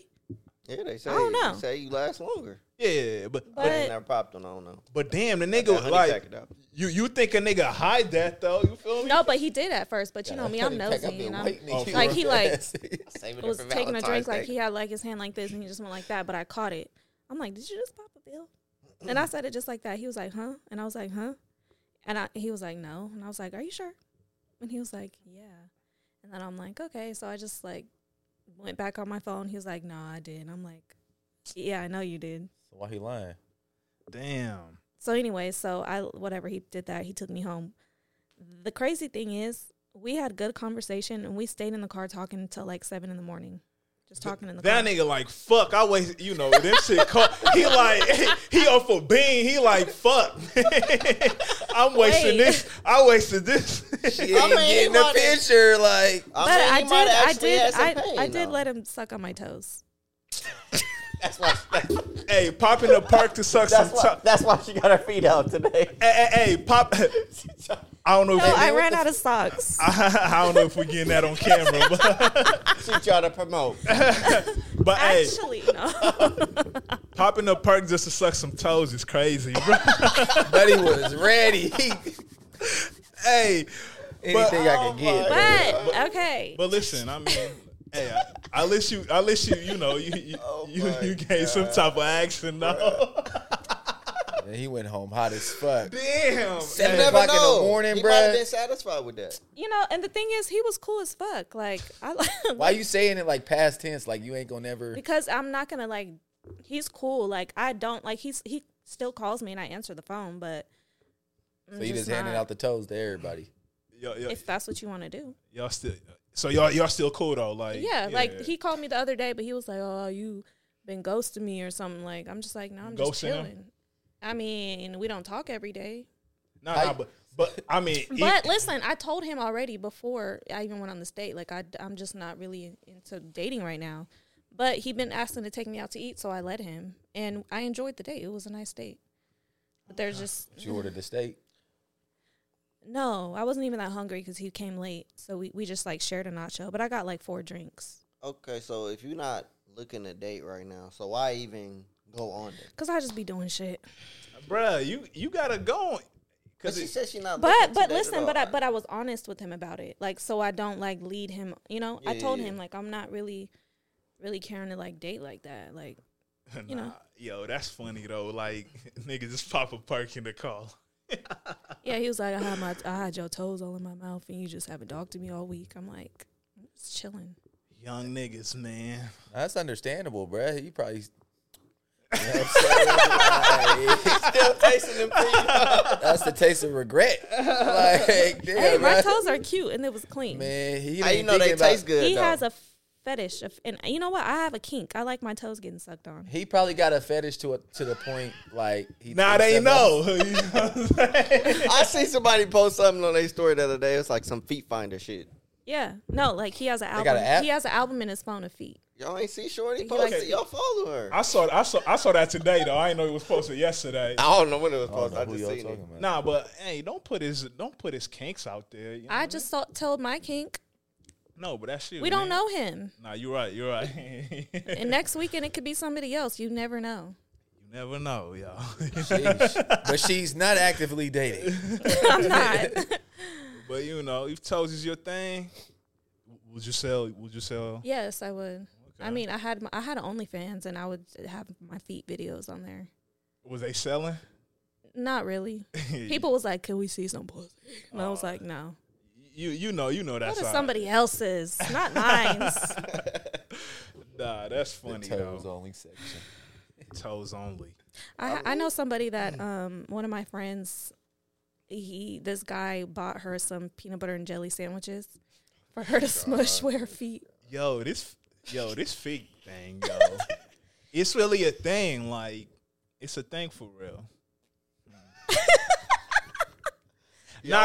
Yeah, they say
I don't know.
they say you last longer.
yeah, but
But, I
But-
never popped one. I don't know.
but damn, the
Got
nigga
honey
like
packet out.
you you think a nigga hide that though? You feel me?
No, but he did at first. But you know me, I'm
Matter of fact, I've
nosy,
been
and I'm
waiting to
Oh,
hear
like, he, like,
(laughs) that.
Saving
was taking a drink. Like he had like his hand like this, and he just went like that. But I caught it. I'm like, did you just pop a pill? And I said it just like that. He was like, huh? And I was like, huh? And I, he was like, no. And I was like, are you sure? And he was like, yeah. And then I'm like, okay. So I just like went back on my phone. He was like, no, I did. And I'm like, yeah, I know you did.
Why he lying?
Damn.
So anyway, so I whatever he did that he took me home. The crazy thing is, we had good conversation and we stayed in the car talking until like seven in the morning, just talking in the car.
That nigga like fuck. I waste you know them shit. (laughs) Call, he like (laughs) he up for bean. He like fuck. (laughs) I'm wasting
Wait.
this. I wasted this.
He ain't getting a picture. Like
But I,
mean, he might have actually
did, I
had
did,
some
I,
pain,
I did
though.
let him suck on my toes.
(laughs)
(laughs)
hey, pop in the park to suck
That's
some.
why,
T-
that's why she got her feet out today.
hey, hey, hey, pop. (laughs) I don't know.
No,
if
I ran out of socks.
(laughs) I don't know if we're getting that on camera, but,
She trying to promote.
but hey,
Actually, no.
popping the perk just to suck some toes is crazy, bro. (laughs)
Buddy was (laughs) ready. He,
hey,
anything I can get. bro.
but okay.
but listen, I mean, hey, I, I let you, I let you, you know, you (laughs) you, you,
my
you gave some type of action, though.
And he went home hot as fuck.
Damn,
Seven
hey,
o'clock in the morning,
he
bro.
might have been satisfied with that.
You know, and the thing is, he was cool as fuck. Like I, (laughs)
Why you saying it like past tense? Like you ain't gonna never.
because I'm not gonna like. He's cool. Like I don't like. He's he still calls me and I answer the phone, but
So you just handing out the toes to everybody.
Y'all, y'all,
if that's what you want to do.
y'all still, so y'all y'all still cool though, like
Yeah, like he called me the other day, but he was like, "Oh, you been ghosting me or something." Like I'm just like, "No, I'm just
Ghosting him?
chilling." I mean, we don't talk every day,
Nah, nah, but but
(laughs)
I mean, e-
But listen, I told him already before I even went on this date. Like I, am just not really into dating right now. But he been asking to take me out to eat, so I let him, and I enjoyed the date. It was a nice date. But there's just
She ordered the steak.
no. I wasn't even that hungry because he came late, so we we just like shared a nacho. But I got like four drinks
Okay, so if you're not looking to date right now, so why even go on there?
because I just be doing shit.
(laughs)
bruh, you you gotta go,
But
cause
she
it,
said she not.
But
looking to
but
date at
listen,
all.
but I but I was honest with him about it. Like so I don't like lead him, you know? I
Yeah,
told
yeah,
him like I'm not really really caring to like date like that. Like you know.
nah, yo, that's funny though. Like (laughs) nigga, just pop a perk in the car.
Yeah, he was like, I had my I had your toes all in my mouth and you just haven't talked to me all week. I'm like, I'm just chilling.
Young niggas, man.
That's understandable, bruh. You probably. (laughs) You know what I'm saying? Like,
tasting them feet.
(laughs) that's the taste of regret. (laughs) Like, damn,
Hey, my
bruh.
toes are cute and it was clean.
Man, he
How
ain't
you know they
thinking about-
taste good?
he
though.
has a fetish of, and you know what? I have a kink. I like my toes getting
(laughs)
sucked on.
He probably got a fetish to a, to the point like he.
Nah,
thinks
they
that-
know. (laughs) You know what I'm saying? (laughs)
I seen somebody post something on their story the other day. It's like some feet finder shit.
Yeah. No, like he has an
got
album.
an app?
He has an album in his phone of feet.
Y'all ain't see Shorty
He
posted.
likes-
Y'all follow her. I,
I saw I saw I saw that today though. I didn't know it was posted yesterday.
don't know when it was
I don't
posted.
know
I,
who
just
y'all
seen it.
talking about.
Nah, but hey, don't put his don't put his kinks out there. you know?
I just saw, told my kink.
no, but that's you.
We
man.
don't know him.
Nah, you're right. You're right. (laughs) you
And next weekend it could be somebody else. You never
(laughs)
know.
never know, y'all. (laughs)
Sheesh. but she's not actively dating.
I'm not. (laughs)
but you know, if toes is your thing, would you sell? Would you sell?
yes, I would. I mean, I had my, I had OnlyFans and I would have my feet videos on there.
Was they selling? (laughs)
Not really. People was like, "Can we see some pussy?" And I was like, "No,
You you know you know
what
that's
is
all-
somebody else's, not mine's."
(laughs) Nah, that's (laughs) funny
Toes
though.
only section.
Toes only.
(laughs) I I know somebody
Mm.
that um one of my friends, he this guy bought her some peanut butter and jelly sandwiches for her to smush with her feet.
Yo, this yo this feet thing,
(laughs)
yo. it's really a thing. Like, it's a thing for real. Nah,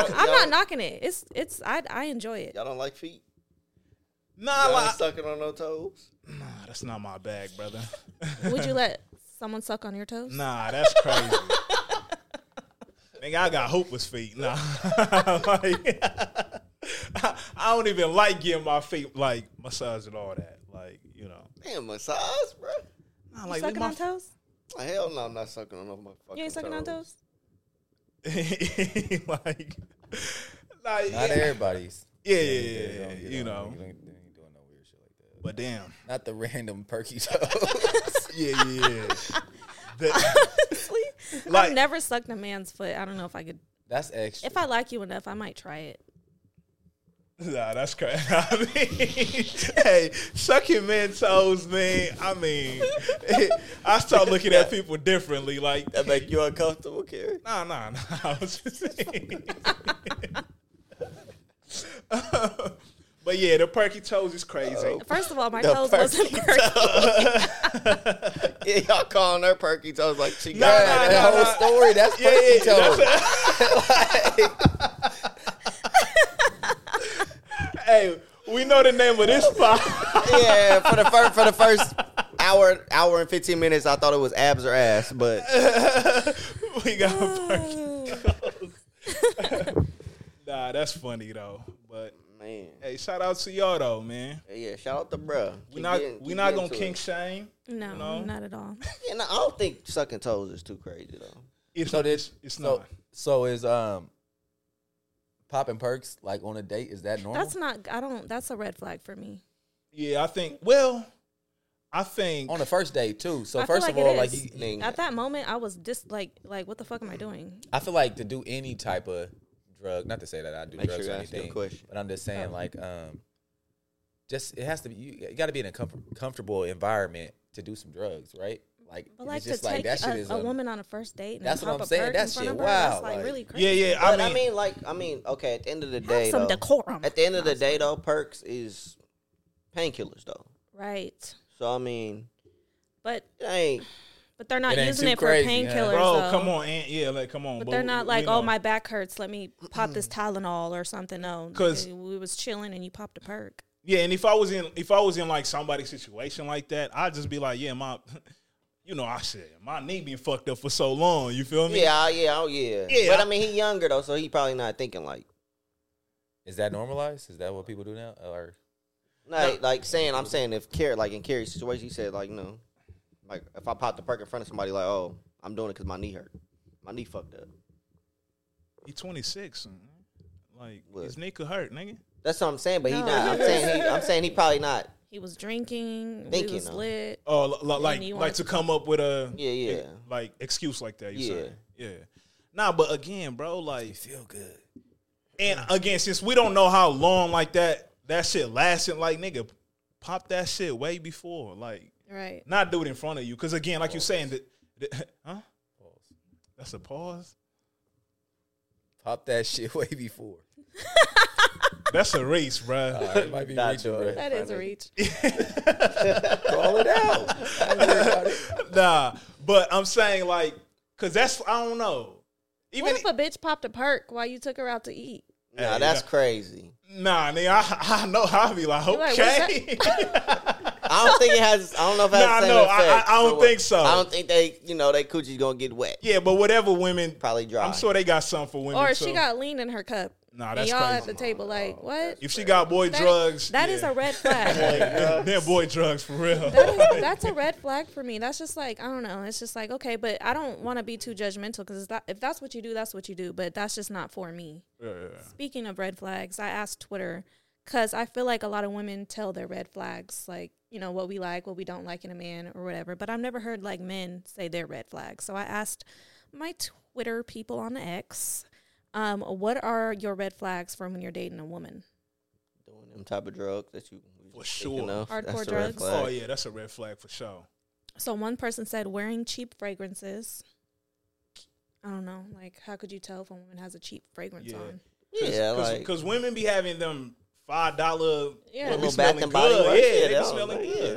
Y'all-
I'm
y'all-
not knocking it. It's it's I I enjoy it.
Y'all don't like feet.
Nah,
Y'all
like,
ain't sucking on no toes.
nah, that's not my bag, brother.
Would
(laughs)
you let someone suck on your toes?
Nah, that's crazy. (laughs) Nigga, I got hopeless feet. Nah, (laughs) like, (laughs) I, I don't even like getting my feet like massaged and all that. Like, you know,
Damn, massage, bro.
nah,
You
like leave
sucking
my (laughs)
on toes?
Hell no, I'm not sucking on no motherfucking
You ain't sucking on toes?
like, like,
Not
yeah,
everybody's.
yeah, yeah,
They
yeah,
don't get
you
on-
know.
they ain't- they ain't doing no weird shit like that.
But damn,
Not the random perky toes.
yeah, yeah, yeah. The-
(laughs) Honestly,
Like-
I've never sucked a man's foot. I don't know if I could.
(laughs) That's extra.
If I like you enough, I might try it.
nah, that's crazy. (laughs) I mean, hey, sucking man toes, man. I mean, I start looking at people differently. Like,
That make you uncomfortable, Carrie?
Nah, nah, (laughs) nah. I was just saying. (laughs) but yeah, the perky toes is crazy.
Oh.
First of all, my
(laughs)
toes wasn't perky.
(laughs) Yeah, y'all calling her perky toes like she
Nah,
got
nah,
it.
nah.
that whole story, that's
Yeah,
perky
yeah, yeah,
toes.
Hey, we know the name
(laughs)
of this spot. (laughs)
Yeah, for the first for the first hour hour and fifteen minutes, I thought it was abs or ass, but
we got perky
(laughs)
toes. (laughs) nah, that's funny though. But
man,
hey, shout out to y'all though, man.
yeah, shout out to bruh.
We not we not gonna kink shame.
No,
No.
not
(laughs)
at all.
Yeah, no, I don't think sucking toes is too crazy though.
It's
So this,
it's
so,
not.
so is um, popping perks like on a date? Is that normal?
That's not. I don't. That's a red flag for me.
Yeah, I think. Well, I think.
on the first date too. So
I feel
first
like
of all,
it
like
is.
you,
Nigga.
At that moment, I was just like, like, what the fuck am I doing?
I feel like to do any type of drug, not to say that I do
Make
drugs
sure
or
you ask your
anything,
question.
but I'm just
Oh.
saying like um, just it has to be you, got to be in a comfort, comfortable environment to do some drugs, right? Like
But like
it's
to
just
take
like that shit
a,
is
a
um,
woman on a first date. And
That's what
pop
I'm
a
saying.
perk
That
in front
shit
of her, that's,
wild,
like,
like-
really crazy.
yeah, yeah.
But
I mean,
like, I mean, okay. At the end of the
Have
day,
some
though,
decorum.
at the end of the day, though, perks is painkillers, though.
Right,
So I mean,
but
it ain't
but they're not
It ain't
using
too
it for
crazy, huh?
painkillers.
bro,
though.
come on, Aunt. Yeah, like come on.
But they're not
we-
like,
we
oh
know. Mm.
my back hurts. Let me pop this Tylenol or something. No,
(laughs) 'Cause-
nigga, we was chilling and you popped a perk.
Yeah, and if I was in if I was in like somebody's situation like that, I'd just be like, yeah, my, (laughs) you know, I said my knee been fucked up for so long. You feel me?
yeah, I- yeah, oh yeah.
Yeah,
But
I-
I mean, he younger though, so he probably not thinking like,
is that normalized? Is that what people do now? Or
like, like saying. I'm saying if Carrie, like in Carrie's situation, he said like, no, like if I popped the perk in front of somebody, like, oh, I'm doing it because my knee hurt, my knee fucked up.
He twenty six. Like
Look.
his knee could hurt, nigga.
That's what I'm saying. But he
No.
not. I'm saying he. I'm saying he probably not.
He was drinking.
Thank
we
you,
was
no.
lit.
Oh, li- li- like
you
like
want-
to come up with a e,
Yeah, yeah.
like excuse like that. You
Yeah.
saying? yeah. Nah, but again, bro, like,
feel good.
and again, since we don't know how long like that that shit lasted, like nigga, pop that shit way before, like.
Right.
not do it in front of you. Because again, like you're saying, that, that- huh? (laughs) That's a pause.
Pop that (laughs) shit way before.
(laughs)
That's a race, bruh. (laughs)
All right, it might be
Not
reaching,
true.
bro.
That is a reach.
Call it out. I ain't worried about it.
nah, but I'm saying like, cause that's I don't know. (laughs) Even
What if a bitch popped a perk while you took her out to eat?
Nah,
Hey,
that's
nah.
crazy.
nah, nigga, I, I know I'll be like,
like, what's
okay,
I don't think it has. I don't know if it has the
Nah,
same
no, I-
effect.
I- I don't
But
think so.
I don't think they. You know, they coochie's gonna get wet.
(laughs) yeah. But whatever women,
Probably dry.
I'm sure they got something for women.
Or
too.
she got lean in her cup.
Nah,
and
that's
y'all at
crazy.
the table like, what?
if she got boy drugs,
That is a
(laughs)
red flag.
They're boy drugs for real.
that is, that's a red flag for me. That's just like I don't know. It's just like okay, but I don't want to be too judgmental because if that's what you do, that's what you do. But that's just not for me. Speaking of red flags, I asked Twitter because I feel like a lot of women tell their red flags, like, you know, what we like, what we don't like in a man or whatever. But I've never heard like men say their red flags. So I asked my Twitter people on X, um, what are your red flags from when you're dating a woman?
doing them type of drugs that you we
For
was thinking
sure.
of.
Hardcore
That's a red
drugs.
flag.
(laughs) oh yeah, that's a red flag for sure.
So one person said wearing cheap fragrances. I don't know. Like, how could you tell if a woman has a cheap fragrance
Yeah.
on?
Yeah,
Cause,
like
'cause women be having them five dollar. Yeah,
Yeah. Little
be
Bath
smelling
and Body
good.
Works.
Yeah, they
that
be
was
smelling
like, yeah,
good.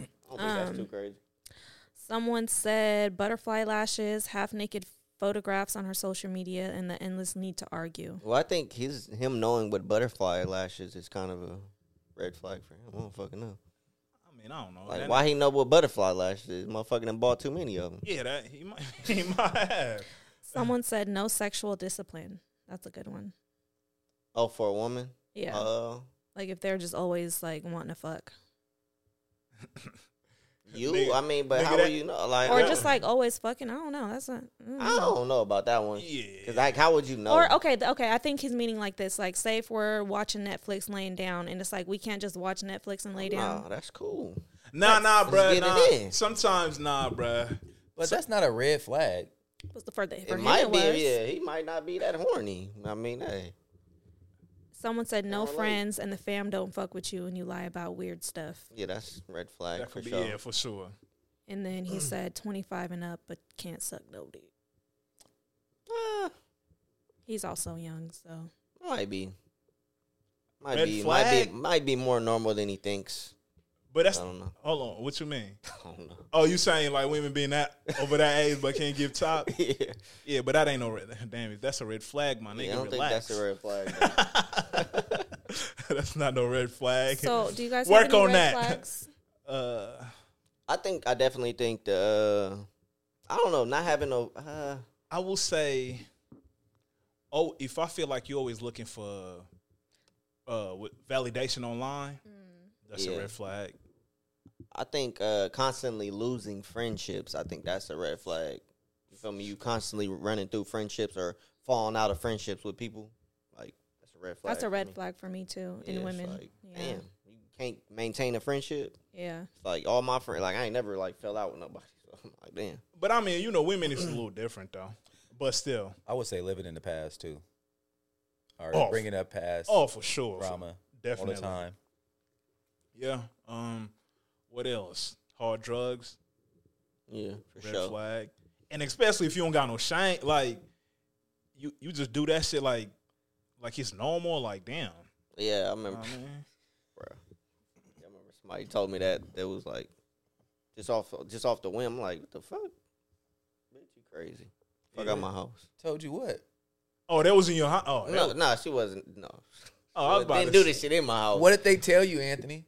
fuck. don't think that's too
Um,
crazy.
Someone said butterfly lashes, half naked photographs on her social media, and the endless need to
(sighs)
argue.
Well, I think his him knowing what butterfly lashes is kind of a red flag for him. I don't fucking know.
I mean, I don't know.
Like,
That-
why he know what butterfly lashes is? Motherfucking done bought too many of them.
(laughs) Yeah, that he might. (laughs) He might have.
Someone said no sexual discipline. That's a good one.
Oh, for a woman?
Yeah.
Uh,
like if they're just always like wanting to fuck.
you?
Nigga-
I mean, but
nigga,
how
that-
will you know? Like,
Or
I
just
don't-
like always fucking. I don't know. That's a. mm.
I don't know about that one.
Yeah.
Cause like, how would you know?
Or okay, th- okay. I think he's meaning like this. Like, say if we're watching Netflix laying down, and it's like we can't just watch Netflix and lay down.
Nah, that's cool.
Nah, nah, bruh.
get it
Nah.
in.
Sometimes, nah, bruh.
But that's not a red flag.
Was the further for
It
him
might
it
be.
was.
Yeah, he might not be that horny. I mean, hey,
Someone said no
Kinda like-
friends, and the fam don't fuck with you, and you lie about weird stuff.
yeah, that's red flag
That
for
could be,
sure.
yeah, for sure.
And
(clears throat)
then he said twenty five and up, but can't suck no dick.
Ah,
He's also young, so
might be. Might
Red
be. Might
flag?
be. Might be more normal than he thinks. (laughs)
But that's
I don't know.
hold on. What you mean?
I don't know. (laughs)
Oh, you saying like women being that over that age but can't give top?
yeah.
Yeah, but that ain't no red. (laughs) Damn it, that's a red flag, my nigga.
Yeah, I don't
relax.
think that's a red
(laughs)
flag.
that's not no red flag.
so do you guys
Work
have any
on
red
that.
(laughs)
flags?
uh,
I think I definitely think the. Uh, I don't know. Not having no. Uh,
I will say, oh, if I feel like you're always looking for uh with validation online, that's
Yeah.
a red flag.
I think uh, constantly losing friendships. I think that's a red flag. You feel me? You constantly running through friendships or falling out of friendships with people. Like that's a red flag.
That's a
for
red
me.
flag for me too.
mm. Yeah,
in
it's
women,
Like,
yeah.
Damn, you can't maintain a friendship.
yeah.
It's like all my friends. Like I ain't never like fell out with nobody. (laughs) So I'm like, damn.
But I mean, you know, women is a little different though. But still,
I would say living in the past too, or
Oh.
bringing up past
oh, for sure, For-
drama all
definitely.
the time.
Yeah. Um, what else? Hard drugs,
Yeah, for
red
sure.
flag, and especially if you don't got no shame, like you you just do that shit like like it's normal. Like damn,
Yeah, I
Nah,
remember.
man.
bro. I remember somebody told me that that was like just off just off the whim. I'm like, what the fuck? Bitch, you crazy. Fuck out my house.
Told you what?
Oh, that was in your house. Oh, that
No,
was-
no, she wasn't no.
oh, I was about
didn't
to
do
say-
this shit in my house.
What did they tell you, Anthony?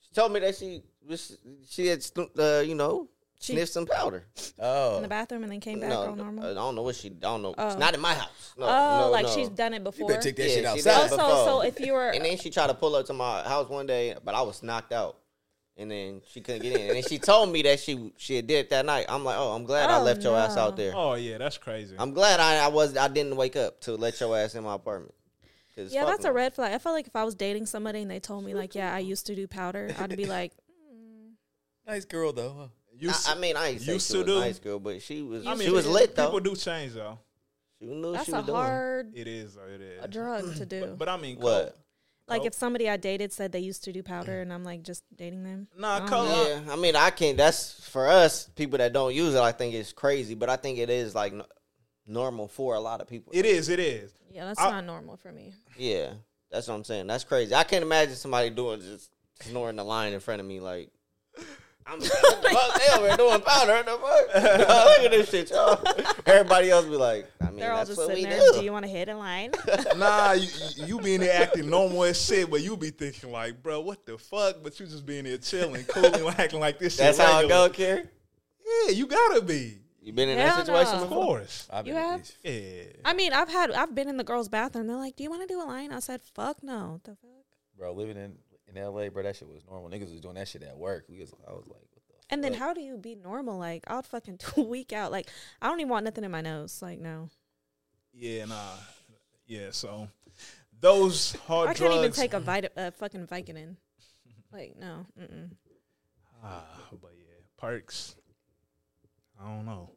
She told me that she was she had sn- uh, you know,
She-
sniffed some powder.
Oh,
in the bathroom and then came back
no,
all normal.
I don't know what she I don't know.
Oh.
It's not in my house. No,
oh,
no,
like
no.
she's done it
you
before.
better take that
Yeah,
shit
she
outside.
done
also,
before.
so if you were
And then she tried to pull up to my house one day, but I was knocked out. And then she couldn't get in. And then she told me that she she had did it that night. I'm like, oh, I'm glad I
Oh,
left your ass
no.
out there.
Oh yeah, that's crazy.
I'm glad I, I was I didn't wake up to let your ass in my apartment. 'Cause
yeah,
fuck
that's
no.
a red flag. I felt like if I was dating somebody and they told me
(laughs)
like, yeah, I used to do powder, I'd be like,
nice girl though. huh?
you,
I, I mean, I ain't say
used
she
to
was
do.
nice girl, but she was
I
she
mean,
was
it-
lit
people
though.
do change though.
she knew what
that's
she
a
was doing.
hard
It is. though, It is.
a drug to do.
But I mean,
What?
Cole,
like if somebody I dated said they used to do powder and I'm like just dating them.
Mm. Nah,
don't
Cole.
know.
I-
Yeah, I mean, I can't. That's for us people that don't use it. I think it's crazy, but I think it is like n- normal for a lot of people.
It is. It is.
Yeah, that's
I-
not normal for me.
Yeah, that's what I'm saying. That's crazy. I can't imagine somebody doing just snoring the line in front of me like. I'm like, what the fuck? They over here doing powder. what The fuck? (laughs) Look at this shit, y'all. Everybody else be like, I mean,
They're all
that's
just
what we
sitting there.
do.
Do you want to hit
(laughs)
a line?
Nah, you, you- you being there acting normal as shit, but you be thinking like, bro, what the fuck? But you just being there chilling, cool, (laughs) and acting like this. shit
That's how it
regular.
go, Kerry.
Yeah, you gotta be.
You been in
Hell
that situation
no.
Of
(laughs)
before?
course.
I've
You
been in
have?
these-
Yeah.
I mean, I've had I've been in the girls' bathroom. They're like, do you want to do a line? I said, fuck no. The fuck.
bro living in in L.A. bro. That shit was normal. Niggas was doing that shit at work. We was I was like, what the
And then
fuck?
how do you be normal? Like I'll fucking (laughs) do a week out. Like I don't even want nothing in my nose. Like no,
Yeah. Nah. Yeah. So those hard
I
drugs.
can't even take a vit- a
(laughs)
fucking Vicodin. Like no, mm-mm.
Ah, but yeah, perks. I don't know.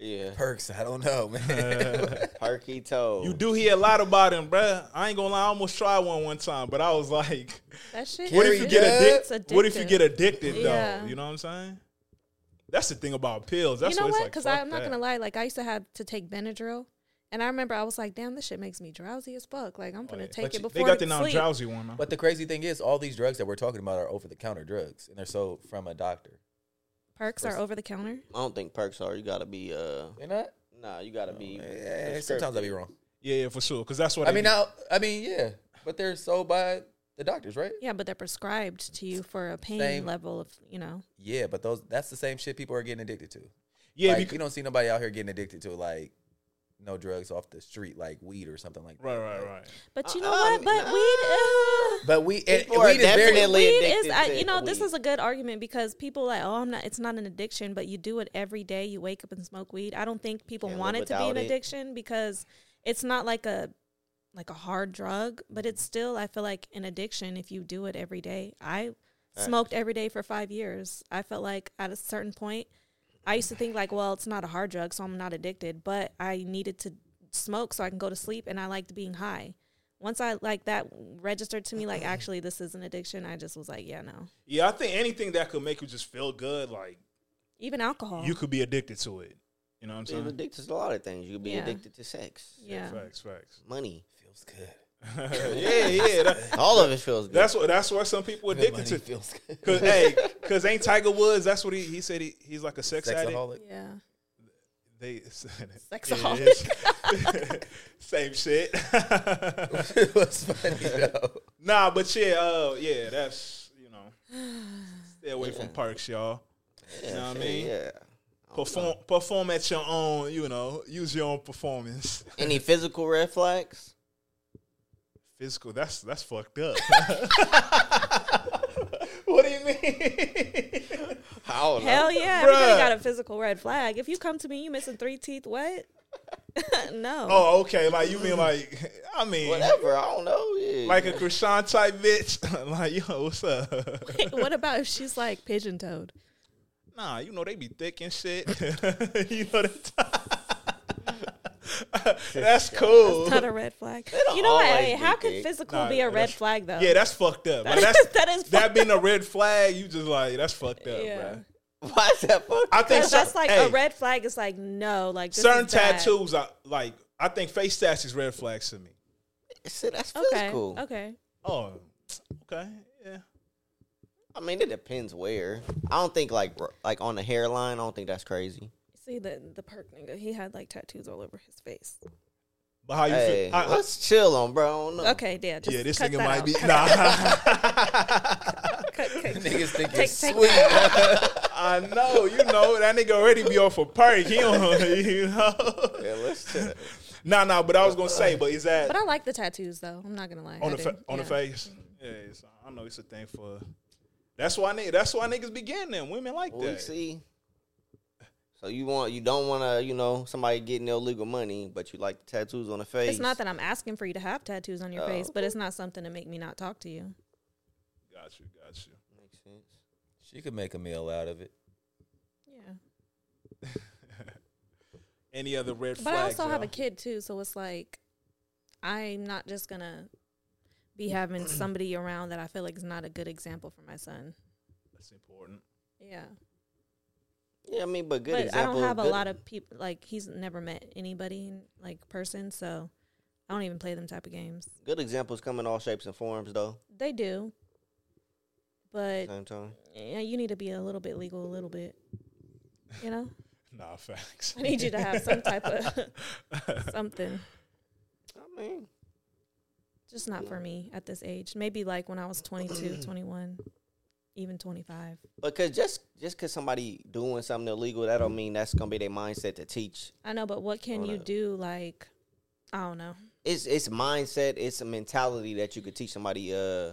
Yeah.
perks. I don't know, (laughs) man.
Perky toe.
You do hear a lot about them, bruh. I ain't gonna lie. I almost tried one one time, but I was like, (laughs)
that shit.
what if you get
it's
addicted? What if you
addictive.
get addicted
Yeah.
though? You know what I'm saying? That's the thing about pills. That's
you know
what it's
what?
like.
Because
fuck
I'm not
that.
gonna lie. Like I used to have to take Benadryl, And I remember I was like, damn, this shit makes me drowsy as fuck. Like I'm gonna
Oh, But
take it
you-
before
they got the
the
non
sleep.
drowsy one. Huh?
But the crazy thing is, all these drugs that we're talking about are over the counter drugs, and they're sold from a doctor.
Perks are over the counter.
I don't think perks are. You gotta be uh,
They're not.
nah, you gotta be.
Oh,
Yeah, sometimes I be wrong.
yeah, yeah, for sure. Because that's what
I mean, now, I mean, yeah, but they're sold by the doctors, right?
Yeah, but they're prescribed to you for a pain
Same.
level of you know.
Yeah, but those that's the same shit people are getting addicted to.
yeah,
like,
because,
you don't see nobody out here getting addicted to like no drugs off the street, like weed or something like that.
right, right, right.
But you know
uh,
what? But weed uh,
But we and,
People are
weed is very
definitely
weed is
addicted
I,
to
you know, this
weed.
is a good argument because people like, oh I'm not it's not an addiction, but you do it every day. You wake up and smoke weed. I don't think people
Can't
want
live
it to be an
without it.
addiction because it's not like a like a hard drug, but it's still I feel like an addiction if you do it every day. I smoked every day for five years. I felt like at a certain point I used to think like, well, it's not a hard drug, so I'm not addicted, but I needed to smoke so I can go to sleep and I liked being high. Once I like that registered to
(clears throat)
me like actually this is an addiction, I just was like, yeah, no.
Yeah, I think anything that could make you just feel good, like
Even alcohol.
you could be addicted to it. You know what I'm
You're
saying?
addicted to a lot of things. You could be
Yeah.
addicted to sex,
yeah.
Facts, facts.
money.
feels good.
yeah, yeah. that-
All of it feels good.
that's what. That's why some people addicted to.
feels good.
Cause hey, cause ain't Tiger Woods? That's what he, he said. He, he's like a sex addict.
(laughs) Sexaholic.
Yeah.
They (laughs)
Sexaholic.
Yes. (laughs) Same shit.
it was funny though.
nah, but yeah, uh, yeah, that's you know, stay away from parks, y'all.
yeah,
know what I
shit,
mean?
Yeah.
Perform, perform at your own. You know, use your own performance.
Any physical red flags?
Physical. That's that's fucked up. (laughs) what do you mean?
I don't know.
Hell yeah. Everybody
Bruh.
got a physical red flag. If you come to me, you missing three teeth, what? (laughs) no.
oh, okay. Like you mean like (laughs) I mean
Whatever. I don't know. Yeah.
like a Krishan type bitch. (laughs) like yo, what's up?
(laughs)
(laughs)
what about if she's like pigeon toed?
Nah, you know they be thick and shit. (laughs) you know that. (laughs) that's cool.
Not a red flag.
don't
You know what?
always
Hey,
be
how could
big.
physical
Nah,
be a red
that's-
flag though?
Yeah, that's fucked up. Like,
is-
that's,
that is
that
fucked
being a red flag. You just like that's fucked up,
Yeah.
bruh.
(laughs) Why is that fuck?
I think
Because that's
cer-
like
hey,
a red flag is like no, like this
Certain
is bad.
tattoos are like I think face tats is red flags to me.
Shit, that's
Okay.
physical.
Okay.
Oh, okay, yeah.
I mean, it depends where. I don't think like r- like on the hairline. I don't think that's crazy.
See the the perk nigga, he had like tattoos all over his face.
But how you
Hey,
feel? I- I-
let's chill on, bro. I don't know.
Okay, yeah. Just
yeah, this
cut
nigga
that
might
out.
be
(laughs) Cut that
nah.
out. Cut- cut-
Niggas think
Take-
it's
take
sweet.
(laughs) I know, you know that nigga already be off a perk. He don't, (laughs) you know.
Yeah, let's chill.
Nah, nah. But I was gonna say, but is that
But I like the tattoos though. I'm not gonna lie.
on
I
the fa-
do.
on the
Yeah.
face? Yeah, it's, I know it's a thing for. That's why niggas. That's why niggas be getting them. Women like
Well, we
that.
see. So you want you don't want to you know somebody getting illegal money, but you like the tattoos on the face. Oh,
It's not that I'm asking for you to have tattoos on your face, but it's not something to make me not talk to you.
Got you, got you.
Makes sense.
She could make a meal out (laughs) of it.
Yeah.
Any other red
But I
flags?
also have a
y'all?
kid too, so it's like I'm not just gonna be
(clears throat)
having somebody around that I feel like is not a good example for my son.
That's important.
Yeah.
Yeah, I mean, but good.
but
example,
I don't have a
good-
lot of people like he's never met anybody like person, so I don't even play them type of games.
good examples come in all shapes and forms, though.
They do. But
Same time.
yeah, you need to be a little bit legal, a little bit. You know?
Nah, facts.
I need you to have some type of something.
I mean,
Just not for me at this age. Maybe like when I was 22, 21, even 25.
because just just because somebody doing something illegal, that don't mean that's gonna be their mindset to teach.
I know, but what can you do? Like, I don't know.
It's it's mindset. It's a mentality that you could teach somebody. Uh,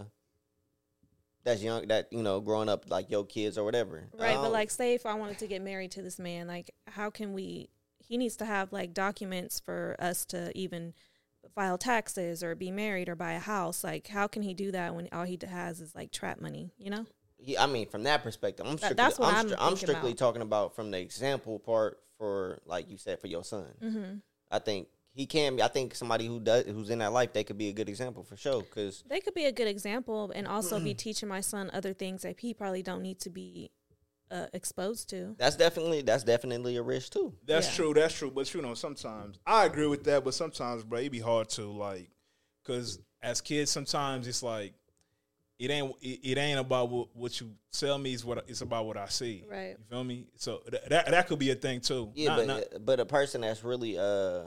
that's young. That you know, growing up like your kids or whatever. Um, I
Right, but
don't-
like, say if I wanted to get married to this man, like, how can we? He needs to have like documents for us to even file taxes or be married or buy a house. Like, how can he do that when all he has is like trap money? You know?
Yeah, I mean, from that perspective, I'm strictly,
that's
I'm,
what I'm
stri- I'm
thinking
strictly
about.
talking about from the example part for, like you said, for your son.
Mm-hmm.
I think he can. be I think somebody who does, who's in that life, they could be a good example for sure. Because
They could be a good example and also be teaching my son other things that he probably don't need to be uh, exposed to.
That's definitely that's definitely a risk too.
That's
Yeah.
true. That's true. But you know, sometimes I agree with that. But sometimes, bro, it be hard to like, cause as kids, sometimes it's like, it ain't it, it ain't about what, what you tell me. It's what it's about what I see.
Right.
You feel me? So th- that that could be a thing too.
Yeah,
Not-
but uh,
not-
but a person that's really uh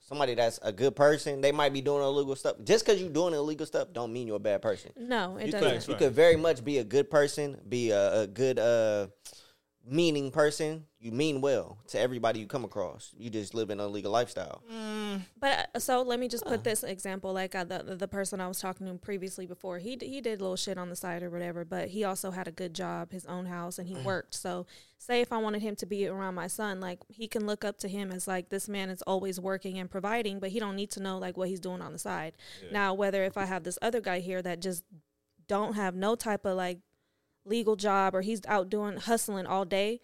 somebody that's a good person, they might be doing illegal stuff. Just because you're doing illegal stuff, don't mean you're a bad person.
No, it
You
doesn't.
think-
You could very much be a good person, be a, a good uh meaning person. You mean well to everybody you come across. You just live an illegal lifestyle.
Mm. But uh, so let me just put this example. Like uh, the the person I was talking to previously before, he d- he did little shit on the side or whatever. But he also had a good job, his own house, and he worked. So say if I wanted him to be around my son, like he can look up to him as like this man is always working and providing, but he don't need to know like what he's doing on the side. Now whether if I have this other guy here that just don't have no type of like legal job or he's out doing hustling all day.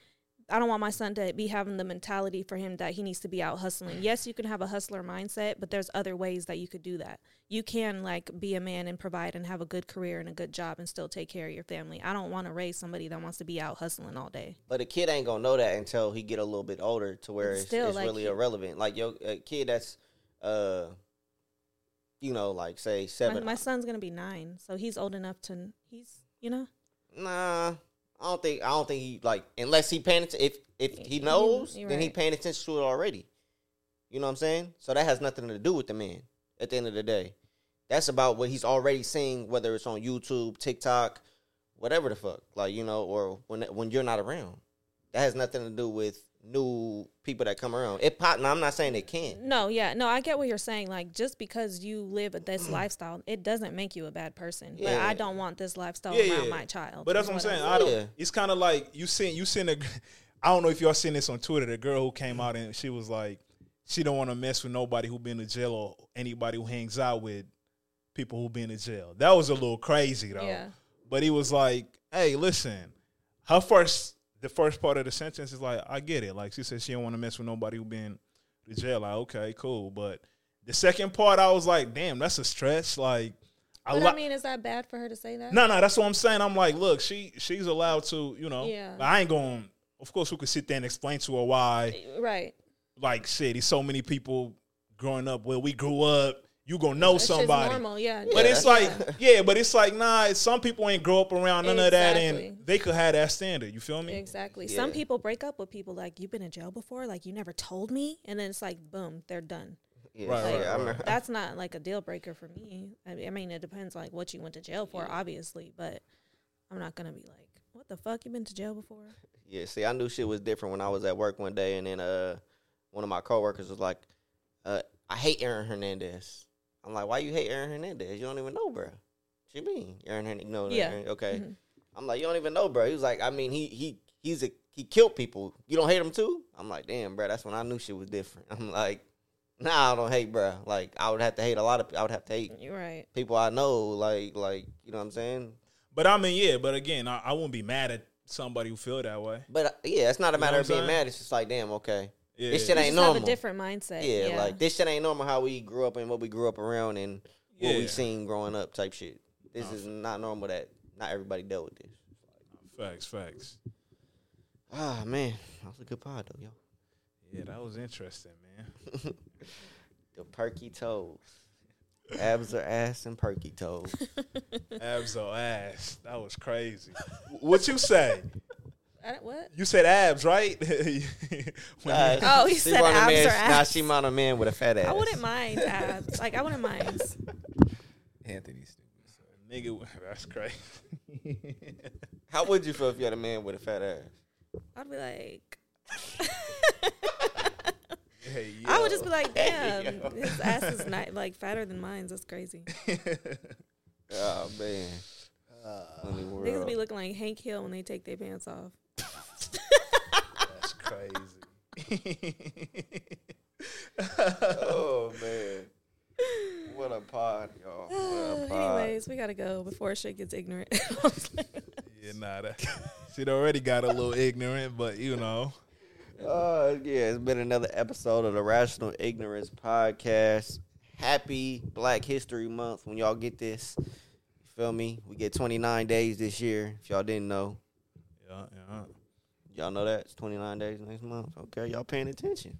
I don't want my son to be having the mentality for him that he needs to be out hustling. Yes, you can have a hustler mindset, but there's other ways that you could do that. You can like be a man and provide and have a good career and a good job and still take care of your family. I don't want to raise somebody that wants to be out hustling all day.
But a kid ain't gonna know that until he get a little bit older to where
But
it's,
still,
it's
like,
really
he-
irrelevant. Like yo, a kid that's uh, you know, like say
My,
seven.
my son's gonna be nine, so he's old enough to he's you know
Nah, I don't think I don't think he like unless he paying atten- if if he knows
you're
then he
right.
paying attention to it already. You know what I'm saying? So that has nothing to do with the man. At the end of the day, that's about what he's already seeing, whether it's on YouTube, TikTok, whatever the fuck, like you know, or when when you're not around. That has nothing to do with new people that come around. It pop. Now I'm not saying it can.
No, yeah, no, I get what you're saying. Like, just because you live
(clears throat)
a this lifestyle, it doesn't make you a bad person. But
Yeah.
I don't want this lifestyle around my child.
But that's
is
what I'm
I-
saying. I don't.
Yeah.
It's kind of like you seen you seen a. (laughs) I don't know if y'all seen this on Twitter. The girl who came out and she was like, she don't want to mess with nobody who been to jail or anybody who hangs out with people who been to jail. That was a little crazy though.
Yeah.
But he was like, hey, listen, her first the first part of the sentence is like, I get it. Like she said, she don't want to mess with nobody who been to jail. Like okay, cool. But the second part, I was like, damn, that's a stretch. Like.
But
li-
I mean, is that bad for her to say that?
no, no, that's what I'm saying. I'm like, look, she she's allowed to, you know.
Yeah.
but I ain't going. Of course, we could sit there and explain to her why.
Right.
Like, shit, it's so many people growing up where we grew up. You gonna know
That's
somebody.
normal, yeah.
But it's like, yeah, but it's like, nah. Some people ain't grow up around none of that, and
Exactly.
they could have that standard. You feel me?
Exactly. Some people break up with people like, you've been in jail before, like, you never told me. And then it's like, boom, they're done.
Yeah,
Right,
so
right,
I'm-
right.
That's not like a deal breaker for me. I mean, I mean, it depends like what you went to jail for, obviously, but I'm not going to be like, what the fuck? You've been to jail before?
Yeah, see, I knew shit was different when I was at work one day, and then uh, one of my coworkers was like, uh, "I hate Aaron Hernandez." I'm like, "Why you hate Aaron Hernandez? You don't even know, bro." What you mean Aaron Hernandez? No,
Yeah.
Aaron, okay.
Mm-hmm.
I'm like, "You don't even know, bro." He was like, "I mean, he he he's a he killed people. You don't hate him too?" I'm like, "Damn, bro, that's when I knew shit was different." (laughs) I'm like, "Nah, I don't hate, bro. Like, I would have to hate a lot of. I would have to hate
Mm.
You're right.
people I know. Like, like you know what I'm saying."
But I mean, yeah. But again, I, I wouldn't be mad at somebody who feel that way.
But uh, yeah, it's not a
know
matter
what
of being
I'm saying?
mad. It's just like, damn, okay,
Yeah.
this shit
You
ain't
Just
normal.
have a different mindset.
yeah,
Yeah,
like this shit ain't normal how we grew up and what we grew up around and what we
Yeah.
seen growing up type shit. This is not normal that not everybody dealt with this.
Facts, facts.
Ah man, that was a good pod though, yo.
Yeah, that was interesting, man.
The perky toes, abs are ass and perky toes.
Abs or ass? That was crazy. what you say?
I- what?
You said abs, right? (laughs) When you-
(laughs) Oh, he said
want a
abs
man,
are
Nah,
ass.
she want a man with a fat ass.
I wouldn't mind abs. Like I wouldn't mind.
(laughs)
Anthony stupid.
Nigga, that's crazy.
How would you feel if you had a man with a fat ass?
I'd be like, (laughs)
Hey,
I would just
(laughs)
be like, damn, his ass is not like fatter than mine. That's crazy.
(laughs)
Oh man. Funny
Niggas
world.
be looking like Hank Hill when they take their pants off.
that's (laughs) crazy.
oh man. What a pod, y'all.
(sighs)
What a pod.
Anyways, we gotta go before shit gets
(laughs)
ignorant. (laughs)
yeah, nah, that shit already got a little ignorant, but you know,
Uh, yeah, it's been another episode of the Rational Ignorance Podcast. Happy Black History Month when y'all get this. You feel me? We get 29 days this year, if y'all didn't know.
yeah, yeah.
Y'all know that it's 29 days next month. Okay, y'all paying attention.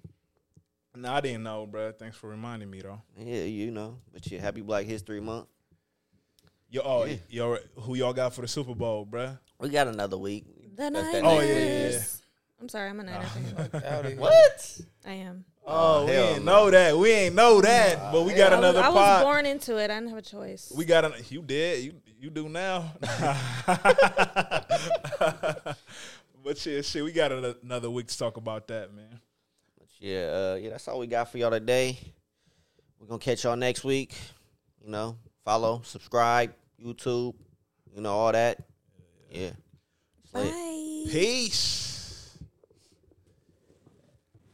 No, I didn't know, bro. Thanks for reminding me, though.
Yeah, you know. But yeah, happy Black History Month.
Yo, oh,
Yeah.
yo, who y'all got for the Super Bowl, bro?
We got another week.
The
That's
Niners.
that
Oh, yeah, yeah, yeah.
I'm sorry, I'm a Niner fan.
What?
I am.
Oh, we
hell
ain't
no.
know that. We ain't know that. but (laughs) we got
I was,
another
I was
pod.
born into it. I didn't have a choice.
We got an. You did. You you do now. (laughs) but yeah, shit, we got ano- another week to talk about that, man.
Yeah, uh, yeah, that's all we got for y'all today. We're gonna catch y'all next week. You know, follow, subscribe, YouTube, you know, all that. Yeah. Slay.
Bye.
Peace.